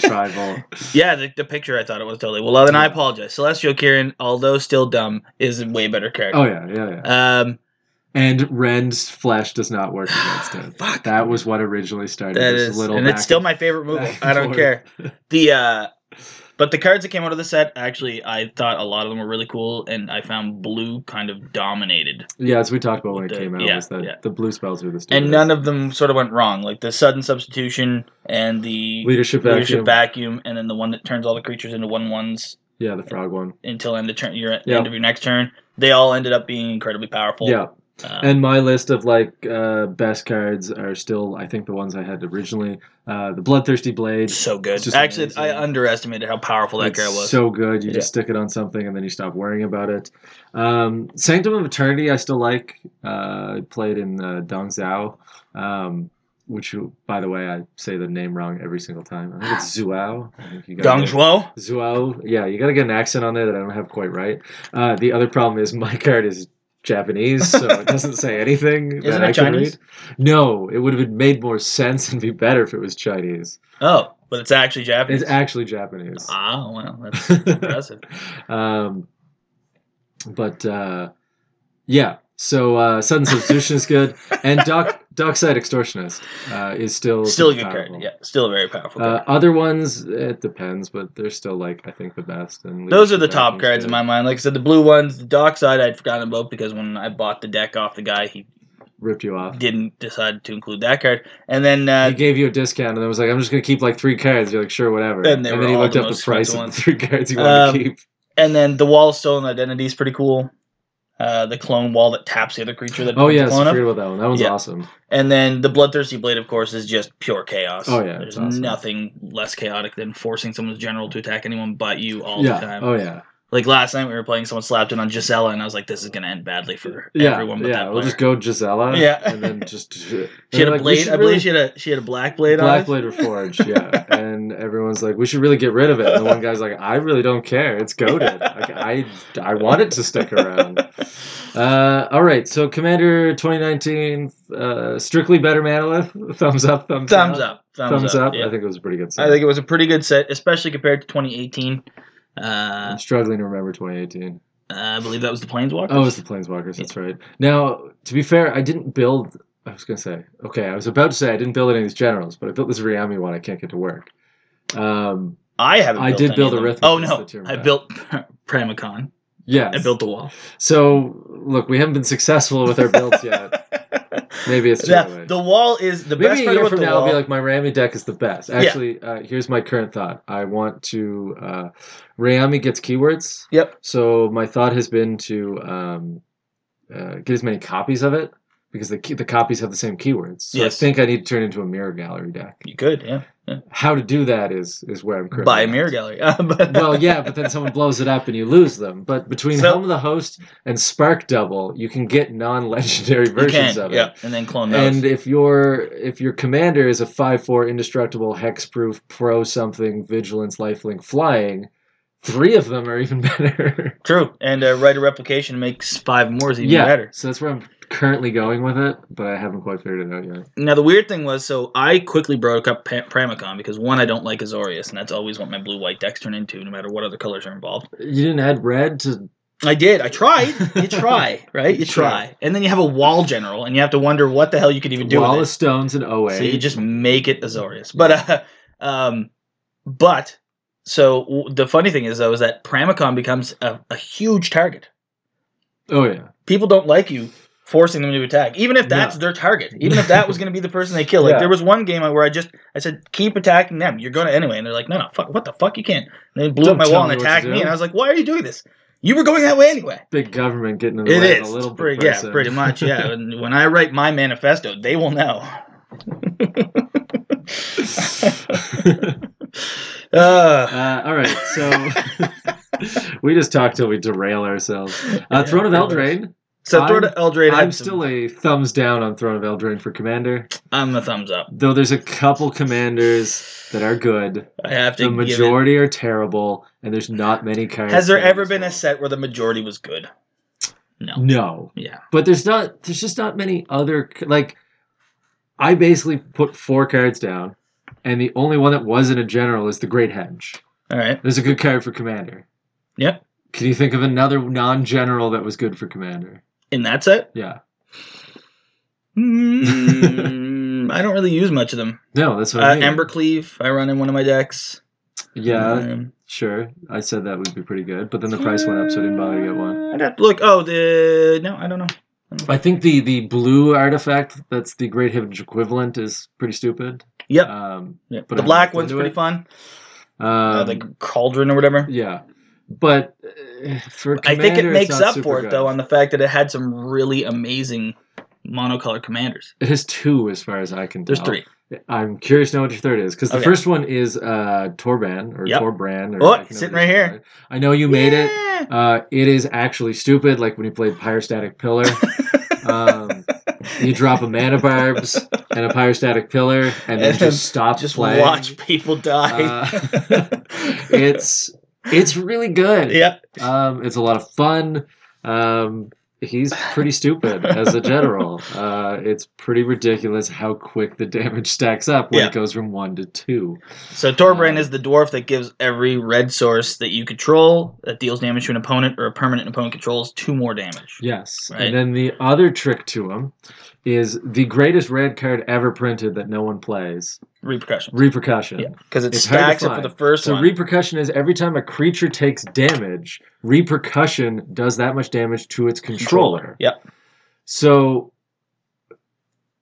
Speaker 1: [LAUGHS]
Speaker 2: tribal?
Speaker 1: yeah, the, the picture I thought it was totally. Well, then I apologize. Celestial Kieran, although still dumb, is a way better character.
Speaker 2: Oh, yeah, yeah, yeah.
Speaker 1: Um,
Speaker 2: And Rend's flesh does not work against it.
Speaker 1: [SIGHS] fuck.
Speaker 2: That was what originally started
Speaker 1: that
Speaker 2: this
Speaker 1: is,
Speaker 2: little
Speaker 1: and
Speaker 2: back
Speaker 1: it's still
Speaker 2: and-
Speaker 1: my favorite movie.
Speaker 2: back and
Speaker 1: I don't
Speaker 2: forth.
Speaker 1: care.
Speaker 2: [LAUGHS]
Speaker 1: The uh, but the cards that came out of the set, actually, I thought a lot of them were really cool, and I found blue kind of dominated,
Speaker 2: Yeah, as we talked about when it
Speaker 1: The-
Speaker 2: came out,
Speaker 1: yeah,
Speaker 2: was that
Speaker 1: yeah.
Speaker 2: the blue spells were the stupidest.
Speaker 1: and none of them sort of went wrong. Like the sudden substitution and the
Speaker 2: leadership vacuum.
Speaker 1: leadership vacuum, and then the one that turns all the creatures into one ones
Speaker 2: Yeah, the frog one.
Speaker 1: until end of turn your
Speaker 2: Yeah.
Speaker 1: end of your next turn. They all ended up being incredibly powerful.
Speaker 2: Yeah,
Speaker 1: Um,
Speaker 2: and my list of like uh, best cards are still, I think, the ones I had originally. Uh, the bloodthirsty blade.
Speaker 1: It's so good.
Speaker 2: It's just
Speaker 1: Actually,
Speaker 2: amazing.
Speaker 1: I underestimated how powerful that guy
Speaker 2: It's
Speaker 1: was.
Speaker 2: So good. You
Speaker 1: Yeah.
Speaker 2: just stick it on something and then you stop worrying about it. Um, Sanctum of Eternity, I still like. Uh, I played in uh, Dong Zhao, um, which, by the way, I say the name wrong every single time. I think
Speaker 1: [SIGHS]
Speaker 2: it's Zuao. I think you got
Speaker 1: Dong
Speaker 2: it.
Speaker 1: Zhuo?
Speaker 2: Zuao. Yeah, you got to get an accent on there that I don't have quite right. Uh, the other problem is my [LAUGHS] card is Japanese, so it doesn't
Speaker 1: [LAUGHS]
Speaker 2: say anything. that
Speaker 1: Isn't it
Speaker 2: I can
Speaker 1: Chinese?
Speaker 2: read. No, it would have made more sense and be better if it was Chinese.
Speaker 1: Oh, but it's actually Japanese.
Speaker 2: It's actually Japanese.
Speaker 1: Ah, well,
Speaker 2: [LAUGHS]
Speaker 1: that's impressive.
Speaker 2: Um, but uh, yeah, so uh, sudden substitution is good, and doc dockside extortionist uh, is still
Speaker 1: Still a
Speaker 2: super
Speaker 1: good card.
Speaker 2: powerful.
Speaker 1: Yeah, still a very powerful card.
Speaker 2: Uh, other ones, it depends, but they're still like I think the best. And
Speaker 1: Those are the
Speaker 2: leadership
Speaker 1: top
Speaker 2: rankings
Speaker 1: cards
Speaker 2: good.
Speaker 1: in my mind. Like I said, the blue ones, the dock side I'd forgotten about because when I bought the deck off the guy, he
Speaker 2: ripped you off.
Speaker 1: didn't decide to include that card. And then uh,
Speaker 2: he gave you a discount, and then was like, "I'm just gonna keep like three cards." You're like, "Sure, whatever."
Speaker 1: And they were
Speaker 2: then he
Speaker 1: all
Speaker 2: looked
Speaker 1: the
Speaker 2: up the
Speaker 1: most
Speaker 2: price of
Speaker 1: expensive
Speaker 2: the three cards you wanted
Speaker 1: Um,
Speaker 2: to keep.
Speaker 1: and then the wall of stolen identity is pretty cool. Uh, the clone wall that taps the other creature that
Speaker 2: Oh
Speaker 1: becomes a
Speaker 2: yes,
Speaker 1: clone
Speaker 2: I
Speaker 1: of.
Speaker 2: forget about that one. That one's
Speaker 1: Yeah.
Speaker 2: awesome.
Speaker 1: And then the Bloodthirsty Blade, of course, is just pure chaos.
Speaker 2: Oh, yeah,
Speaker 1: There's
Speaker 2: it's awesome.
Speaker 1: nothing less chaotic than forcing someone's general to attack anyone but you all
Speaker 2: yeah.
Speaker 1: the time.
Speaker 2: Oh yeah.
Speaker 1: Like last night we were playing, someone slapped in on Gisela, and I was like, this is going to end badly for
Speaker 2: Yeah,
Speaker 1: everyone but
Speaker 2: yeah.
Speaker 1: that player.
Speaker 2: we'll just go Gisela.
Speaker 1: Yeah.
Speaker 2: and then just she
Speaker 1: she had a blade. I believe she had a she had a black blade on.
Speaker 2: Black
Speaker 1: it. [LAUGHS]
Speaker 2: Blade Reforged, yeah. and everyone's like, we should really get rid of it. And the one guy's like, I really don't care. It's goaded. Like, I, I want it to stick around. Uh, all right, so Commander 2019, uh, strictly better Manolith. Thumbs up, thumbs,
Speaker 1: Thumbs
Speaker 2: down.
Speaker 1: up. Thumbs, up. yeah.
Speaker 2: I think it was a pretty good set.
Speaker 1: I think it was a pretty good set, especially compared to 2018. Uh,
Speaker 2: I'm struggling to remember 2018.
Speaker 1: I believe that was the Planeswalkers.
Speaker 2: Oh, it's the Planeswalkers. That's right. Now, to be fair, I didn't build. I was gonna say, okay, I was about to say I didn't build any of these generals, but I built this Riami one. I can't get to work. Um,
Speaker 1: I haven't.
Speaker 2: I
Speaker 1: built
Speaker 2: did
Speaker 1: any
Speaker 2: build
Speaker 1: of them.
Speaker 2: Arithmesis
Speaker 1: Oh
Speaker 2: that
Speaker 1: no,
Speaker 2: you're
Speaker 1: I
Speaker 2: back.
Speaker 1: built [LAUGHS] Pramicon.
Speaker 2: yeah,
Speaker 1: I built the wall.
Speaker 2: So look, we haven't been successful with our builds
Speaker 1: [LAUGHS]
Speaker 2: yet. Maybe it's
Speaker 1: Yeah,
Speaker 2: too late.
Speaker 1: the wall is the
Speaker 2: Maybe
Speaker 1: best
Speaker 2: a
Speaker 1: part
Speaker 2: year
Speaker 1: about
Speaker 2: from
Speaker 1: the
Speaker 2: now,
Speaker 1: wall.
Speaker 2: I'll be like, my Rami deck is the best. Actually, uh, here's my current thought. I want to. Uh, Rami gets keywords.
Speaker 1: Yep.
Speaker 2: So my thought has been to um, uh, get as many copies of it because the key- the copies have the same keywords. So
Speaker 1: Yes.
Speaker 2: I think I need to turn into a mirror gallery deck.
Speaker 1: you could, yeah.
Speaker 2: How to do that is is where I'm currently.
Speaker 1: Buy a
Speaker 2: at.
Speaker 1: mirror gallery. [LAUGHS] But-
Speaker 2: well, yeah, but then someone blows it up and you lose them. But between
Speaker 1: So-
Speaker 2: Helm of the Host and Spark Double, you can get non-legendary
Speaker 1: you
Speaker 2: versions
Speaker 1: can,
Speaker 2: of it.
Speaker 1: yeah, and then clone those.
Speaker 2: And if your if your commander is a five four indestructible hexproof pro something vigilance lifelink flying, three of them are even [LAUGHS] better.
Speaker 1: True, and uh, writer replication makes five more is even better.
Speaker 2: So that's where I'm currently going with it, but I haven't quite figured it out yet.
Speaker 1: Now the weird thing was, so I quickly broke up pa- Pramicon because one, I don't like Azorius, and that's always what my blue white decks turn into, no matter what other colors are involved.
Speaker 2: You didn't add red to
Speaker 1: I did. I tried.
Speaker 2: [LAUGHS]
Speaker 1: You try, right? You
Speaker 2: Sure.
Speaker 1: try, and then you have a wall general, and you have to wonder what the hell you could even do.
Speaker 2: Wall
Speaker 1: with it.
Speaker 2: of Stones and OA.
Speaker 1: So you just make it Azorius. But uh, [LAUGHS] um, but so w- the funny thing is though is that Pramicon becomes a, a huge target.
Speaker 2: oh yeah.
Speaker 1: People don't like you forcing them to attack, even if that's their target, even if that was going to be the person they kill. Like
Speaker 2: [LAUGHS] Yeah.
Speaker 1: there was one game where I just I said keep attacking them, you're going to anyway, and they're like, no, no, fuck, what the fuck, you can't. And they blew
Speaker 2: Don't
Speaker 1: up my
Speaker 2: tell
Speaker 1: wall
Speaker 2: me
Speaker 1: and
Speaker 2: what to
Speaker 1: attacked
Speaker 2: do.
Speaker 1: me, and I was like, why are you doing this? You were going that way anyway.
Speaker 2: Big government getting in the
Speaker 1: It
Speaker 2: way of
Speaker 1: is
Speaker 2: a little bit
Speaker 1: pretty, yeah,
Speaker 2: person.
Speaker 1: pretty much,
Speaker 2: [LAUGHS]
Speaker 1: yeah. when, when I write my manifesto, they will know.
Speaker 2: [LAUGHS]
Speaker 1: [LAUGHS] Uh,
Speaker 2: Uh, all right, so [LAUGHS] we just talk till we derail ourselves. Uh, Throne of
Speaker 1: Yeah, pretty
Speaker 2: Eldraine.
Speaker 1: so throw
Speaker 2: I'm-
Speaker 1: to Eldraine.
Speaker 2: I'm
Speaker 1: had some-
Speaker 2: still a thumbs down on Throne of Eldraine for commander,
Speaker 1: I'm a thumbs up.
Speaker 2: though there's a couple commanders that are good.
Speaker 1: I have to
Speaker 2: The
Speaker 1: give it-
Speaker 2: majority are terrible, and there's not many cards.
Speaker 1: Has there
Speaker 2: that are
Speaker 1: ever been a
Speaker 2: useful.
Speaker 1: set where the majority was good? No.
Speaker 2: No,
Speaker 1: Yeah.
Speaker 2: but there's not. There's just not many other c- like. I basically put four cards down, and the only one that wasn't a general is the Great Henge.
Speaker 1: All right.
Speaker 2: There's a good card for commander.
Speaker 1: Yeah.
Speaker 2: Can you think of another non-general that was good for commander?
Speaker 1: In that set,
Speaker 2: Yeah.
Speaker 1: mm, I don't really use much of them.
Speaker 2: No, that's what I
Speaker 1: Uh,
Speaker 2: mean.
Speaker 1: Embercleave, I run in one of my decks.
Speaker 2: Yeah,
Speaker 1: Um,
Speaker 2: sure. I said that would be pretty good, but then the price went up, so I didn't bother to get one.
Speaker 1: I'd have to look. Oh, the no, I don't know.
Speaker 2: I think the the blue artifact that's the Great Henge equivalent is pretty stupid.
Speaker 1: Yep.
Speaker 2: Um,
Speaker 1: Yeah.
Speaker 2: but
Speaker 1: the
Speaker 2: I
Speaker 1: black
Speaker 2: haven't
Speaker 1: one's
Speaker 2: looked into
Speaker 1: pretty
Speaker 2: it.
Speaker 1: fun. uh,
Speaker 2: um,
Speaker 1: the cauldron or whatever.
Speaker 2: yeah, but uh, for
Speaker 1: I think it
Speaker 2: commander, it's
Speaker 1: makes
Speaker 2: not
Speaker 1: up
Speaker 2: super
Speaker 1: for it
Speaker 2: good.
Speaker 1: though on the fact that it had some really amazing monocolor commanders.
Speaker 2: It has two, as far as I can tell.
Speaker 1: There's three.
Speaker 2: I'm curious to know what your third is because the
Speaker 1: Okay.
Speaker 2: first one is uh, Torban or
Speaker 1: Yep.
Speaker 2: Torbrand. Or
Speaker 1: Oh,
Speaker 2: I can never
Speaker 1: sitting
Speaker 2: get
Speaker 1: right
Speaker 2: it
Speaker 1: here.
Speaker 2: I know you made it.
Speaker 1: Yeah.
Speaker 2: Uh, it is actually stupid. Like when you played Pyrostatic
Speaker 1: [LAUGHS]
Speaker 2: Pillar, um, you drop a mana barbs and a Pyrostatic Pillar, and then
Speaker 1: And then
Speaker 2: just stop
Speaker 1: Just
Speaker 2: playing.
Speaker 1: watch people die.
Speaker 2: Uh,
Speaker 1: [LAUGHS]
Speaker 2: [LAUGHS] it's it's really good.
Speaker 1: yep.
Speaker 2: Um, it's a lot of fun. Um, he's pretty stupid as a general. Uh, it's pretty ridiculous how quick the damage stacks up when
Speaker 1: Yeah.
Speaker 2: it goes from one to two.
Speaker 1: So Torbran
Speaker 2: Um,
Speaker 1: is the dwarf that gives every red source that you control that deals damage to an opponent or a permanent opponent controls two more damage.
Speaker 2: Yes.
Speaker 1: Right.
Speaker 2: And then the other trick to him is the greatest red card ever printed that no one plays
Speaker 1: Repercussions.
Speaker 2: Repercussion.
Speaker 1: Yeah, because it
Speaker 2: It's hard to
Speaker 1: stacks it for
Speaker 2: find.
Speaker 1: the first
Speaker 2: So
Speaker 1: one.
Speaker 2: repercussion is every time a creature takes damage, repercussion does that much damage to its controller.
Speaker 1: Yep.
Speaker 2: So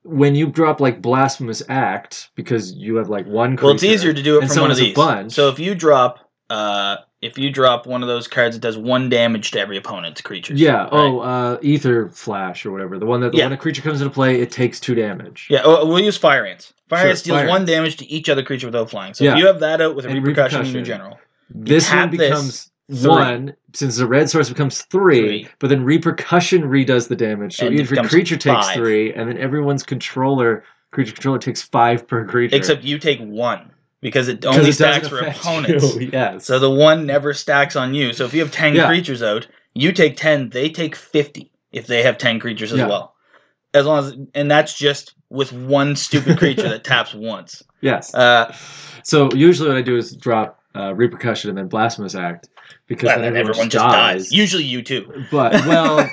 Speaker 2: when you drop like blasphemous act because you have like one creature,
Speaker 1: well, it's easier to do it
Speaker 2: and
Speaker 1: from
Speaker 2: someone
Speaker 1: one of
Speaker 2: has a
Speaker 1: these.
Speaker 2: bunch.
Speaker 1: So if you drop, uh, if you drop one of those cards, it does one damage to every opponent's creature.
Speaker 2: yeah. Oh, uh, ether flash or whatever. The one that
Speaker 1: Yeah.
Speaker 2: when a creature comes into play, it takes two damage.
Speaker 1: Yeah, oh, we'll use Fire Ants. Fire
Speaker 2: Sure,
Speaker 1: Ants deals
Speaker 2: Fire
Speaker 1: one
Speaker 2: Ants.
Speaker 1: damage to each other creature without flying. So
Speaker 2: Yeah.
Speaker 1: if you have that out with a
Speaker 2: And
Speaker 1: repercussion, in
Speaker 2: repercussion.
Speaker 1: general.
Speaker 2: This one
Speaker 1: tap this,
Speaker 2: becomes
Speaker 1: three.
Speaker 2: one since the red source becomes three,
Speaker 1: Three.
Speaker 2: but then repercussion redoes the damage. So
Speaker 1: And it
Speaker 2: each
Speaker 1: becomes
Speaker 2: creature takes
Speaker 1: five.
Speaker 2: three, and then everyone's controller creature controller takes five per creature.
Speaker 1: Except you take one because it
Speaker 2: 'Cause
Speaker 1: only
Speaker 2: it doesn't
Speaker 1: stacks for
Speaker 2: affect [LAUGHS]
Speaker 1: opponents.
Speaker 2: You. Yes.
Speaker 1: So the one never stacks on you. So if you have 10
Speaker 2: Yeah.
Speaker 1: creatures out, you take 10, they take 50 if they have 10 creatures as
Speaker 2: Yeah.
Speaker 1: well. As long as, and that's just with one stupid creature that taps once.
Speaker 2: yes.
Speaker 1: Uh,
Speaker 2: so usually what I do is drop uh, repercussion and then blasphemous act because
Speaker 1: and
Speaker 2: then
Speaker 1: then everyone just dies. Usually you too.
Speaker 2: But well,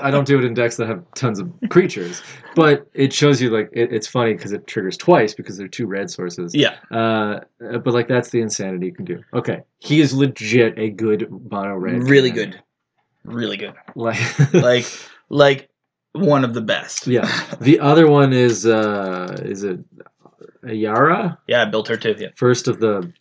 Speaker 2: I don't do it in decks that have tons of creatures, but it shows you like it, it's funny because it triggers twice because they're two red
Speaker 1: [LAUGHS]
Speaker 2: sources.
Speaker 1: yeah.
Speaker 2: Uh, but like that's the insanity you can do. Okay, he is legit a good mono red.
Speaker 1: Really
Speaker 2: commander.
Speaker 1: good. Really good.
Speaker 2: Like, [LAUGHS]
Speaker 1: Like, like one of the best.
Speaker 2: yeah. The other one is uh, is it Ayara?
Speaker 1: [LAUGHS] Yeah, I built her too. Yeah.
Speaker 2: First of the.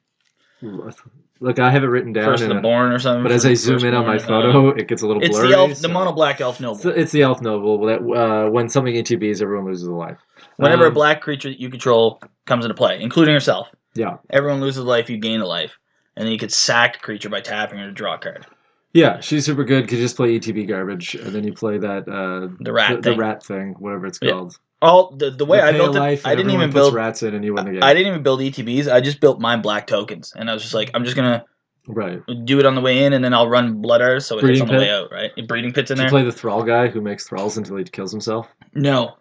Speaker 2: Look, I have it written down.
Speaker 1: First of
Speaker 2: in
Speaker 1: the
Speaker 2: a-
Speaker 1: born or something.
Speaker 2: but as I zoom in on my
Speaker 1: Firstborn, uh,
Speaker 2: photo, it gets a little
Speaker 1: it's
Speaker 2: blurry.
Speaker 1: the elf,
Speaker 2: so-
Speaker 1: the mono black elf noble.
Speaker 2: It's the, it's the elf noble that uh, when something ETBs, everyone loses a life.
Speaker 1: Whenever a
Speaker 2: Um,
Speaker 1: black creature that you control comes into play, including yourself,
Speaker 2: Yeah.
Speaker 1: everyone loses a life, you gain a life, and then you could sack a creature by tapping her to draw a card.
Speaker 2: Yeah, she's super good. Could just play ETB garbage, and then you play that uh,
Speaker 1: The rat
Speaker 2: the, the
Speaker 1: thing.
Speaker 2: rat thing, whatever it's
Speaker 1: Yeah.
Speaker 2: called.
Speaker 1: All the, the way
Speaker 2: You
Speaker 1: I
Speaker 2: pay
Speaker 1: built
Speaker 2: a
Speaker 1: it,
Speaker 2: life, and
Speaker 1: I didn't
Speaker 2: everyone
Speaker 1: even
Speaker 2: puts
Speaker 1: build.
Speaker 2: rats in, and you win the game.
Speaker 1: I didn't even build ETBs. I just built my black tokens, and I was just like, I'm just gonna
Speaker 2: [LAUGHS] Right.
Speaker 1: do it on the way in, and then I'll run blood Ars so it hits
Speaker 2: Breeding
Speaker 1: on the
Speaker 2: pit?
Speaker 1: way out, right? Breeding pits in
Speaker 2: Do you
Speaker 1: there.
Speaker 2: play the thrall guy who makes thralls until he kills himself?
Speaker 1: no.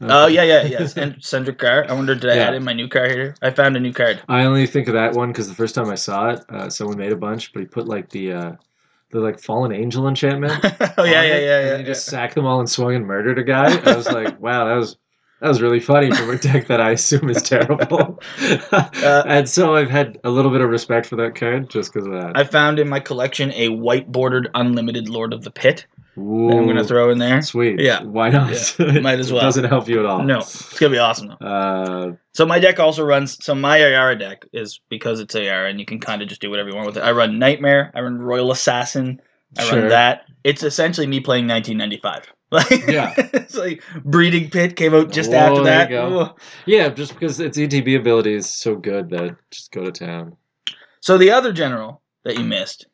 Speaker 2: Uh,
Speaker 1: Oh yeah, yeah,
Speaker 2: [LAUGHS]
Speaker 1: yeah. And Cendric car. I wonder did I
Speaker 2: Yeah.
Speaker 1: add in my new card here? I found a new card. [LAUGHS]
Speaker 2: I only think of that one because the first time I saw it, uh, someone made a bunch, but he put like the uh, the like fallen angel enchantment.
Speaker 1: [LAUGHS] oh yeah, yeah,
Speaker 2: on
Speaker 1: yeah,
Speaker 2: it,
Speaker 1: yeah.
Speaker 2: And
Speaker 1: yeah.
Speaker 2: he just sacked them all and swung and murdered a guy. I was
Speaker 1: [LAUGHS]
Speaker 2: like, wow, that was that was really funny for a deck that I assume is terrible.
Speaker 1: Uh,
Speaker 2: [LAUGHS] and so I've had a little bit of respect for that card just because of that.
Speaker 1: I found in my collection a white bordered unlimited Lord of the Pit. that I'm gonna
Speaker 2: Ooh,
Speaker 1: throw in there.
Speaker 2: Sweet.
Speaker 1: Yeah.
Speaker 2: Why not?
Speaker 1: Might as
Speaker 2: [LAUGHS] It
Speaker 1: well.
Speaker 2: doesn't help you at all.
Speaker 1: No, it's gonna be awesome though.
Speaker 2: Uh,
Speaker 1: So my deck also runs. So my Ayara deck is because it's Ayara, and you can kind of just do whatever you want with it. I run Nightmare. I run Royal Assassin. I
Speaker 2: Sure.
Speaker 1: run that. It's essentially me playing 1995. [LAUGHS] Like,
Speaker 2: Yeah.
Speaker 1: it's like Breeding Pit came out just
Speaker 2: Whoa,
Speaker 1: after
Speaker 2: oh, there
Speaker 1: that.
Speaker 2: you go.
Speaker 1: Ugh.
Speaker 2: yeah, just because its ETB ability is so good that just go to town.
Speaker 1: So the other general that you missed.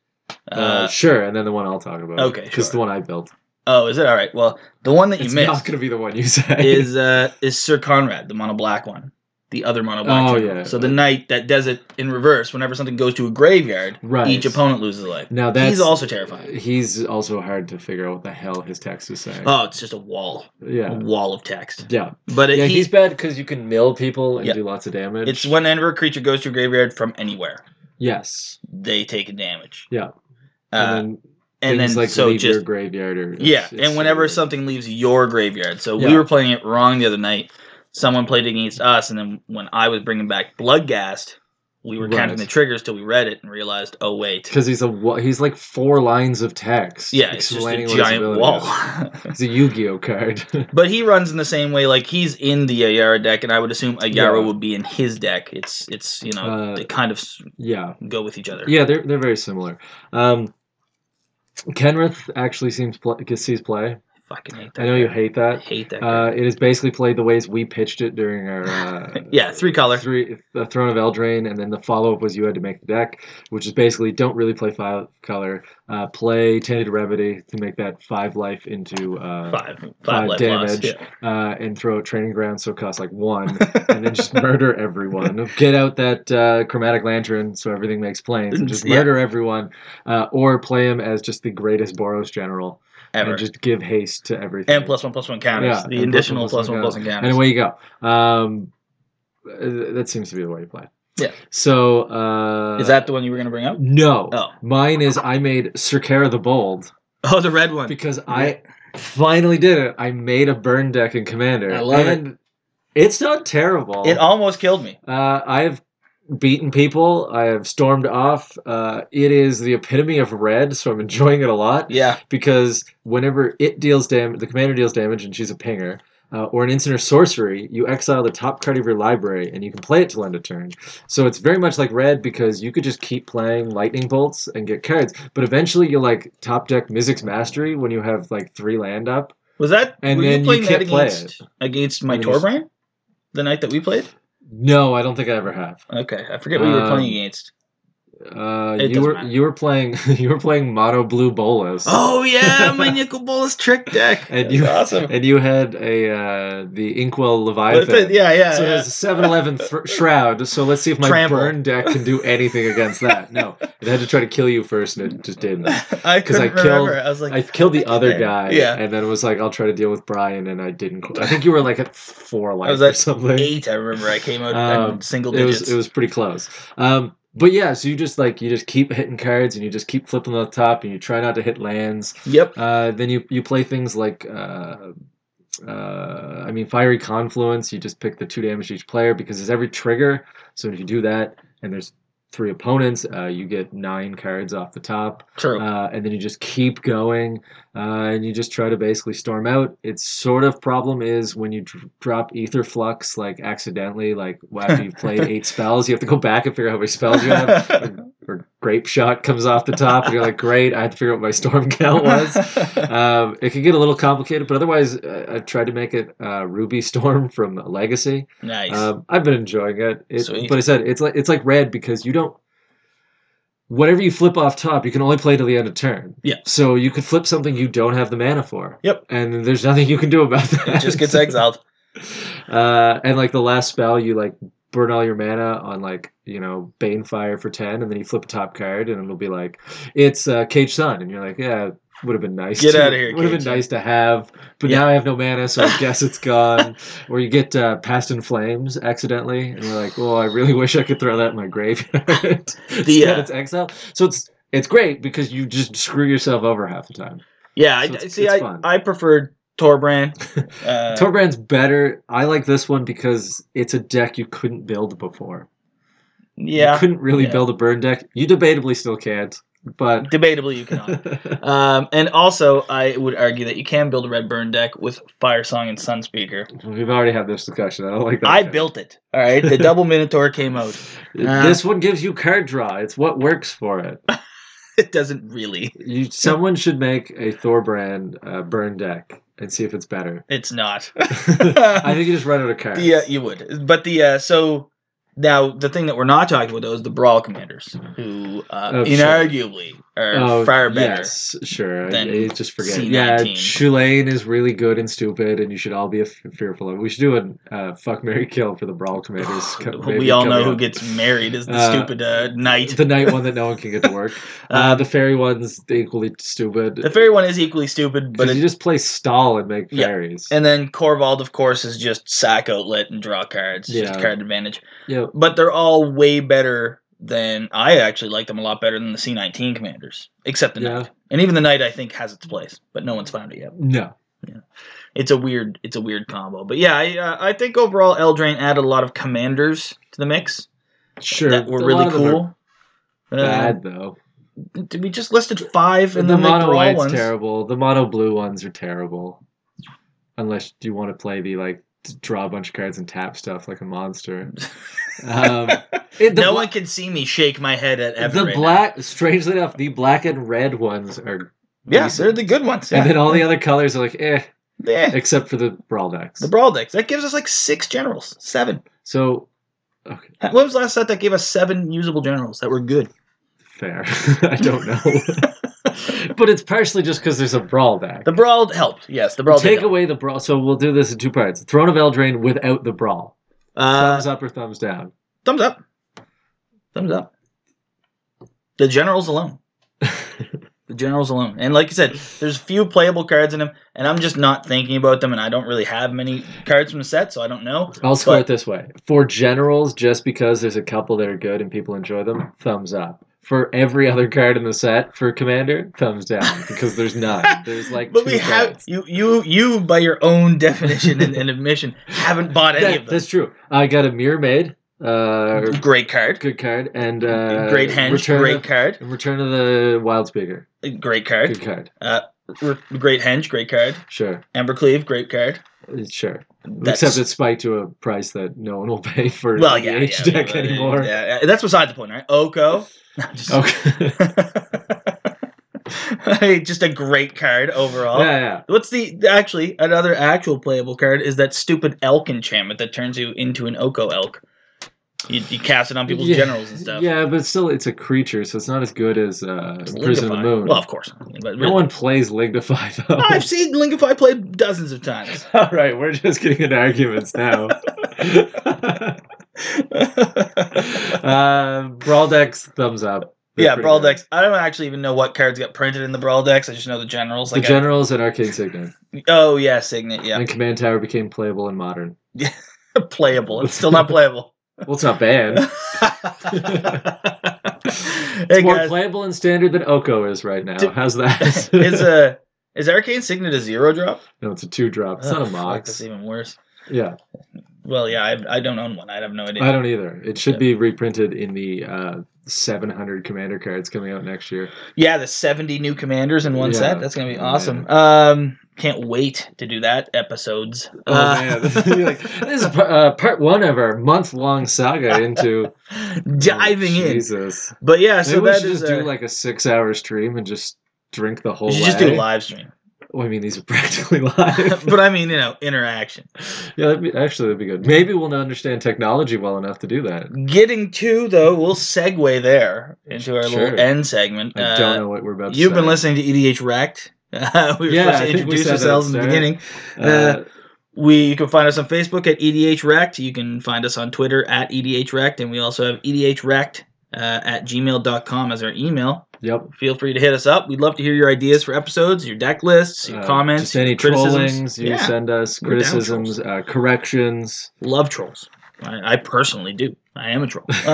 Speaker 2: Uh,
Speaker 1: Uh,
Speaker 2: sure, and then the one I'll talk about.
Speaker 1: okay,
Speaker 2: Because
Speaker 1: sure.
Speaker 2: the one I built.
Speaker 1: oh, is it all right? Well, the one that you
Speaker 2: It's not
Speaker 1: missed
Speaker 2: going to be the one you [LAUGHS] say.
Speaker 1: is uh, is Sir Conrad, the mono black one, the other mono black.
Speaker 2: Oh,
Speaker 1: general.
Speaker 2: yeah.
Speaker 1: So the knight that does it in reverse. Whenever something goes to a graveyard,
Speaker 2: right.
Speaker 1: each opponent loses a life.
Speaker 2: Now that's
Speaker 1: He's also terrifying.
Speaker 2: He's also hard to figure out what the hell his text is saying.
Speaker 1: Oh, it's just a wall, a
Speaker 2: yeah.
Speaker 1: wall of text.
Speaker 2: Yeah.
Speaker 1: But it,
Speaker 2: yeah,
Speaker 1: he-
Speaker 2: he's bad because you can mill people and
Speaker 1: Yeah.
Speaker 2: do lots of damage.
Speaker 1: it's whenever a creature goes to a graveyard from anywhere,
Speaker 2: yes,
Speaker 1: they take damage.
Speaker 2: Yeah.
Speaker 1: Uh,
Speaker 2: and then
Speaker 1: and then,
Speaker 2: things like
Speaker 1: so
Speaker 2: leave your
Speaker 1: just
Speaker 2: graveyard or
Speaker 1: yeah,
Speaker 2: it's- it's
Speaker 1: and whenever
Speaker 2: weird.
Speaker 1: something leaves your graveyard. So we
Speaker 2: Yeah.
Speaker 1: were playing it wrong the other night. Someone played against us, and then when I was bringing back Bloodgast, we were counting
Speaker 2: Right.
Speaker 1: the triggers till we read it and realized, oh wait,
Speaker 2: because he's a wa- he's like four lines of text.
Speaker 1: yeah, it's just a
Speaker 2: explaining what his
Speaker 1: giant
Speaker 2: ability
Speaker 1: wall.
Speaker 2: is.
Speaker 1: [LAUGHS]
Speaker 2: It's a Yu-Gi-Oh card. [LAUGHS]
Speaker 1: But he runs in the same way, like he's in the Ayara deck, and I would assume Ayara
Speaker 2: Yeah.
Speaker 1: would be in his deck. It's it's you know
Speaker 2: Uh,
Speaker 1: they kind of s-
Speaker 2: yeah,
Speaker 1: go with each other.
Speaker 2: yeah, they're they're very similar. Um, Kenrith actually seems pl- sees play.
Speaker 1: fucking hate that.
Speaker 2: I know you
Speaker 1: guy.
Speaker 2: hate
Speaker 1: I
Speaker 2: that.
Speaker 1: hate that. guy.
Speaker 2: Uh, it is basically played the ways we pitched it during our uh,
Speaker 1: [LAUGHS] yeah, three color.
Speaker 2: three the Throne of Eldraine, and then the follow up was you had to make the deck, which is basically don't really play five color, uh, play Tainted Remedy to make that five life into uh,
Speaker 1: Five, five,
Speaker 2: five
Speaker 1: life
Speaker 2: damage.
Speaker 1: loss. Yeah.
Speaker 2: uh, and throw at training ground, so it costs like one, and then just murder everyone. Get out that uh, chromatic lantern, so everything makes planes, and just
Speaker 1: Yeah.
Speaker 2: murder everyone, uh, or play him as just the greatest Boros general,
Speaker 1: Ever.
Speaker 2: and just give haste to everything.
Speaker 1: And plus one, plus one counters.
Speaker 2: Yeah,
Speaker 1: the
Speaker 2: and plus
Speaker 1: additional
Speaker 2: one,
Speaker 1: plus
Speaker 2: plus
Speaker 1: one,
Speaker 2: one
Speaker 1: plus one counters.
Speaker 2: and away you go. Um, uh, that seems to be the way you play. it.
Speaker 1: Yeah.
Speaker 2: So uh,
Speaker 1: is that the one you were gonna bring
Speaker 2: [LAUGHS]
Speaker 1: up?
Speaker 2: no?
Speaker 1: Oh,
Speaker 2: Mine is I made Circara the Bold
Speaker 1: oh, the red one.
Speaker 2: because I finally did it. I made a burn deck in Commander.
Speaker 1: I love it.
Speaker 2: and It's not terrible.
Speaker 1: It almost killed me.
Speaker 2: uh, I've beaten people. I have stormed off. Uh, it is the epitome of red, so I'm enjoying it a lot
Speaker 1: Yeah,
Speaker 2: because whenever it deals damage, the commander deals damage, and she's a pinger. Uh, or an instant or sorcery, you exile the top card of your library and you can play it till end of turn. So it's very much like red because you could just keep playing lightning bolts and get cards. But eventually you'll like top deck Mizzix Mastery when you have like three land up.
Speaker 1: was that?
Speaker 2: And
Speaker 1: were
Speaker 2: then
Speaker 1: you
Speaker 2: you
Speaker 1: playing that
Speaker 2: can't play
Speaker 1: against against my
Speaker 2: And then you-
Speaker 1: Torbrand? The night that we played.
Speaker 2: No, I don't think I ever have.
Speaker 1: Okay, I forget what you were
Speaker 2: Um,
Speaker 1: playing against.
Speaker 2: Uh,
Speaker 1: It
Speaker 2: you
Speaker 1: doesn't
Speaker 2: were
Speaker 1: matter.
Speaker 2: you were playing [LAUGHS] you were playing Mono Blue Bolas.
Speaker 1: Oh yeah,
Speaker 2: [LAUGHS]
Speaker 1: my Nicol Bolas trick deck.
Speaker 2: And
Speaker 1: That's
Speaker 2: you-
Speaker 1: awesome.
Speaker 2: And you had a uh, the Inkwell
Speaker 1: But- but
Speaker 2: Leviathan.
Speaker 1: yeah, yeah.
Speaker 2: So it
Speaker 1: yeah.
Speaker 2: has a 7 Eleven th- shroud, so let's see if my
Speaker 1: Trample.
Speaker 2: burn deck can do anything against that. No, it had to try to kill you first, and it just
Speaker 1: [LAUGHS]
Speaker 2: didn't.
Speaker 1: [LAUGHS] I
Speaker 2: 'cause I
Speaker 1: couldn't remember. I was like,
Speaker 2: I killed the other guy,
Speaker 1: Yeah.
Speaker 2: and then it was like, I'll try to deal with Brian, and I didn't. qu- I think you were like at four life
Speaker 1: was
Speaker 2: or
Speaker 1: at
Speaker 2: something.
Speaker 1: eight. I remember I came out
Speaker 2: Um,
Speaker 1: in single
Speaker 2: It
Speaker 1: digits.
Speaker 2: was it was pretty close. Um, but yeah, so you just like you just keep hitting cards, and you just keep flipping on the top, and you try not to hit lands.
Speaker 1: yep.
Speaker 2: Uh, then you you play things like uh, uh, I mean fiery confluence. You just pick the two damage each player because it's every trigger. So if you do that, and there's three opponents, uh, you get nine cards off the top,
Speaker 1: True.
Speaker 2: uh, and then you just keep going, uh, and you just try to basically storm out. Its sort of problem is when you dr- drop ether flux like accidentally, like after you've played eight spells, you have to go back and figure out how many spells
Speaker 1: [LAUGHS]
Speaker 2: you have. Or grape shot comes off the top, and you're like, great, I had to figure out what my storm
Speaker 1: [LAUGHS]
Speaker 2: count was um, it can get a little complicated, but otherwise, uh, I've tried to make it uh, Ruby Storm [LAUGHS] from Legacy.
Speaker 1: nice.
Speaker 2: Um, I've been enjoying it. it
Speaker 1: Sweet.
Speaker 2: But I said it's like it's like red because you don't. Whatever you flip off top, you can only play till the end of turn.
Speaker 1: Yeah.
Speaker 2: So you could flip something you don't have the mana for.
Speaker 1: Yep.
Speaker 2: And there's nothing you can do about that.
Speaker 1: it just gets
Speaker 2: [LAUGHS]
Speaker 1: exiled.
Speaker 2: Uh, and like the last spell, you like burn all your mana on like you know Banefire for ten, and then you flip a top card, and it'll be like it's uh, Cage Sun, and you're like, yeah, would have been nice.
Speaker 1: Get
Speaker 2: to,
Speaker 1: outta here,
Speaker 2: Would have been
Speaker 1: Cage Sun."
Speaker 2: nice to have, but
Speaker 1: Yeah.
Speaker 2: now I have no mana, so
Speaker 1: [LAUGHS]
Speaker 2: I guess it's gone. or you get uh, Past in Flames accidentally, and you're like, well, I really [LAUGHS] wish I could throw that in my graveyard. [LAUGHS]
Speaker 1: The,
Speaker 2: Instead,
Speaker 1: uh,
Speaker 2: it's exile, so it's it's great because you just screw yourself over half the time.
Speaker 1: Yeah.
Speaker 2: So
Speaker 1: I,
Speaker 2: it's-
Speaker 1: see,
Speaker 2: it's
Speaker 1: I
Speaker 2: fun.
Speaker 1: I preferred [LAUGHS] Torbrand. Uh,
Speaker 2: Torbrand's better. I like this one because it's a deck you couldn't build before. You
Speaker 1: yeah.
Speaker 2: couldn't really
Speaker 1: Yeah.
Speaker 2: build a burn deck. You debatably still can't.
Speaker 1: [LAUGHS]
Speaker 2: but
Speaker 1: Debatably, you cannot. um, and also, I would argue that you can build a red burn deck with Fire Song and Sun Speaker.
Speaker 2: we've already had this discussion. I don't like that.
Speaker 1: I
Speaker 2: deck.
Speaker 1: built it. All right, the double Minotaur came [LAUGHS] out. Uh.
Speaker 2: this one gives you card draw. It's what works for it.
Speaker 1: It doesn't really. [LAUGHS]
Speaker 2: You someone should make a Thorbrand uh, burn deck and see if it's better.
Speaker 1: It's [LAUGHS] not.
Speaker 2: I think you just run out of cards.
Speaker 1: Yeah, uh, you would. But the uh, so now the thing that we're not talking about though is the brawl commanders, who uh,
Speaker 2: Oh, sure.
Speaker 1: inarguably are far better.
Speaker 2: Oh, Yes, sure. I,
Speaker 1: than
Speaker 2: I just forget.
Speaker 1: C19.
Speaker 2: Yeah, Chulain is really good and stupid, and you should all be f- fearful of. We should do a uh, fuck Mary kill for the Brawl
Speaker 1: [SIGHS]
Speaker 2: Commanders. co-
Speaker 1: we
Speaker 2: maybe
Speaker 1: all know
Speaker 2: coming
Speaker 1: who
Speaker 2: up.
Speaker 1: gets married is the
Speaker 2: Uh,
Speaker 1: stupid uh, knight.
Speaker 2: the night one that no one can get to work. Uh, the fairy one's equally stupid.
Speaker 1: The fairy one is equally stupid, but
Speaker 2: but you
Speaker 1: it,
Speaker 2: just play stall and make
Speaker 1: Yeah,
Speaker 2: fairies.
Speaker 1: and then Corvald, of course, is just sack outlet and draw cards, just
Speaker 2: Yeah.
Speaker 1: card advantage.
Speaker 2: yeah,
Speaker 1: But they're all way better than I actually like them a lot better than the C nineteen commanders, except the
Speaker 2: yeah,
Speaker 1: knight. And even the knight, I think, has its place, but no one's found it yet.
Speaker 2: no.
Speaker 1: it's a weird it's a weird combo. But yeah, I uh, I think overall Eldraine added a lot of commanders to the mix
Speaker 2: Sure,
Speaker 1: that were
Speaker 2: a
Speaker 1: really
Speaker 2: lot of them are
Speaker 1: cool. Uh,
Speaker 2: Bad though.
Speaker 1: did we just listed five and
Speaker 2: the
Speaker 1: then like
Speaker 2: mono
Speaker 1: they're all
Speaker 2: white's
Speaker 1: ones.
Speaker 2: terrible. The mono blue ones are terrible. Unless you want to play the like draw a bunch of cards and tap stuff like a monster.
Speaker 1: [LAUGHS]
Speaker 2: um, it- the
Speaker 1: no
Speaker 2: bla-
Speaker 1: one can see me shake my head at Evan.
Speaker 2: the
Speaker 1: right now.
Speaker 2: black, strangely enough, the black and red ones are,
Speaker 1: yeah, they're the good ones. Yeah.
Speaker 2: and then all the other colors are like eh,
Speaker 1: yeah.
Speaker 2: except for the brawl decks.
Speaker 1: the brawl decks that gives us like six generals, seven.
Speaker 2: so okay,
Speaker 1: When was the last set that gave us seven usable generals that were good?
Speaker 2: fair. [LAUGHS] I don't know, but it's partially just because there's a brawl deck.
Speaker 1: The brawl helped. Yes, the brawl. did
Speaker 2: Take
Speaker 1: help.
Speaker 2: away the brawl. So we'll do this in two parts: Throne of Eldraine without the brawl.
Speaker 1: Uh,
Speaker 2: Thumbs up or thumbs down.
Speaker 1: thumbs up. Thumbs up. The generals
Speaker 2: [LAUGHS]
Speaker 1: alone. the generals alone. And like you said, there's few playable cards in him, and I'm just not thinking about them, and I don't really have many cards from the set, so I don't know.
Speaker 2: I'll score
Speaker 1: But-
Speaker 2: it this way. For generals, just because there's a couple that are good and people enjoy them, thumbs up. For every other card in the set, for commander, thumbs down because there's
Speaker 1: [LAUGHS]
Speaker 2: none. There's like
Speaker 1: But
Speaker 2: two
Speaker 1: we have
Speaker 2: cards.
Speaker 1: you, you, you by your own definition and, and admission haven't bought any
Speaker 2: That-
Speaker 1: of them.
Speaker 2: that's true. I got a mirror maid, uh,
Speaker 1: Great card,
Speaker 2: good card, and uh,
Speaker 1: great henge,
Speaker 2: Return
Speaker 1: great
Speaker 2: of,
Speaker 1: card,
Speaker 2: Return of the Wild Speaker,
Speaker 1: great card,
Speaker 2: good card.
Speaker 1: R- great henge, great card,
Speaker 2: Sure,
Speaker 1: Embercleave, great card.
Speaker 2: Uh, sure.
Speaker 1: That's-
Speaker 2: Except it's spiked to a price that no one will [LAUGHS] pay for
Speaker 1: well,
Speaker 2: the
Speaker 1: yeah,
Speaker 2: H
Speaker 1: yeah,
Speaker 2: deck
Speaker 1: yeah,
Speaker 2: anymore.
Speaker 1: yeah, yeah. that's beside the point, right? Oko, [LAUGHS] No, I'm just,
Speaker 2: [LAUGHS] Okay.
Speaker 1: [LAUGHS] just a great card overall.
Speaker 2: yeah, yeah.
Speaker 1: What's the actually another actual playable card is that stupid elk enchantment that turns you into an Oko elk. You, you cast it on people's
Speaker 2: Yeah,
Speaker 1: generals and stuff.
Speaker 2: Yeah, but still, it's a creature, so it's not as good as uh,
Speaker 1: It's
Speaker 2: Prison of
Speaker 1: Lignify.
Speaker 2: the Moon.
Speaker 1: Well, of course. But
Speaker 2: no one plays Lignify, [LAUGHS] though.
Speaker 1: I've seen Linkify played dozens of times.
Speaker 2: All right, we're just getting into
Speaker 1: [LAUGHS]
Speaker 2: arguments now. [LAUGHS] uh, Brawl decks, thumbs up. They're
Speaker 1: yeah,
Speaker 2: pretty
Speaker 1: Brawl
Speaker 2: good.
Speaker 1: decks. I don't actually even know what cards got printed in the Brawl decks. I just know the generals.
Speaker 2: The
Speaker 1: Like
Speaker 2: generals and Arcane Signet.
Speaker 1: I- oh yeah, Signet. Yeah,
Speaker 2: And Command Tower became playable in Modern.
Speaker 1: [LAUGHS] playable. It's still not
Speaker 2: [LAUGHS]
Speaker 1: playable. [LAUGHS]
Speaker 2: Well, it's not bad.
Speaker 1: hey
Speaker 2: It's more
Speaker 1: guys,
Speaker 2: playable in Standard than Oko is right now.
Speaker 1: Di- [LAUGHS]
Speaker 2: How's that?
Speaker 1: is a is Arcane Signet a zero drop?
Speaker 2: [LAUGHS] no, it's a two drop. It's
Speaker 1: Oh,
Speaker 2: not a
Speaker 1: fuck,
Speaker 2: mox.
Speaker 1: That's even worse.
Speaker 2: Yeah.
Speaker 1: Well, yeah, I, I don't own one. I have no idea.
Speaker 2: I don't either. It should be reprinted in the uh, 700 commander cards coming out next year.
Speaker 1: yeah, the seventy new commanders in one
Speaker 2: Yeah.
Speaker 1: set. That's gonna be
Speaker 2: Yeah.
Speaker 1: awesome. Um, can't wait to do that episodes. Uh,
Speaker 2: Oh man, [LAUGHS] this is par- uh, part one of our month long saga into
Speaker 1: man, [LAUGHS] diving
Speaker 2: oh,
Speaker 1: in.
Speaker 2: Jesus.
Speaker 1: But yeah, so
Speaker 2: Maybe we
Speaker 1: that
Speaker 2: should
Speaker 1: is
Speaker 2: just do
Speaker 1: a-
Speaker 2: like a six hour stream and just drink the whole.
Speaker 1: we should just
Speaker 2: way.
Speaker 1: do a live
Speaker 2: [LAUGHS]
Speaker 1: stream. [LAUGHS]
Speaker 2: Well, I mean, these are practically live.
Speaker 1: but I mean, you know, interaction.
Speaker 2: yeah, that'd be, actually, that'd be good. Maybe we'll understand technology well enough to do that.
Speaker 1: Getting to though, we'll segue there into our
Speaker 2: Sure.
Speaker 1: little end segment.
Speaker 2: I
Speaker 1: Uh,
Speaker 2: don't know what we're about. to
Speaker 1: You've been
Speaker 2: say.
Speaker 1: listening to E EDH Racked. Uh, [LAUGHS] we were
Speaker 2: Yeah, I
Speaker 1: supposed to
Speaker 2: think we
Speaker 1: introduce
Speaker 2: said that at the
Speaker 1: ourselves in the
Speaker 2: start.
Speaker 1: beginning.
Speaker 2: Uh,
Speaker 1: We you can find us on Facebook at E EDH Racked. You can find us on Twitter at E EDH Racked, and we also have E EDH Racked uh, at gmail.com as our email.
Speaker 2: yep.
Speaker 1: Feel free to hit us up. We'd love to hear your ideas for episodes, your deck lists, your
Speaker 2: Uh,
Speaker 1: comments,
Speaker 2: just any
Speaker 1: your criticisms.
Speaker 2: trollings you
Speaker 1: yeah,
Speaker 2: send us,
Speaker 1: We're down [LAUGHS]
Speaker 2: criticisms, uh, corrections.
Speaker 1: love trolls. I, I personally do. I am a
Speaker 2: [LAUGHS]
Speaker 1: troll. [LAUGHS]
Speaker 2: you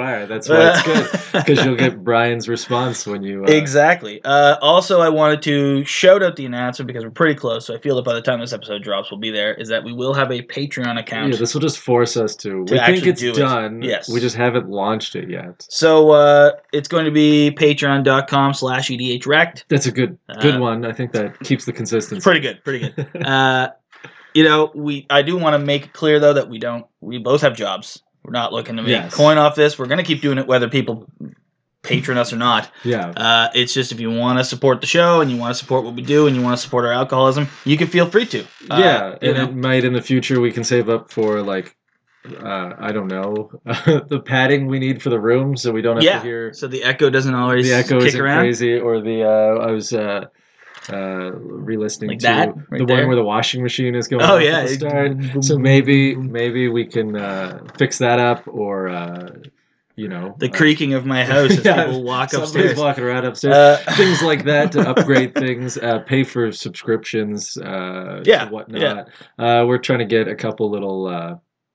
Speaker 2: are. That's why it's [LAUGHS] good because you'll get Brian's response when you. Uh,
Speaker 1: Exactly. Uh, also, I wanted to shout out the announcement because we're pretty close. So I feel that by the time this episode drops, we'll be there. Is that we will have a Patreon account.
Speaker 2: Yeah, this will just force us to.
Speaker 1: To
Speaker 2: we think
Speaker 1: actually
Speaker 2: it's
Speaker 1: do it.
Speaker 2: done.
Speaker 1: Yes.
Speaker 2: We just haven't launched it yet.
Speaker 1: so uh, it's going to be patreon.com slash E edhrect.
Speaker 2: That's a good good
Speaker 1: Uh,
Speaker 2: one. I think that keeps the
Speaker 1: It's
Speaker 2: consistency.
Speaker 1: pretty good. Pretty good. [LAUGHS]
Speaker 2: [LAUGHS]
Speaker 1: Uh, you know, we I do want to make it clear though that we don't. We both have jobs. We're not looking to make
Speaker 2: Yes.
Speaker 1: coin off this. We're going to keep doing it whether people patron us or not.
Speaker 2: yeah.
Speaker 1: Uh, it's just if you want to support the show and you want to support what we do and you want to support our alcoholism, you can feel free to. Uh,
Speaker 2: yeah,
Speaker 1: you
Speaker 2: and
Speaker 1: know.
Speaker 2: it might in the future we can save up for like uh, I don't know [LAUGHS] the padding we need for the room, so we don't have
Speaker 1: yeah.
Speaker 2: to hear
Speaker 1: So the echo doesn't always
Speaker 2: the echo
Speaker 1: kick
Speaker 2: isn't
Speaker 1: around.
Speaker 2: crazy or the uh, I was uh, uh, re-listening
Speaker 1: Like
Speaker 2: to
Speaker 1: that, right
Speaker 2: the
Speaker 1: there.
Speaker 2: one where the washing machine is going.
Speaker 1: Oh
Speaker 2: off at
Speaker 1: yeah.
Speaker 2: the
Speaker 1: it-
Speaker 2: start. So maybe maybe we can uh, fix that up or uh, you know
Speaker 1: the
Speaker 2: uh,
Speaker 1: creaking of my house as
Speaker 2: [LAUGHS] Yeah,
Speaker 1: people walk
Speaker 2: somebody's
Speaker 1: upstairs.
Speaker 2: walking around upstairs.
Speaker 1: Uh, [LAUGHS]
Speaker 2: things like that to upgrade things, uh, pay for subscriptions, uh,
Speaker 1: Yeah,
Speaker 2: to whatnot. Uh, we're trying to get a couple little, uh,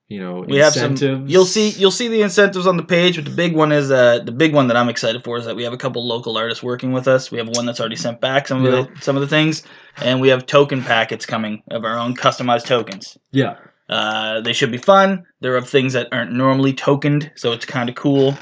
Speaker 2: you know,
Speaker 1: we have some.
Speaker 2: incentives.
Speaker 1: You'll see. You'll see the incentives on the page, but the big one is uh, the big one that I'm excited for is that we have a couple local artists working with us. We have one that's already sent back some of the some of the things, and we have token packets coming of our own customized tokens.
Speaker 2: yeah,
Speaker 1: Uh, they should be fun. They're of things that aren't normally tokened, so it's kind of cool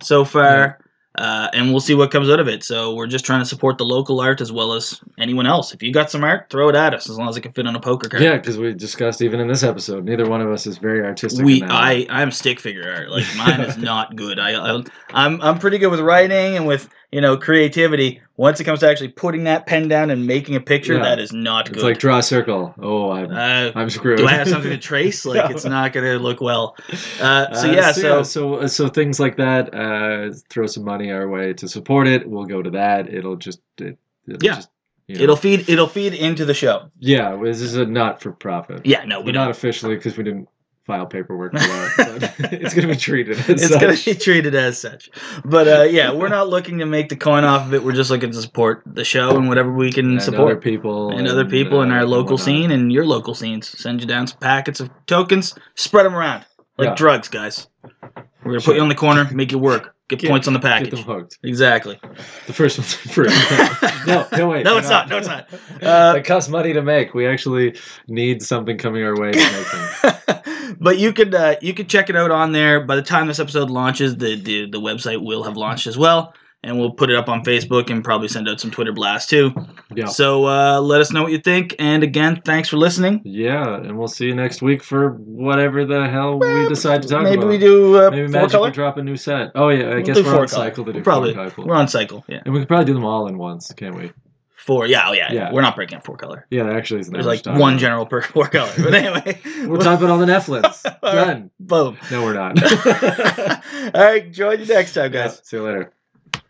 Speaker 1: so far. Uh, and we'll see what comes out of it. So we're just trying to support the local art as well as anyone else. If you got some art, throw it at us as long as it can fit on a poker card.
Speaker 2: yeah, because we discussed even in this episode, neither one of us is very artistic.
Speaker 1: We,
Speaker 2: in that way.
Speaker 1: I, I'm stick figure art. Like mine
Speaker 2: [LAUGHS]
Speaker 1: is not good. I, I, I'm, I'm pretty good with writing and with you know creativity. Once it comes to actually putting that pen down and making a picture,
Speaker 2: Yeah.
Speaker 1: that is not
Speaker 2: it's
Speaker 1: good.
Speaker 2: like draw a circle. Oh, I'm,
Speaker 1: uh,
Speaker 2: I'm screwed.
Speaker 1: do I have
Speaker 2: [LAUGHS]
Speaker 1: something to trace? Like it's not going to look well. Uh, so
Speaker 2: Uh,
Speaker 1: yeah, so
Speaker 2: so so so things like that. Uh, throw some money our way to support it. We'll go to that. It'll just it, it'll
Speaker 1: Yeah.
Speaker 2: just, you know.
Speaker 1: It'll feed it'll feed into the show.
Speaker 2: yeah. This is a not for profit.
Speaker 1: Yeah, no, we
Speaker 2: not
Speaker 1: don't.
Speaker 2: officially because we didn't file paperwork
Speaker 1: [LAUGHS]
Speaker 2: for that. but [LAUGHS] it's going to be treated. As
Speaker 1: It's
Speaker 2: such.
Speaker 1: going to be treated as such. But uh, yeah, we're not looking to make the coin off of it. We're just looking to support the show and whatever we can
Speaker 2: and other
Speaker 1: support.
Speaker 2: people
Speaker 1: and other people in
Speaker 2: uh,
Speaker 1: our local
Speaker 2: whatnot.
Speaker 1: scene and your local scenes. Send you down some packets of tokens, spread them around like
Speaker 2: Yeah.
Speaker 1: drugs, guys. We're going to put
Speaker 2: Sure.
Speaker 1: you on the corner, make you
Speaker 2: [LAUGHS]
Speaker 1: work, get,
Speaker 2: Get-
Speaker 1: points on the
Speaker 2: Get them
Speaker 1: package.
Speaker 2: hooked.
Speaker 1: Exactly.
Speaker 2: The first one's free.
Speaker 1: [LAUGHS]
Speaker 2: [LAUGHS] no, no wait.
Speaker 1: No,
Speaker 2: they're
Speaker 1: it's not. No, it's
Speaker 2: [LAUGHS]
Speaker 1: not. Uh, [LAUGHS]
Speaker 2: it costs money to make. We actually need something coming our way to
Speaker 1: [LAUGHS]
Speaker 2: make them.
Speaker 1: but you could uh, you could check it out on there. By the time this episode launches, the, the the website will have launched as well, and we'll put it up on Facebook and probably send out some Twitter blasts too.
Speaker 2: Yeah.
Speaker 1: So uh, let us know what you think. And again, thanks for listening.
Speaker 2: Yeah, and we'll see you next week for whatever the hell we decide to talk
Speaker 1: Maybe
Speaker 2: about.
Speaker 1: we do uh,
Speaker 2: Maybe
Speaker 1: four
Speaker 2: Magic
Speaker 1: color.
Speaker 2: we drop a new set. Oh yeah, I
Speaker 1: We'll
Speaker 2: guess
Speaker 1: do
Speaker 2: we're
Speaker 1: four
Speaker 2: on
Speaker 1: color.
Speaker 2: cycle to do
Speaker 1: We'll probably
Speaker 2: four people.
Speaker 1: we're on cycle. Yeah,
Speaker 2: And we could probably do them all in once, can't we?
Speaker 1: four. Yeah, oh yeah.
Speaker 2: Yeah.
Speaker 1: We're not breaking up four color.
Speaker 2: Yeah, there actually isn't that
Speaker 1: There's
Speaker 2: much
Speaker 1: like
Speaker 2: time.
Speaker 1: one general per [LAUGHS] four color. But anyway,
Speaker 2: We're talking about all the Netflix.
Speaker 1: All
Speaker 2: Done.
Speaker 1: [LAUGHS] boom. [LAUGHS]
Speaker 2: No, we're not.
Speaker 1: All right, join you next time, guys.
Speaker 2: See you later.